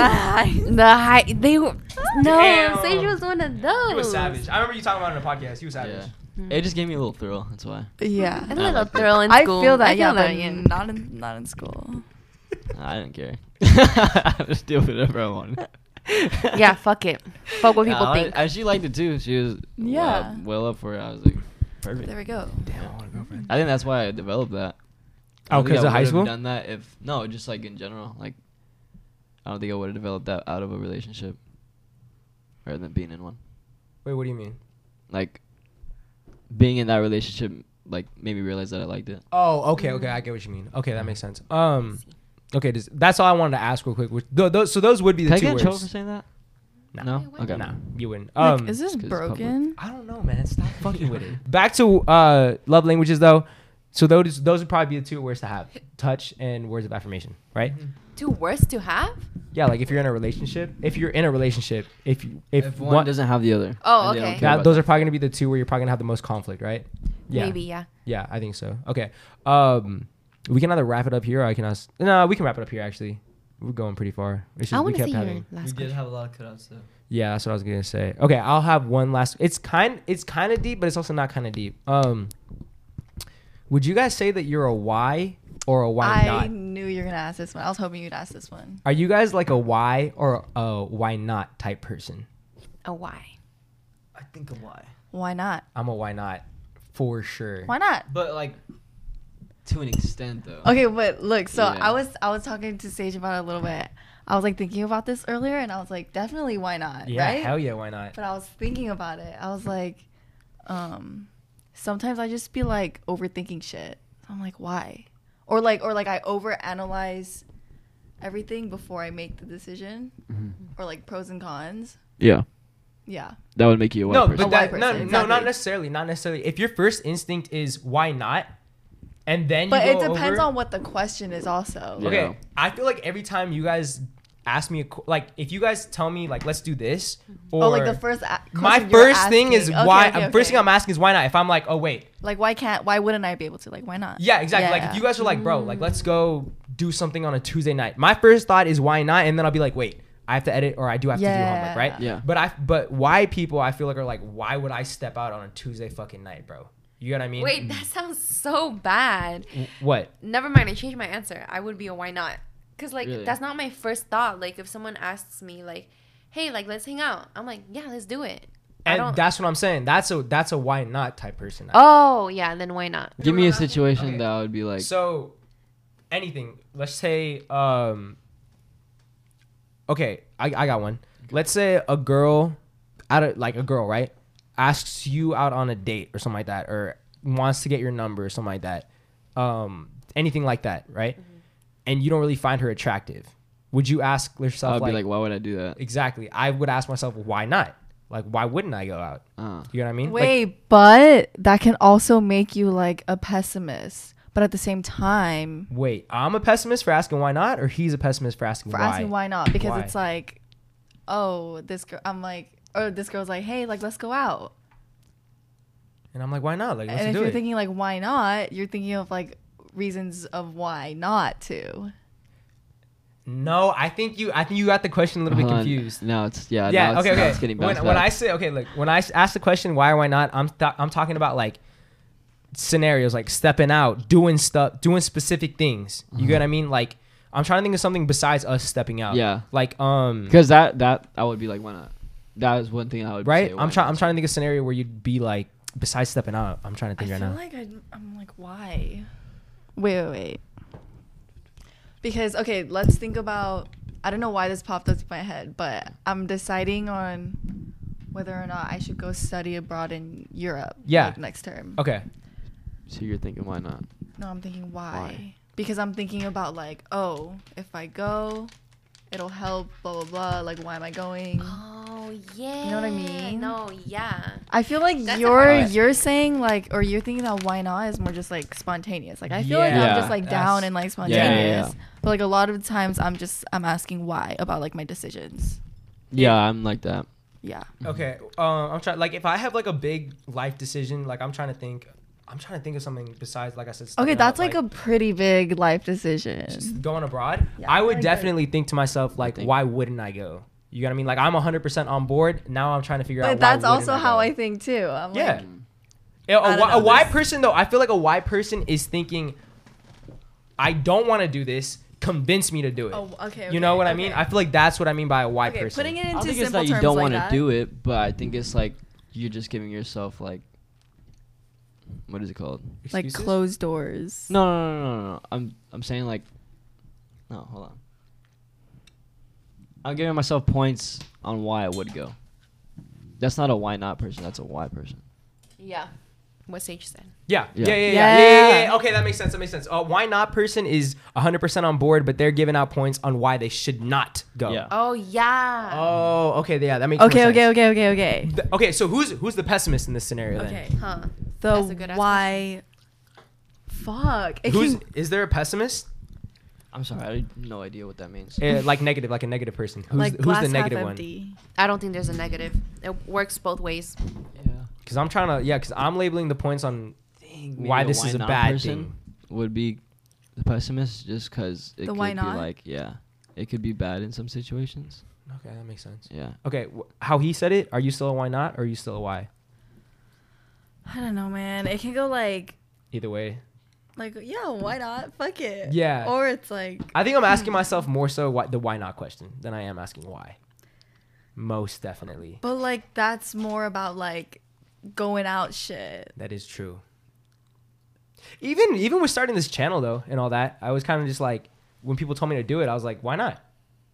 Speaker 4: The high. They were. No,
Speaker 1: Damn.
Speaker 4: Sage was one of those.
Speaker 1: He was savage. I remember you talking about it on the podcast. He was savage.
Speaker 3: yeah. It just gave me a little thrill. That's why
Speaker 4: A
Speaker 2: Yeah.
Speaker 4: little
Speaker 3: like that.
Speaker 4: thrill in
Speaker 2: I
Speaker 4: school.
Speaker 2: feel that, yeah,
Speaker 4: that,
Speaker 2: but not in not in school.
Speaker 3: I didn't care. [laughs] I just deal with whatever I wanted.
Speaker 4: [laughs] Yeah, fuck it. Fuck what people
Speaker 3: Nah, I-
Speaker 4: think.
Speaker 3: I, she liked it too. She was yeah
Speaker 2: Yeah.
Speaker 3: well, well up for it. I was like,
Speaker 1: Perfect.
Speaker 2: There we go.
Speaker 1: Damn, I want a girlfriend.
Speaker 3: I think that's why I developed that. I
Speaker 1: Oh,
Speaker 3: don't think
Speaker 1: 'cause
Speaker 3: I
Speaker 1: of high
Speaker 3: would've
Speaker 1: school?
Speaker 3: Done that if no, just like in general. Like, I don't think I would have developed that out of a relationship, rather than being in one.
Speaker 4: Mm-hmm.
Speaker 1: Wait, what do you mean?
Speaker 3: Like, being in that relationship like made me realize that I liked it.
Speaker 1: Oh, okay, okay, I get what you mean. Okay, that makes sense. Um, okay, this, that's all I wanted to ask real quick. Which, th- those, so those would be
Speaker 3: Can
Speaker 1: the
Speaker 3: I
Speaker 1: two
Speaker 3: get in trouble for
Speaker 1: words.
Speaker 3: saying that?
Speaker 1: Nah.
Speaker 3: No.
Speaker 4: why
Speaker 3: Okay.
Speaker 1: Nah, you wouldn't.
Speaker 2: Like,
Speaker 1: Um,
Speaker 2: is this
Speaker 3: Just 'cause it's public.
Speaker 2: broken?
Speaker 1: I don't know, man. [laughs] Stop fucking with it. Back to uh, love languages though. So those those would probably be the two words to have: touch and words of affirmation, right?
Speaker 4: Two worst to have?
Speaker 1: Yeah, like if you're in a relationship, if you're in a relationship, if you, if,
Speaker 3: If
Speaker 1: one,
Speaker 3: one doesn't have the other.
Speaker 4: Oh,
Speaker 3: and they don't
Speaker 4: okay.
Speaker 3: care
Speaker 1: that,
Speaker 3: about
Speaker 1: those are probably gonna be the two where you're probably gonna have the most conflict, right? Yeah.
Speaker 4: Maybe, yeah.
Speaker 1: Yeah, I think so. Okay. Um, we can either wrap it up here, or I can ask. No, we can wrap it up here. Actually, we're going pretty far. It's
Speaker 4: I
Speaker 1: we
Speaker 4: want to
Speaker 1: kept
Speaker 4: see
Speaker 1: having. Mm.
Speaker 4: your last question.
Speaker 6: have a lot of cutouts though.
Speaker 1: Yeah, that's what I was gonna say. Okay, I'll have one last. It's kind. It's kind of deep, but it's also not kind of deep. Um, would you guys say that you're a why or a why
Speaker 2: I
Speaker 1: not?
Speaker 2: knew you were gonna ask this one. I was hoping you'd ask this one.
Speaker 1: Are you guys like a why or a why not type person?
Speaker 4: A why.
Speaker 6: I think of why.
Speaker 2: Why not?
Speaker 1: I'm a why not for sure.
Speaker 2: Why not?
Speaker 3: But like, to an extent though.
Speaker 2: Okay, but look, so
Speaker 3: Yeah.
Speaker 2: I was I was talking to Sage about it a little bit. I was like thinking about this earlier, and I was like, definitely, why not?
Speaker 1: Yeah,
Speaker 2: right?
Speaker 1: hell yeah, why not?
Speaker 2: but I was thinking about it. I was like, um, sometimes I just be like overthinking shit. I'm like, why? Or like, or like I overanalyze everything before I make the decision, or like pros and cons.
Speaker 3: Yeah,
Speaker 2: Yeah.
Speaker 3: that would make you a
Speaker 1: No,
Speaker 3: white
Speaker 1: but
Speaker 3: person.
Speaker 2: A why
Speaker 1: that, no,
Speaker 2: person,
Speaker 1: no, not
Speaker 2: exactly.
Speaker 1: necessarily, not necessarily. If your first instinct is why not, and then
Speaker 2: But
Speaker 1: you
Speaker 2: it
Speaker 1: go
Speaker 2: depends
Speaker 1: over-
Speaker 2: on what the question is, also.
Speaker 3: Yeah.
Speaker 1: Okay, I feel like every time you guys ask me a qu- like, if you guys tell me like, let's do this, or
Speaker 2: Oh, like the first. A-
Speaker 1: my
Speaker 2: question you're
Speaker 1: first thing is
Speaker 2: asking. Okay,
Speaker 1: why.
Speaker 2: okay,
Speaker 1: First thing
Speaker 2: okay.
Speaker 1: I'm asking is why not? If I'm like, oh wait,
Speaker 2: like, why can't? Why wouldn't I be able to? Like, why not?
Speaker 1: yeah, exactly. Like if you guys are like, bro, like let's go do something on a Tuesday night. My first thought is why not, and then I'll be like, wait. I have to edit, or I do have to do homework,
Speaker 2: Yeah.
Speaker 1: right?
Speaker 3: Yeah.
Speaker 1: But I, but why people I feel like are like, why would I step out on a Tuesday fucking night, bro? You know what I mean?
Speaker 4: Wait, that sounds so bad.
Speaker 1: Mm. what?
Speaker 4: Never mind, I changed my answer. I would be a why not. Because, like,
Speaker 3: Really?
Speaker 4: that's not my first thought. Like, if someone asks me, like, hey, like, let's hang out, I'm like, yeah, let's do it. I
Speaker 1: And
Speaker 4: don't-
Speaker 1: that's what I'm saying. That's a that's a why not type person.
Speaker 4: Oh, yeah, then why not?
Speaker 3: Give me a situation
Speaker 1: Okay.
Speaker 3: that I would be like.
Speaker 1: so anything let's say um okay i, I got one let's say a girl out of like a girl right asks you out on a date or something like that or wants to get your number or something like that um anything like that right
Speaker 3: Mm-hmm.
Speaker 1: and you don't really find her attractive would you ask
Speaker 3: I
Speaker 1: yourself
Speaker 3: would
Speaker 1: like,
Speaker 3: be like, why would I do that?
Speaker 1: exactly i would ask myself why not like why wouldn't i go out
Speaker 3: Uh,
Speaker 1: you know what i mean Like,
Speaker 2: Wait, but that can also make you like a pessimist. But at the same time,
Speaker 1: wait i'm a pessimist for asking why not or he's a pessimist for asking
Speaker 2: for
Speaker 1: why
Speaker 2: asking why not, because
Speaker 1: Why?
Speaker 2: it's like, oh, this girl, I'm like, or this girl's like, hey, like let's go out.
Speaker 1: and i'm like why not like let's
Speaker 2: and if
Speaker 1: do
Speaker 2: you're
Speaker 1: it
Speaker 2: thinking like why not, you're thinking of like reasons of why not to.
Speaker 1: No, I think you. I think you got the question a little bit
Speaker 3: hold on.
Speaker 1: confused.
Speaker 3: No, it's yeah.
Speaker 1: yeah.
Speaker 3: Uh-huh. now it's,
Speaker 1: okay.
Speaker 3: now
Speaker 1: Okay.
Speaker 3: it's getting
Speaker 1: when,
Speaker 3: bounced
Speaker 1: when
Speaker 3: back.
Speaker 1: I say okay, look. When I s- ask the question why or why not, I'm th- I'm talking about like scenarios, like stepping out, doing stuff, doing specific things. You get what I mean? Like I'm trying to think of something besides us stepping out.
Speaker 3: Yeah.
Speaker 1: Like um.
Speaker 3: Because that that I would be like, why not? That is one thing I would
Speaker 1: Right.
Speaker 3: Say, why
Speaker 1: I'm trying.
Speaker 3: not?
Speaker 1: I'm trying to think of a scenario where you'd be like besides stepping out. I'm trying to
Speaker 2: I
Speaker 1: think
Speaker 2: feel
Speaker 1: right now.
Speaker 2: like I, I'm like why. Wait, wait, wait. Because okay, let's think about I don't know why this popped up in my head, but I'm deciding on whether or not I should go study abroad in Europe.
Speaker 1: Yeah. Oh.
Speaker 2: like, next term.
Speaker 1: Okay.
Speaker 3: So you're thinking, why not?
Speaker 2: No, I'm thinking why?
Speaker 3: Why?
Speaker 2: Because I'm thinking about like, oh, if I go, it'll help. Blah blah blah. Like, why am I going?
Speaker 4: Oh yeah.
Speaker 2: know what I mean?
Speaker 4: No, yeah.
Speaker 2: I feel like
Speaker 4: That's a
Speaker 2: you're
Speaker 4: hard-
Speaker 2: you're saying like, or you're thinking that why not is more just like spontaneous. Like I feel like
Speaker 1: Yeah.
Speaker 2: I'm just like
Speaker 1: That's-
Speaker 2: down and like
Speaker 3: yeah,
Speaker 2: spontaneous.
Speaker 3: yeah.
Speaker 2: But like a lot of times, I'm just I'm asking why about like my decisions.
Speaker 3: Yeah, I'm like that.
Speaker 2: Yeah.
Speaker 1: Okay. Um, I'm trying. Like, if I have like a big life decision, like I'm trying to think. I'm trying to think of something besides, like I said.
Speaker 2: Okay,
Speaker 1: stepping out,
Speaker 2: that's like, a pretty big life decision.
Speaker 1: just going abroad,
Speaker 2: Yeah,
Speaker 1: I
Speaker 2: I
Speaker 1: would
Speaker 2: agree.
Speaker 1: definitely think to myself like,
Speaker 3: think-
Speaker 1: why wouldn't I go? You know what I mean? Like I'm 100% on board. Now I'm trying to figure out.
Speaker 2: But
Speaker 1: why
Speaker 2: that's
Speaker 1: wouldn't
Speaker 2: also how
Speaker 1: go.
Speaker 2: I think too. I'm
Speaker 1: Yeah.
Speaker 2: like,
Speaker 1: Yeah,
Speaker 2: I
Speaker 1: A,
Speaker 2: don't
Speaker 1: why,
Speaker 2: know,
Speaker 1: a why
Speaker 2: this-
Speaker 1: person though, I feel like a why person is thinking, I don't want to do this. Convince me to do it.
Speaker 2: oh, okay.
Speaker 1: you know
Speaker 2: okay,
Speaker 1: what I
Speaker 2: okay.
Speaker 1: mean? I feel like that's what I mean by a why
Speaker 2: okay,
Speaker 1: person.
Speaker 2: putting it into
Speaker 3: I think
Speaker 2: simple
Speaker 3: it's like
Speaker 2: terms
Speaker 3: you don't
Speaker 2: like
Speaker 3: want to
Speaker 2: that.
Speaker 3: do it, but I think it's like you're just giving yourself like, what is it called?
Speaker 2: like
Speaker 1: Excuses?
Speaker 2: closed doors.
Speaker 3: No, no, no, no, no, no. I'm I'm saying like, no, hold on. I'm giving myself points on why I would go. That's not a why not person. That's a why person.
Speaker 4: Yeah. What Sage said.
Speaker 1: Yeah. Yeah.
Speaker 3: Yeah.
Speaker 1: Yeah, yeah, yeah, yeah, yeah,
Speaker 2: Yeah.
Speaker 1: yeah. Okay, that makes sense. That makes sense. Uh, why not person is 100% on board, but they're giving out points on why they should not go. Uh,
Speaker 3: Yeah.
Speaker 4: Oh yeah.
Speaker 1: Oh, okay. Yeah, that makes
Speaker 2: Okay,
Speaker 1: more
Speaker 2: okay,
Speaker 1: sense.
Speaker 2: okay, okay, okay.
Speaker 1: Th- okay, so who's who's the pessimist in this scenario then?
Speaker 2: Okay.
Speaker 4: Huh.
Speaker 2: The
Speaker 4: That's a good-ass
Speaker 2: why? Fuck. It
Speaker 1: Who's
Speaker 2: can-
Speaker 1: is there a pessimist?
Speaker 3: I'm sorry, I have no idea what that means.
Speaker 2: [laughs]
Speaker 1: Uh, like negative, like a negative person. Who's
Speaker 2: like
Speaker 1: who's
Speaker 2: glass
Speaker 1: the negative
Speaker 2: half
Speaker 1: one?
Speaker 2: empty.
Speaker 4: I don't think there's a negative. It works both ways.
Speaker 3: yeah.
Speaker 1: Because I'm trying to yeah, because I'm labeling the points on why this is a bad thing.
Speaker 3: would be the pessimist, just because it
Speaker 2: The
Speaker 3: could
Speaker 2: why
Speaker 3: be
Speaker 2: not?
Speaker 3: like yeah, it could be bad in some situations.
Speaker 1: Okay, that makes sense.
Speaker 3: Yeah.
Speaker 1: Okay, wh- how he said it? Are you still a why not? Or are you still a why?
Speaker 2: I don't know, man. It can go like
Speaker 1: Either way,
Speaker 2: like yeah, why not? Fuck it.
Speaker 1: Yeah.
Speaker 2: Or it's like
Speaker 1: I think I'm asking myself more so why, the why not question than I am asking why. Most definitely,
Speaker 2: but like that's more about like going out shit.
Speaker 1: that is true. Even even with starting this channel though and all that, I was kind of just like when people told me to do it, I was like, why not?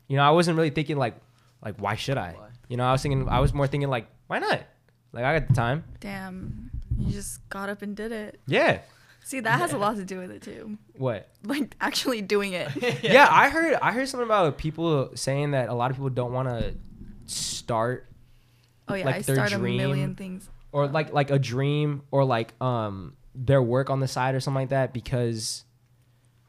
Speaker 1: You know, I wasn't really thinking like like why should I?
Speaker 3: Why?
Speaker 1: You know, I was thinking I was more thinking like why not? Like I got the time.
Speaker 2: Damn. You just got up and did it.
Speaker 1: Yeah.
Speaker 2: See, that has a lot to do with it too.
Speaker 1: What?
Speaker 2: Like actually doing
Speaker 1: [laughs]
Speaker 2: it.
Speaker 1: yeah. I heard I heard something about people saying that a lot of people don't want to start
Speaker 2: Oh yeah,
Speaker 1: Like
Speaker 2: I
Speaker 1: their
Speaker 2: start
Speaker 1: dream.
Speaker 2: a million things.
Speaker 1: or like like a dream or like um their work on the side or something like that because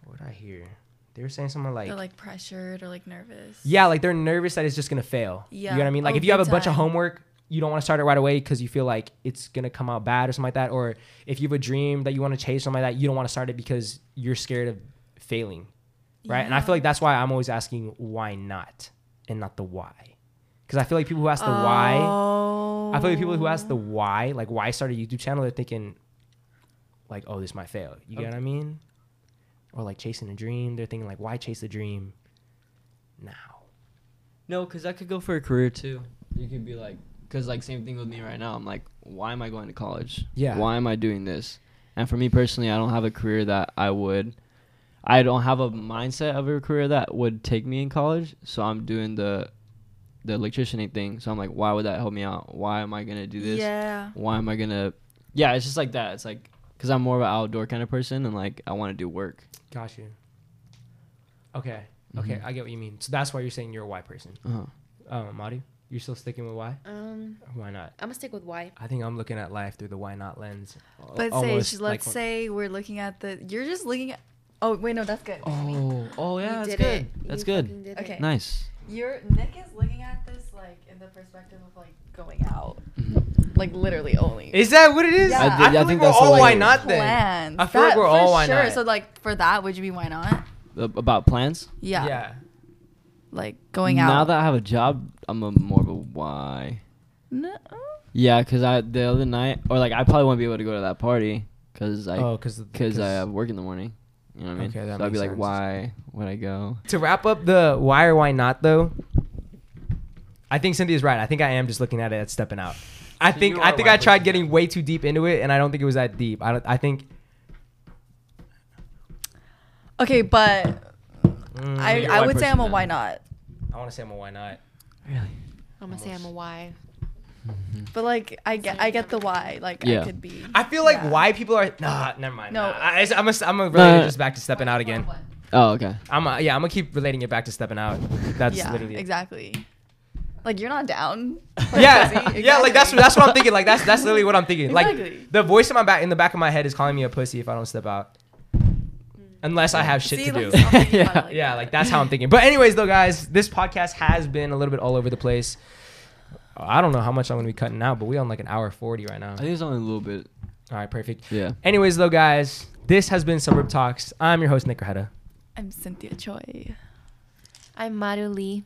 Speaker 1: what did I hear? They were saying something like,
Speaker 2: They're like pressured or like nervous.
Speaker 1: yeah, like they're nervous that it's just gonna fail. you
Speaker 2: Yeah.
Speaker 1: know what I mean. Like
Speaker 2: Oh,
Speaker 1: if you have a
Speaker 2: big
Speaker 1: bunch of
Speaker 2: time.
Speaker 1: homework, you don't want to start it right away because you feel like it's gonna come out bad or something like that. Or if you have a dream that you want to chase, something like that, you don't want to start it because you're scared of failing, right? And I feel like that's why I'm always asking why not and not the why, because I feel like people who ask the why
Speaker 2: Oh.
Speaker 1: I feel like people who ask the why, like why start a YouTube channel, they're thinking like, oh, this might fail. You get what I mean? Or like chasing a dream, they're thinking like, why chase the dream now?
Speaker 3: No, because I could go for a career too. You could be like, because like same thing with me right now. I'm like, why am I going to college?
Speaker 1: Yeah.
Speaker 3: Why am I doing this? And for me personally, I don't have a career that I would. I don't have a mindset of a career that would take me in college. So I'm doing the, the electricianing thing. So I'm like, why would that help me out? Why am I gonna do this?
Speaker 2: Yeah.
Speaker 3: Why am I gonna? Yeah, it's just like that. It's like because I'm more of an outdoor kind of person, and like I want to do work.
Speaker 1: Got you. Okay. Okay, I get what you mean. So that's why you're saying you're a why person.
Speaker 3: Mm-hmm. Uh-huh.
Speaker 1: Um, Madi, you're still sticking with why?
Speaker 4: Um,
Speaker 1: Why not?
Speaker 4: I'm gonna stick with why.
Speaker 1: I think I'm looking at life through the why not lens. al-
Speaker 2: But
Speaker 1: almost
Speaker 2: Sage, let's
Speaker 1: like-
Speaker 2: say we're looking at the. You're just looking at. Oh wait, no, that's good.
Speaker 3: Oh, oh
Speaker 4: You
Speaker 3: yeah, that's
Speaker 4: did
Speaker 3: good.
Speaker 4: it.
Speaker 3: That's
Speaker 4: You fucking
Speaker 3: good.
Speaker 4: did it.
Speaker 2: Okay.
Speaker 3: Nice.
Speaker 2: Your Nick is looking at this like in the perspective of like going out, like literally only
Speaker 1: Is that what it is?
Speaker 2: Yeah. I thi-
Speaker 1: I, feel
Speaker 3: I
Speaker 1: like
Speaker 3: think
Speaker 1: we're
Speaker 3: that's the
Speaker 1: all
Speaker 3: way
Speaker 1: why
Speaker 3: it
Speaker 1: not then.
Speaker 2: plans.
Speaker 1: I feel like
Speaker 2: That
Speaker 1: we're
Speaker 2: for
Speaker 1: all why not.
Speaker 2: So like for that, would you be why not?
Speaker 3: Ab- about plans.
Speaker 2: Yeah,
Speaker 1: yeah.
Speaker 2: like going out.
Speaker 3: now that I have a job, I'm a more of a why.
Speaker 2: No.
Speaker 3: Yeah, cause I the other night, or like I probably won't be able to go to that party, cause I,
Speaker 1: Oh, 'cause-
Speaker 3: cause uh,
Speaker 1: 'cause-
Speaker 3: I have work in the morning. You know what I mean?
Speaker 1: Okay, that
Speaker 3: so I'd be
Speaker 1: makes
Speaker 3: like,
Speaker 1: sense.
Speaker 3: why would I go?
Speaker 1: to wrap up the why or why not though i think cynthia's right i think i am just looking at it as stepping out i
Speaker 3: So
Speaker 1: think
Speaker 3: you
Speaker 1: i
Speaker 3: are
Speaker 1: think
Speaker 3: why
Speaker 1: i tried
Speaker 3: person,
Speaker 1: getting
Speaker 3: yeah.
Speaker 1: way too deep into it and i don't think it was that deep i, don't, I think
Speaker 2: Okay, but I
Speaker 3: you're a
Speaker 2: I
Speaker 3: why
Speaker 2: would say
Speaker 3: person
Speaker 1: mm, Mm-hmm.
Speaker 2: I'm a
Speaker 3: then.
Speaker 2: why not.
Speaker 1: I want to say I'm a why not.
Speaker 3: Really?
Speaker 4: I'm gonna say I'm a Y.
Speaker 2: But like I get I get the why. Like
Speaker 3: Yeah.
Speaker 2: I could be.
Speaker 1: I feel like
Speaker 2: Yeah.
Speaker 1: why people are nah. Never mind.
Speaker 2: No.
Speaker 1: No, I, am a, I'm a
Speaker 3: No,
Speaker 1: relate
Speaker 3: no.
Speaker 1: it just back to stepping out again.
Speaker 3: Oh, okay.
Speaker 1: I'm a, yeah. I'm gonna keep relating it back to stepping out. That's
Speaker 2: yeah,
Speaker 1: literally it.
Speaker 2: exactly. Like you're
Speaker 1: [laughs]
Speaker 2: not down.
Speaker 1: Yeah,
Speaker 2: [laughs] pussy,
Speaker 1: yeah, like that's
Speaker 2: exactly.
Speaker 1: that's what I'm thinking. Like that's that's literally what I'm thinking.
Speaker 2: Exactly.
Speaker 1: Like the voice in my back in the back of my head is calling me a pussy if I don't step out, unless I have shit
Speaker 2: Mm. See,
Speaker 1: to
Speaker 2: like,
Speaker 1: do.
Speaker 2: something about it
Speaker 3: Yeah.
Speaker 1: [laughs]
Speaker 2: like
Speaker 1: yeah,
Speaker 2: that.
Speaker 1: like that's how I'm thinking. But anyways, though, guys, this podcast has been a little bit all over the place. I don't know how much I'm gonna be cutting out, but we on like an hour forty right now.
Speaker 3: I think it's only a little bit.
Speaker 1: All right, perfect.
Speaker 3: Yeah.
Speaker 1: Anyways, though, guys, this has been Suburb Talks. I'm your host Nick Rajeda.
Speaker 2: I'm Cynthia Choi.
Speaker 4: I'm Maru Lee.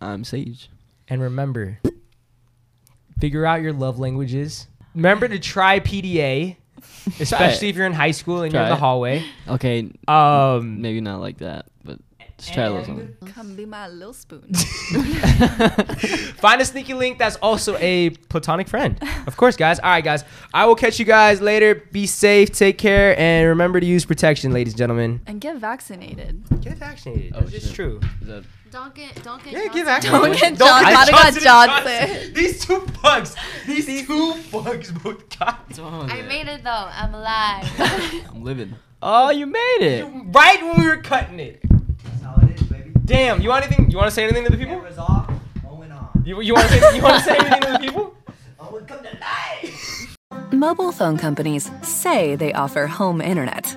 Speaker 3: I'm Sage.
Speaker 1: And remember, figure out your love languages. Remember to try
Speaker 3: [laughs]
Speaker 1: PDA, especially if you're in high school and you're in
Speaker 3: Try
Speaker 1: the
Speaker 3: it.
Speaker 1: hallway.
Speaker 3: Okay,
Speaker 1: Um,
Speaker 3: maybe not like that, but just try a little something. [laughs]
Speaker 2: Come be my
Speaker 1: [laughs]
Speaker 2: little spoon.
Speaker 1: find a sneaky link that's also a platonic friend. Of course, guys. All right, guys. I will catch you guys later. Be safe. Take care. And remember to use protection, ladies and gentlemen.
Speaker 2: and get vaccinated.
Speaker 1: Get vaccinated.
Speaker 3: Oh,
Speaker 1: It's just
Speaker 3: shit.
Speaker 1: true.
Speaker 3: Is that-
Speaker 4: Don't get, don't get.
Speaker 1: Yeah, get
Speaker 4: Johnson.
Speaker 1: vaccinated.
Speaker 2: get Johnson.
Speaker 1: get
Speaker 2: Gotta get
Speaker 1: and
Speaker 2: Johnson.
Speaker 1: These two bugs. These two bugs both got
Speaker 3: [laughs]
Speaker 1: me.
Speaker 4: I made it though. I'm alive.
Speaker 3: I'm living. Oh, you made it.
Speaker 1: right when we were cutting it.
Speaker 6: That's how it is, baby.
Speaker 1: Damn, you want anything? You want to say anything to the people?
Speaker 6: Cameras off. Owen on.
Speaker 1: You, you want to say, you want to say anything to the
Speaker 6: [laughs]
Speaker 1: people?
Speaker 6: Owen, come to life.
Speaker 7: Mobile phone companies say they offer home internet.